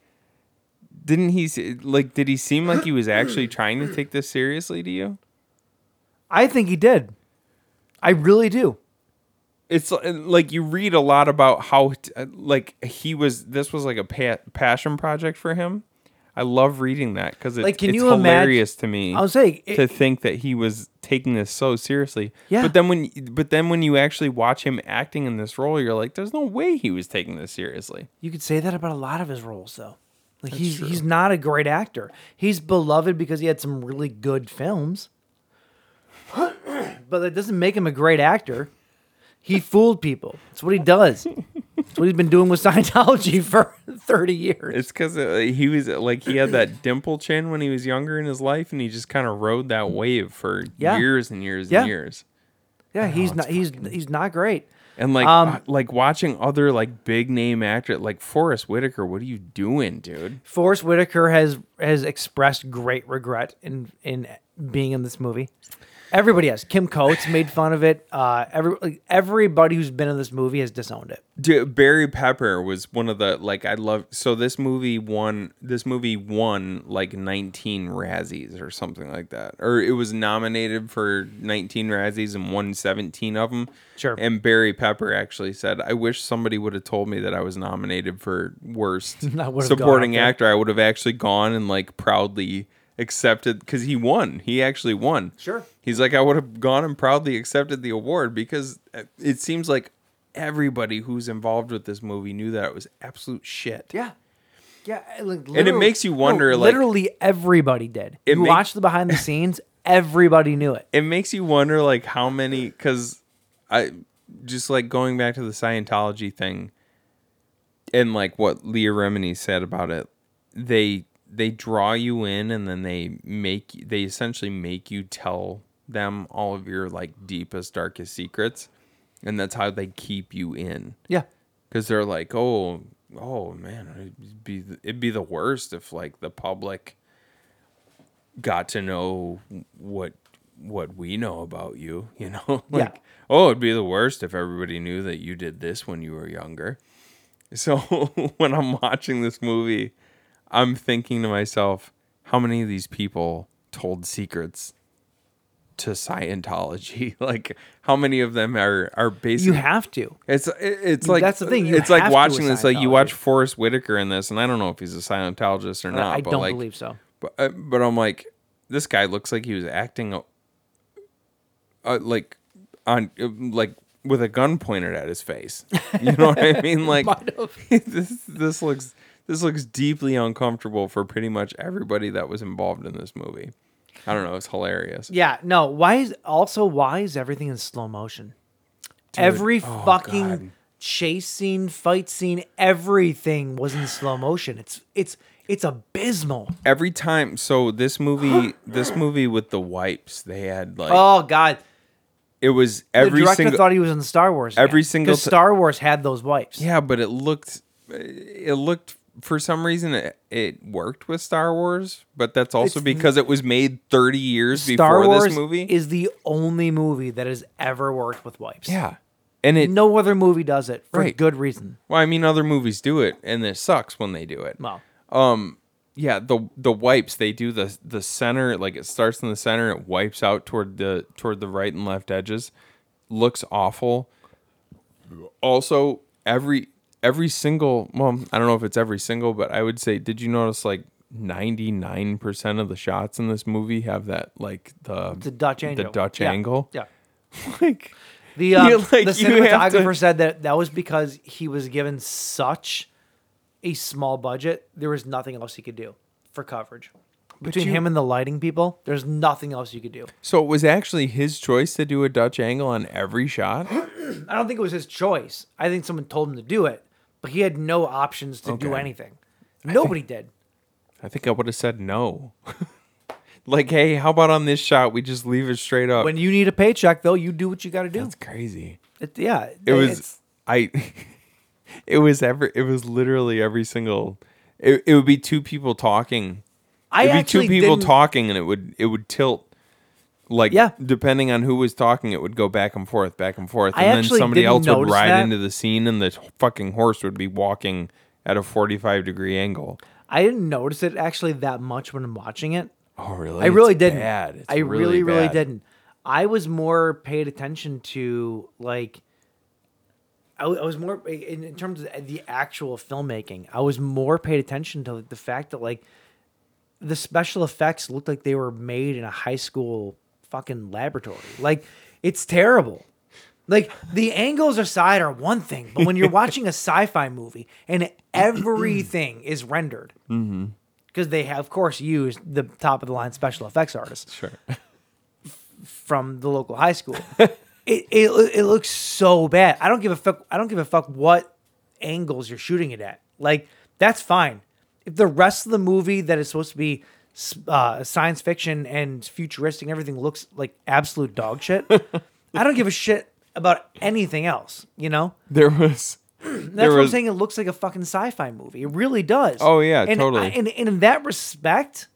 didn't he se- like? Did he seem like he was actually trying to take this seriously to you? I think he did. I really do. It's li- like you read a lot about how t- uh, like he was. This was like a pa- passion project for him. I love reading that because it's, Like, can it's you imagine- hilarious to me. I was saying, it- to think that he was taking this so seriously. Yeah. But then when but then when you actually watch him acting in this role, you're like, there's no way he was taking this seriously. You could say that about a lot of his roles, though. Like That's he's true. he's not a great actor. He's beloved because he had some really good films, but that doesn't make him a great actor. He fooled people. That's what he does. That's what he's been doing with Scientology for thirty years. It's because he was uh, like he had that dimple chin when he was younger in his life, and he just kind of rode that wave for Mm. Yeah. years and years Yeah. and years. Yeah, he's not. He's he's not great. And like Um, uh, like watching other like big name actors like Forrest Whitaker, what are you doing, dude? Forrest Whitaker has has expressed great regret in in being in this movie. Everybody has. Kim Coates made fun of it. Uh, every like, everybody who's been in this movie has disowned it. Dude, Barry Pepper was one of the like I love. So this movie won. This movie won like 19 Razzies or something like that, or it was nominated for 19 Razzies and won 17 of them. Sure. And Barry Pepper actually said, "I wish somebody would have told me that I was nominated for worst I would've gone supporting out there." actor. I would have actually gone and like proudly." accepted because he won he actually won Sure. He's like, I would have gone and proudly accepted the award because uh, it seems like everybody who's involved with this movie knew that it was absolute shit. Yeah. Yeah, like, And it makes you wonder, like- literally everybody did. It you make- watch the behind the scenes, everybody knew it. It makes you wonder, like, how many, because I just like going back to the Scientology thing and like what Leah Remini said about it. They, they draw you in and then they make, they essentially make you tell them all of your like deepest, darkest secrets. And that's how they keep you in. Yeah, because they're like, oh, oh man, it'd be it'd be the worst if like the public got to know what what we know about you, you know? Yeah. like, oh, it'd be the worst if everybody knew that you did this when you were younger. So when I'm watching this movie, I'm thinking to myself, how many of these people told secrets to Scientology? like how many of them are are basically You have to. It's it- it's like That's the thing, you it's like have to watching with this like you Scientology. watch Forrest Whitaker in this and I don't know if he's a Scientologist or I- not, I but don't like believe so. but uh, but I'm like, this guy looks like he was acting, uh, uh, like on uh, like with a gun pointed at his face. You know what I mean? Like this this looks this looks deeply uncomfortable for pretty much everybody that was involved in this movie. I don't know. It's hilarious. Yeah, no. Why is also why is everything in slow motion? Dude, Every oh, fucking God. chase scene, fight scene, everything was in slow motion. It's it's it's abysmal. Every time, so this movie, this movie with the wipes, they had like oh God, it was the every director single thought he was in Star Wars. every single because ti- Star Wars had those wipes. Yeah, but it looked it looked for some reason it, it worked with Star Wars, but that's also It's- because it was made 30 years Star before Wars this movie. is the only movie that has ever worked with wipes. Yeah, and it no other movie does it for Right. good reason. Well, I mean other movies do it and it sucks when they do it. Well. Um yeah, the the wipes they do the the center like it starts in the center, it wipes out toward the toward the right and left edges. Looks awful. Also, every every single well, I don't know if it's every single, but I would say did you notice like 99% of the shots in this movie have that like the The Dutch angle. The Dutch Yeah. angle. Yeah. Like The um, You're like, the you have to- cinematographer said that that was because he was given such a small budget. There was nothing else he could do for coverage. But Between you- him and the lighting people, there's nothing else you could do. So it was actually his choice to do a Dutch angle on every shot. I don't think it was his choice. I think someone told him to do it, but he had no options to do Okay. anything. Nobody did. I think I would have said no. like, hey, how about on this shot we just leave it straight up? When you need a paycheck, though, you do what you got to do. That's crazy. It, yeah, it it's- was I. it was every. It was literally every single. It, it would be two people talking. I It'd be actually two people didn't- talking, and it would it would tilt. Like Yeah. depending on who was talking, it would go back and forth, back and forth, I and then actually somebody didn't else would notice ride that. into the scene, and the fucking horse would be walking at a forty-five degree angle. I didn't notice it actually that much when I'm watching it. Oh, really? I really It's didn't. bad. It's I really, really really bad. didn't. I was more paid attention to like. I w- I was more in in terms of the actual filmmaking. I was more paid attention to the fact that like the special effects looked like they were made in a high school fucking laboratory. Like it's terrible. Like the angles aside are one thing, but when you're watching a sci-fi movie and everything is rendered, Mm-hmm. because they have, of course used the top of the line special effects artists sure from the local high school it, it it looks so bad i don't give a fuck i don't give a fuck what angles you're shooting it at like that's fine if the rest of the movie that is supposed to be s- uh, science fiction and futuristic and everything looks like absolute dog shit i don't give a shit about anything else you know There was. that's what I'm saying. It looks like a fucking sci-fi movie. It really does. Oh, yeah, and totally. I- and, and in that respect,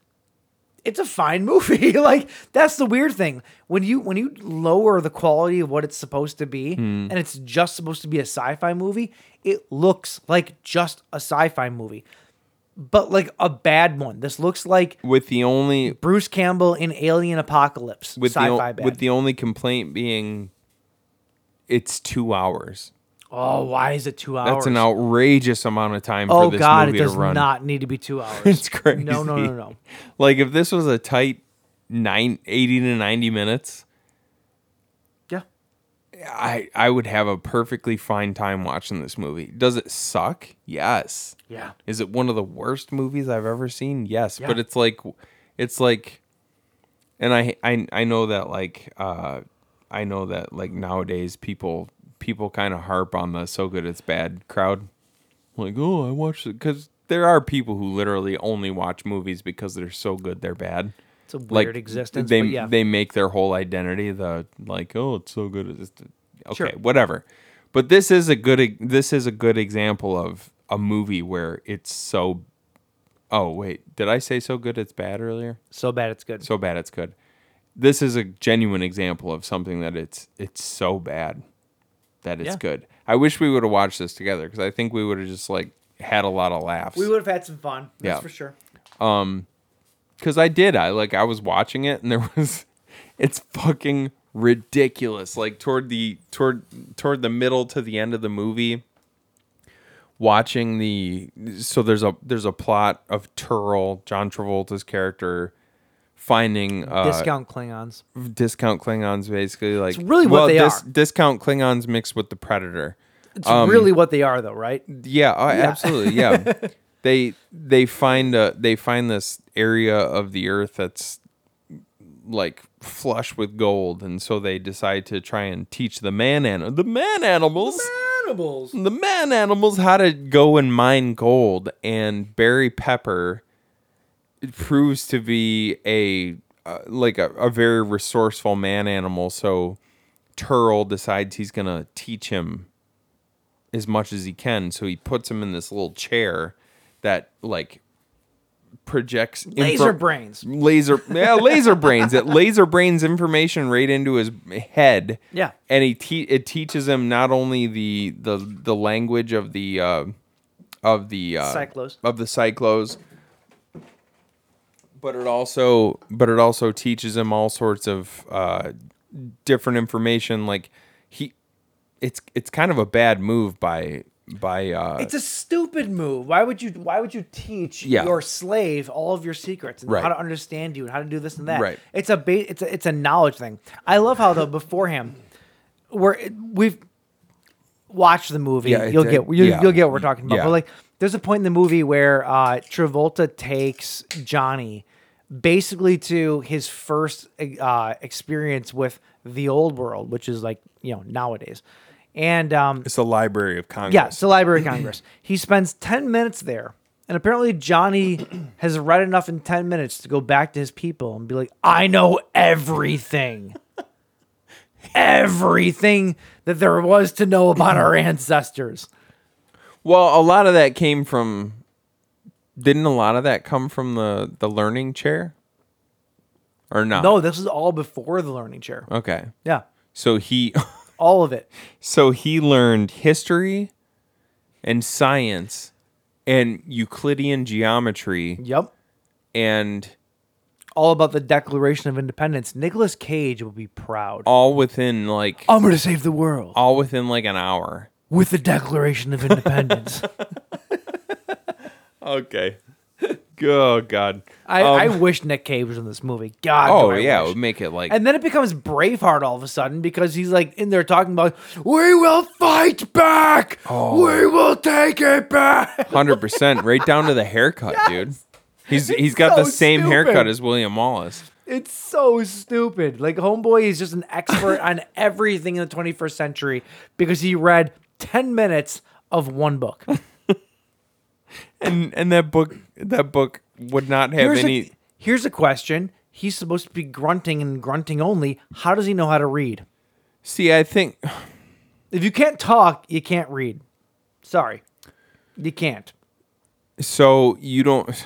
it's a fine movie. like that's the weird thing when you when you lower the quality of what it's supposed to be, Hmm. and it's just supposed to be a sci-fi movie. It looks like just a sci-fi movie, but like a bad one. This looks like With the only Bruce Campbell in Alien Apocalypse with the, sci-fi o- bad. with the only complaint being it's two hours. oh, why is it two hours? That's an outrageous amount of time Oh for this God! It movie to does run. not need to be two hours. it's crazy. No, no, no, no. Like if this was a tight nine, 80 to 90 minutes. Yeah. I, I would have a perfectly fine time watching this movie. Does it suck? Yes. Yeah. Is it one of the worst movies I've ever seen? Yes. Yeah. But it's like it's like and I, I I know that like uh I know that like nowadays people people kind of harp on the so good it's bad crowd. Like, "Oh, I watched it cuz there are people who literally only watch movies because they're so good they're bad. It's a Like, weird existence, They but yeah. they make their whole identity the like, "Oh, it's so good it's okay, Sure. whatever." But this is a good e, this is a good example of a movie where it's so. Oh wait, did I say so good it's bad earlier? So bad it's good. So bad it's good. This is a genuine example of something that it's it's so bad that it's Yeah. good. I wish we would have watched this together because I think we would have just like had a lot of laughs. We would have had some fun. That's Yeah. for sure. Um, because I did. I like I was watching it, and there was, it's fucking ridiculous. Like toward the toward toward the middle to the end of the movie, watching the so there's a there's a plot of Turl John Travolta's character finding uh, Discount Klingons. discount Klingons basically like really what they are. discount Klingons mixed with the Predator. It's Um, really what they are, though, right? yeah, uh, Yeah. absolutely. Yeah, they they find uh they find this area of the earth that's like flush with gold, and so they decide to try and teach the man animal the man animals Animals. the man animals how to go and mine gold. And Barry Pepper proves to be a uh, like a, a very resourceful man animal. So Turl decides he's gonna teach him as much as he can. So he puts him in this little chair that like projects Laser brains. laser yeah laser brains it laser brains information right into his head Yeah. and he te- it teaches him not only the the the language of the uh, of the uh, Cyclos. of the cyclos but it also but it also teaches him all sorts of uh, different information like he it's it's kind of a bad move by by uh It's a stupid move. Why would you? Why would you teach Yeah. your slave all of your secrets and Right. how to understand you and how to do this and that? Right. It's a ba- it's a, it's a knowledge thing. I love how though beforehand, where it- we've watched the movie, Yeah, it- you'll it- get you, yeah. you'll get what we're talking about. Yeah. But like, there's a point in the movie where uh, Travolta takes Johnny basically to his first uh, experience with the old world, which is like you know nowadays, and um, it's the library of congress yeah, it's the Library of Congress. he spends 10 minutes there. And apparently, Johnny has read enough in 10 minutes to go back to his people and be like, I know everything. everything that there was to know about our ancestors. Well, a lot of that came from. Didn't a lot of that come from the the learning chair? Or not? No, this is all before the learning chair. Okay. Yeah. So he. All of it. So he learned history, and science, and Euclidean geometry. Yep. And All about the Declaration of Independence. Nicolas Cage will be proud. all within like I'm going to save the world all within like an hour. with the Declaration of Independence. Okay. oh God. I, Um, I wish Nick Cage was in this movie. God. Oh do I yeah, it wish. would make it like. and then it becomes Braveheart all of a sudden because he's like in there talking about we will fight back, we will take it back. Hundred percent, right down to the haircut, dude. He's he's got so the same haircut stupid. as William Wallace. It's so stupid. Like Homeboy is just an expert on everything in the 21st century because he read 10 minutes of one book. and and that book that book would not have Here's any a, here's a question. He's supposed to be grunting and grunting only. How does he know how to read? See, I think if you can't talk, you can't read. Sorry. You can't. so you don't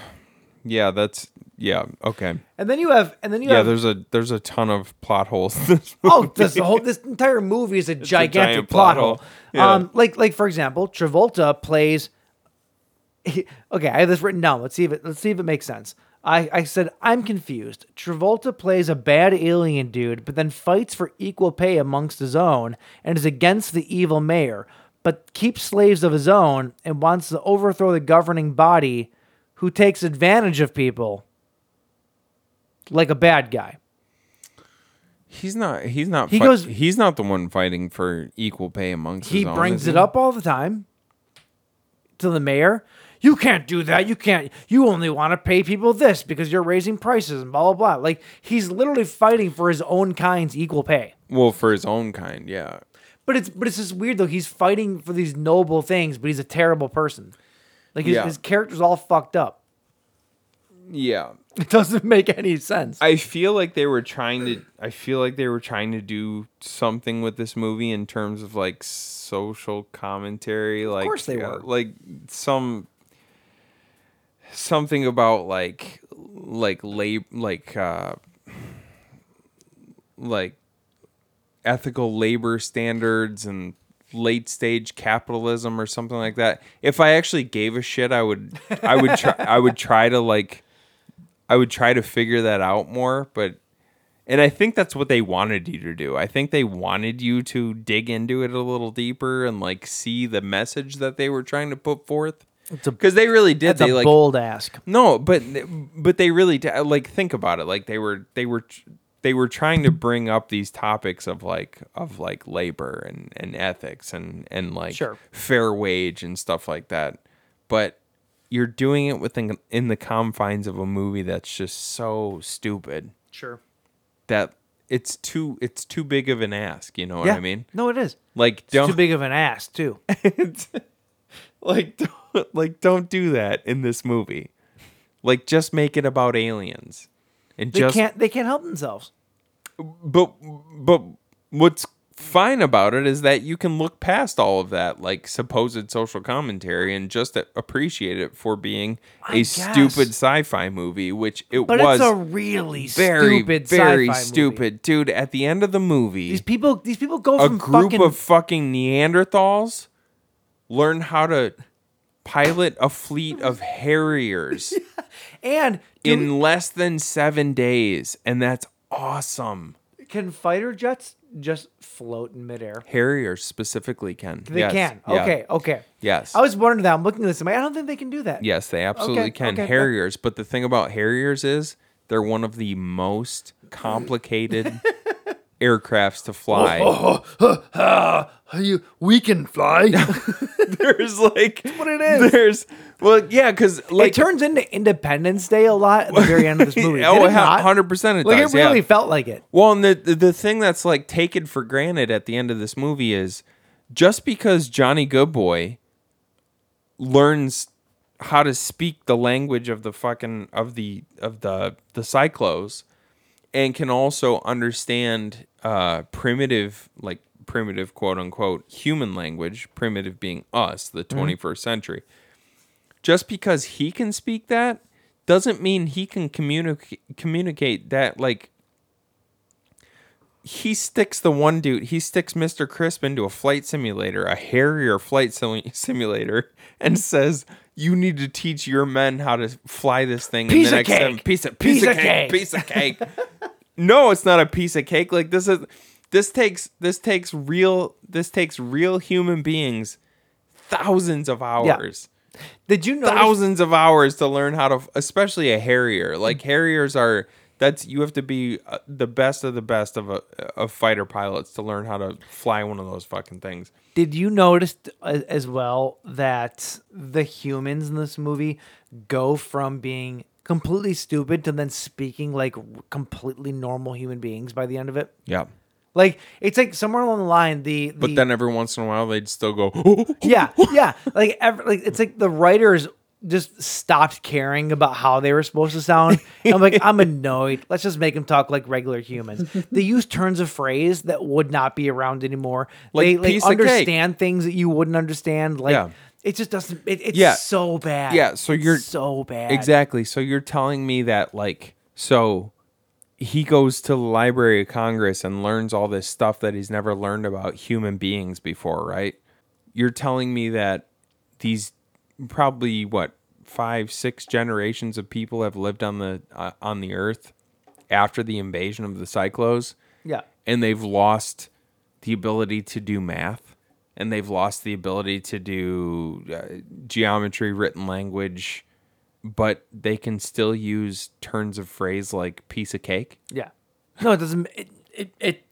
yeah that's yeah okay And then you have and then you yeah have there's a there's a ton of plot holes in this Oh, movie. this whole this entire movie is a giant gigantic plot, plot hole. hole. Yeah. Um, like like for example, Travolta plays. okay, I have this written down. Let's see if it let's see if it makes sense. I, I said I'm confused. Travolta plays a bad alien dude, but then fights for equal pay amongst his own and is against the evil mayor, but keeps slaves of his own and wants to overthrow the governing body, who takes advantage of people. Like a bad guy. he's not he's not He he goes- goes he's not the one fighting for equal pay amongst he his own, brings is it he? up all the time to the mayor. You can't do that. You can't. You only want to pay people this because you're raising prices and blah blah blah. Like he's literally fighting for his own kind's equal pay. well for his own kind yeah But it's but it's just weird though. He's fighting for these noble things, but he's a terrible person. Like his, Yeah. his character's all fucked up. yeah It doesn't make any sense. I feel like they were trying to. I feel like they were trying to do something with this movie in terms of like social commentary. like, course they uh, were. like some something about like like lab like uh like ethical labor standards and late stage capitalism or something like that. If I actually gave a shit, I would I would try I would try to like I would try to figure that out more, but and I think that's what they wanted you to do. I think they wanted you to dig into it a little deeper and like see the message that they were trying to put forth. Because they really did. That's They a like bold ask. no, but but they really d- like think about it. Like they were they were they were trying to bring up these topics of like of like labor and and ethics and and like Sure. fair wage and stuff like that. But you're doing it within in the confines of a movie that's just so stupid Sure. that it's too it's too big of an ask. You know what yeah. I mean? No, it is. Like It's don't too big of an ass too. like don't, like don't do that in this movie. Like just make it about aliens. And They just can't. They can't help themselves. but but what's fine about it is that you can look past all of that like supposed social commentary and just a- appreciate it for being I a guess. stupid sci-fi movie which it But was it's a really very stupid very sci-fi movie. stupid dude at the end of the movie These people. These people go a from group fucking. of fucking Neanderthals learn how to pilot a fleet of Harriers and do in less than seven days, and that's awesome. we- can fighter jets just float in midair? Harriers specifically can. They Yes, can. yeah. Okay. Okay. Yes. I was wondering that. I'm looking at this. I'm like, I don't think they can do that. Yes, they absolutely Okay, can. okay, okay. Harriers, but the thing about Harriers is they're one of the most complicated aircrafts to fly. Uh, you, we can fly. There's like what it is. There's well, yeah, because like it turns into Independence Day a lot at the very end of this movie. oh, Did it not? hundred percent. Like does, it really yeah. felt like it. Well, and the, the the thing that's like taken for granted at the end of this movie is just because Johnny Goodboy learns how to speak the language of the fucking of the of the the cyclos and can also understand uh primitive like primitive quote unquote human language primitive being us the 21st century just because he can speak that doesn't mean he can communicate communicate that like he sticks the one dude he sticks mr crisp into a flight simulator a harrier flight sim- simulator and says you need to teach your men how to fly this thing Piece in the of next seven- cake. piece of piece, of, cake, piece of cake no it's not a piece of cake like this is this takes this takes real this takes real human beings thousands of hours Did you know? thousands of hours to learn how to especially a harrier like harriers are that's you have to be uh, the best of the best of a of fighter pilots to learn how to fly one of those fucking things Did you notice a- as well that the humans in this movie go from being completely stupid to then speaking like completely normal human beings by the end of it? yeah Like it's like somewhere along the line the, the but then every once in a while they'd still go "Oh, yeah yeah like every, like it's like the writers just stopped caring about how they were supposed to sound. I'm like I'm annoyed. Let's just make them talk like regular humans. They use turns of phrase that would not be around anymore. Like they like piece of cake. understand things that you wouldn't understand. Like Yeah. it just doesn't. It, it's Yeah. so bad. Yeah, so It's you're- so bad. Exactly. So you're telling me that like so he goes to the Library of Congress and learns all this stuff that he's never learned about human beings before, right? You're telling me that these probably what five, six generations of people have lived on the uh, on the Earth after the invasion of the Cyclos Yeah. and they've lost the ability to do math and they've lost the ability to do uh, geometry written language but they can still use turns of phrase like piece of cake Yeah. No, it doesn't. It, it, it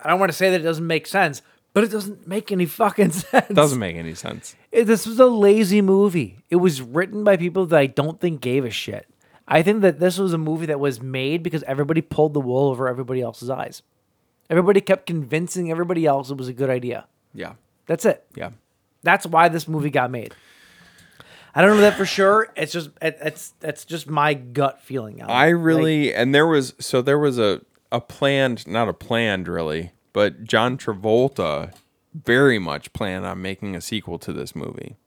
I don't want to say that it doesn't make sense, but it doesn't make any fucking sense. doesn't make any sense It- this was a lazy movie. It was written by people that I don't think gave a shit. I think that this was a movie that was made because everybody pulled the wool over everybody else's eyes. Everybody kept convincing everybody else it was a good idea. yeah That's it. yeah That's why this movie got made. I don't know that for sure. It's just it, it's that's just my gut feeling. on it. I really Like, and there was so there was a a planned not a planned really, but John Travolta very much planned on making a sequel to this movie.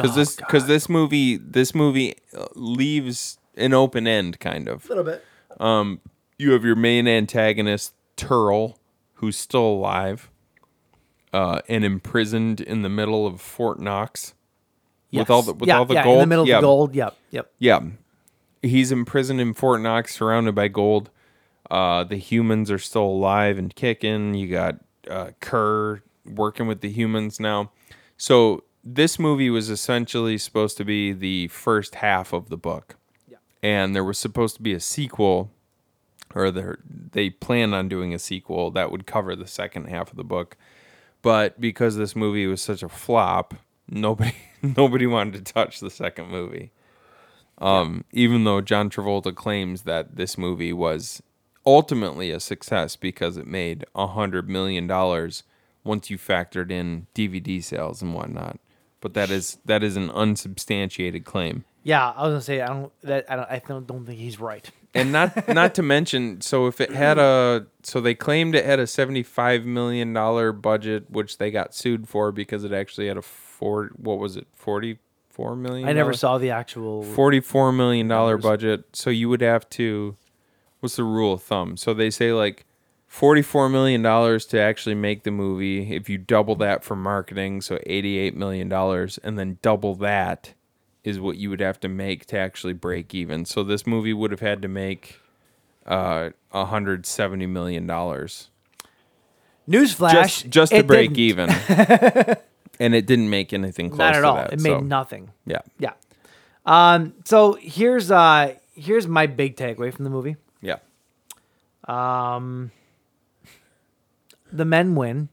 Cuz Oh, this cuz this movie this movie uh, leaves an open end kind of. A little bit. Um you have your main antagonist Turl who's still alive uh and imprisoned in the middle of Fort Knox. yes. With all the with yeah, all the yeah, gold in the middle of Yeah. the gold. Yep, yep. Yeah. He's imprisoned in Fort Knox, surrounded by gold. Uh, the humans are still alive and kicking. You got uh, Kerr working with the humans now. So this movie was essentially supposed to be the first half of the book. And there was supposed to be a sequel, or there, they planned on doing a sequel that would cover the second half of the book. But because this movie was such a flop, nobody nobody wanted to touch the second movie. Um, even though John Travolta claims that this movie was ultimately a success because it made a hundred million dollars once you factored in DVD sales and whatnot. But that is that is an unsubstantiated claim. Yeah, I was gonna say I don't that I don't I don't, don't think he's right. And not not to mention, so if it had a so they claimed it had a seventy five million dollar budget, which they got sued for because it actually had a four what was it, forty four million? I never saw the actual forty-four million dollar budget. So you would have to. What's the rule of thumb? So they say like forty-four million dollars to actually make the movie. If you double that for marketing, so eighty-eight million dollars, and then double that is what you would have to make to actually break even. So this movie would have had to make uh hundred seventy million dollars newsflash. just just to it break didn't. even. And it didn't make anything close Not at to all. that, it made so- nothing. Yeah. Yeah. Um, so here's uh here's my big takeaway from the movie. Yeah. Um, the men win.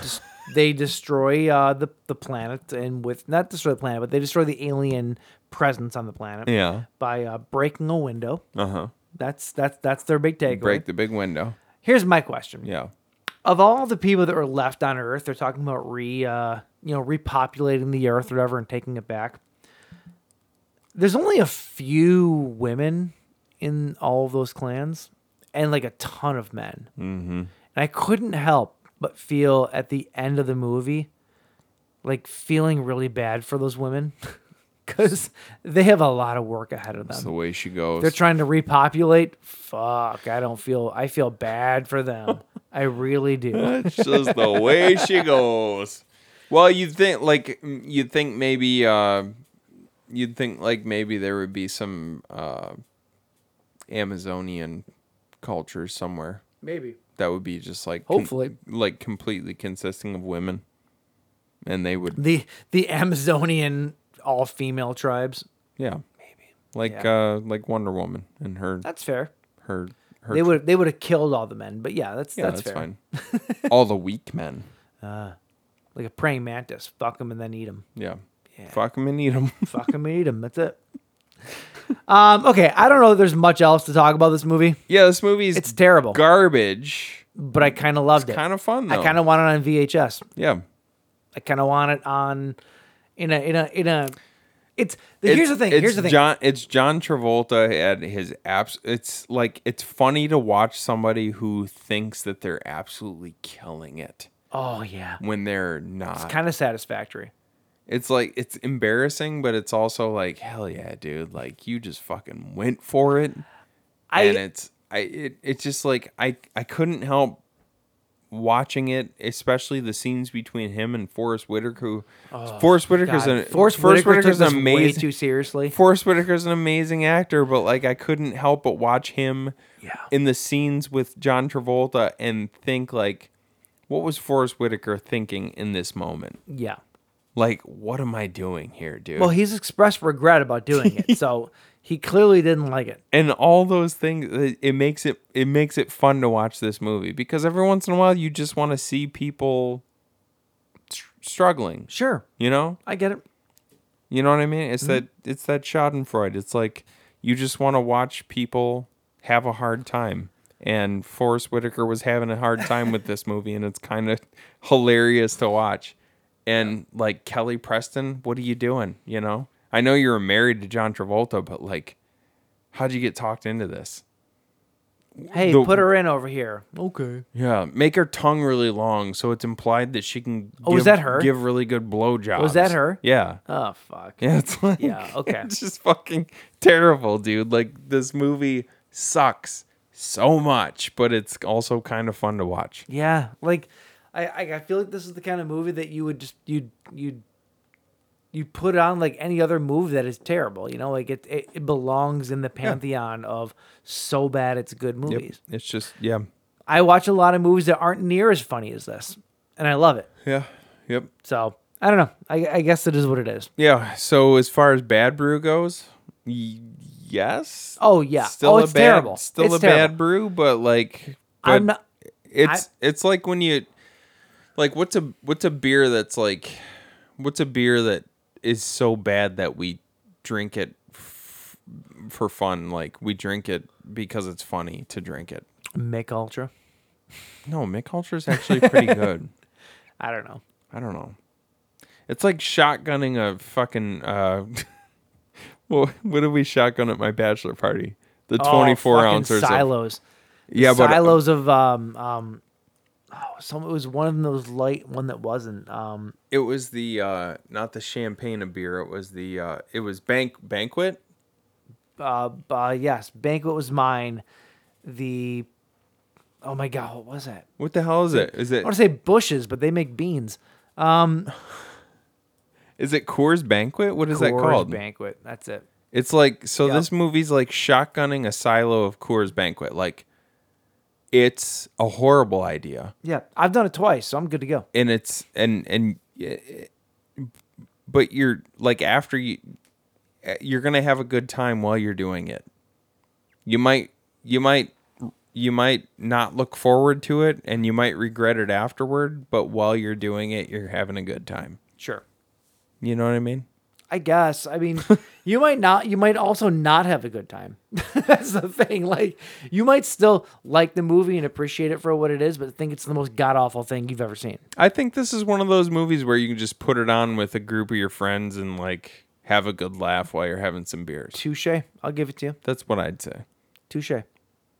Just, they destroy uh, the the planet, and with not destroy the planet, but they destroy the alien presence on the planet. Yeah. By uh, breaking a window. Uh-huh. That's that's that's their big takeaway. Break the big window. Here's my question. Yeah. Of all the people that were left on Earth, they're talking about re uh, you know repopulating the Earth or whatever and taking it back. There's only a few women in all of those clans, and like a ton of men. Mm-hmm. And I couldn't help but feel at the end of the movie, like feeling really bad for those women because they have a lot of work ahead of them. That's the way she goes. Um, They're trying to repopulate. Fuck, I don't feel, I feel bad for them. I really do. That's just the way she goes. Well, you'd think like m- you'd think maybe uh, you'd think like maybe there would be some uh, Amazonian culture somewhere. Maybe. that would be just like Hopefully. like completely consisting of women, and they would The, the Amazonian all female tribes. yeah maybe like Yeah. uh, like Wonder Woman and her That's fair. her her They would, they would have killed all the men, but yeah, that's, yeah that's, fair. fine all the weak men Uh, like a praying mantis. Fuck them and then eat them. yeah, fuck them and eat them Fuck them and eat them. That's it. Um, okay, I don't know if there's much else to talk about this movie. Yeah, this movie is it's terrible. garbage. But I kind of loved it. kind of fun I though. kind of want it on VHS. yeah. I kind of want it on in a in a in a. It's It's- here's the thing. It's Here's the thing. John, it's John Travolta at his abs. It's like it's funny to watch somebody who thinks that they're absolutely killing it oh yeah, when they're not. it's kind of satisfactory. It's like it's embarrassing, but it's also like hell yeah, dude! Like you just fucking went for it, I- and it's I it, it's just like I I couldn't help watching it, especially the scenes between him and Forrest Whitaker. Who, Oh, Forrest Whitaker's God. an Forrest Whitaker took this way amazing. too seriously. Forrest Whitaker's an amazing actor, but like I couldn't help but watch him in the scenes with John Travolta and think like, what was Forrest Whitaker thinking in this moment? Yeah. Like, what am I doing here, dude? Well, he's expressed regret about doing it, so he clearly didn't like it. and all those things uh, it- it makes it it makes it fun to watch this movie because every once in a while you just want to see people str- struggling. Sure. You know? I get it. You know what I mean? It's that it's that Schadenfreude. It's like you just want to watch people have a hard time. And Forrest Whitaker was having a hard time with this movie, and it's kind of hilarious to watch. And like Kelly Preston, what are you doing? You know, I know you were married to John Travolta, but like, how'd you get talked into this? Hey, The- put her in over here. Okay. Yeah, make her tongue really long so it's implied that she can. Oh, give, was that her? Give really good blowjobs. Was that her? Yeah. Oh fuck. Yeah, it's like Yeah, okay. It's just fucking terrible, dude. Like this movie sucks so much, but it's also kind of fun to watch. Yeah, like I, I I feel like this is the kind of movie that you would just you you you put on like any other movie that is terrible. You know, like it it, it belongs in the pantheon of so bad it's good Yep. movies. It's just yeah. I watch a lot of movies that aren't near as funny as this, and I love it. Yeah. Yep. So I don't know. I, I guess it is what it is. Yeah. So as far as Bad Brew goes, y- yes. Oh, yeah. Still Oh, a it's bad, terrible. Still It's a terrible. bad brew, but like, but I'm not- It's it's like when you, like, what's a what's a beer that's like, what's a beer that is so bad that we drink it f- for fun? Like we drink it because it's funny to drink it. Mick Ultra. No, Mick Ultra's actually pretty good. I don't know. I don't know. It's like shotgunning a fucking uh well, what did we shotgun at my bachelor party? The Oh, twenty four fucking ounces. of- silos. yeah, but uh, silos of um um. Oh, some it was one of them that was light, one that wasn't. Um, it was the uh not the champagne of beer, it was the uh it was bank banquet. uh, uh yes, banquet was mine. The oh my god, what was that? What the hell is it? Is I it want to say bushes, but they make beans. Um, is it Coors Banquet? What is that Coors called? Banquet. That's it. It's like so this movie's like shotgunning a silo of Coors Banquet. Like it's a horrible idea. Yeah, I've done it twice, so I'm good to go. and it's and and eh, but you're like after you eh, you're gonna have a good time while you're doing it you might you might you might not look forward to it and you might regret it afterward but while you're doing it you're having a good time Sure. you know what i mean I guess. I mean, you might not. You might also not have a good time. That's the thing. Like, you might still like the movie and appreciate it for what it is, but think it's the most god awful thing you've ever seen. i think this is one of those movies where you can just put it on with a group of your friends and like have a good laugh while you're having some beers touche i'll give it to you that's what i'd say Touche.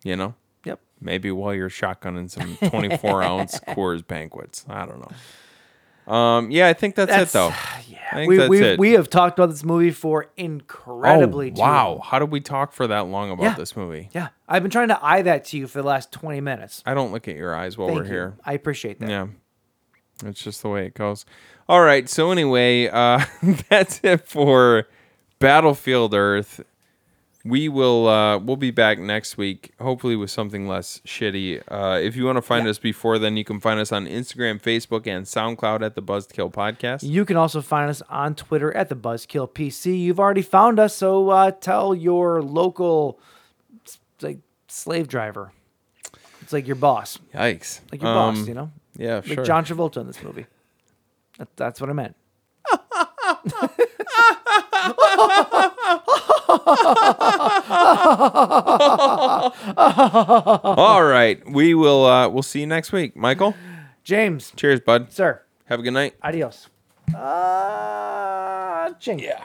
You know? Yep. Maybe while you're shotgunning some 24 ounce Coors banquets. I don't know. Um, yeah, I think that's, That's- it though. Yeah, I think we that's we it. we have talked about this movie for Oh, incredibly. too wow. long. How did we talk for that long about Yeah. this movie? Yeah, I've been trying to eye that to you for the last twenty minutes. I don't look at your eyes while Thank we're you. here. I appreciate that. Yeah. It's just the way it goes. All right. So anyway, uh, that's it for Battlefield Earth. We will uh, we'll be back next week, hopefully with something less shitty. Uh, if you want to find us before then, you can find us on Instagram, Facebook, and SoundCloud at the Buzzkill Podcast. You can also find us on Twitter at the Buzzkill PC. You've already found us, so uh, tell your local s- like slave driver. It's like your boss, Yikes! like your Um, boss, you know? Yeah, like sure. John Travolta in this movie. That, that's what I meant. All right, we will uh, we'll see you next week, Michael. James. Cheers, bud. Sir. Have a good night. Adios. Uh, ching. Yeah.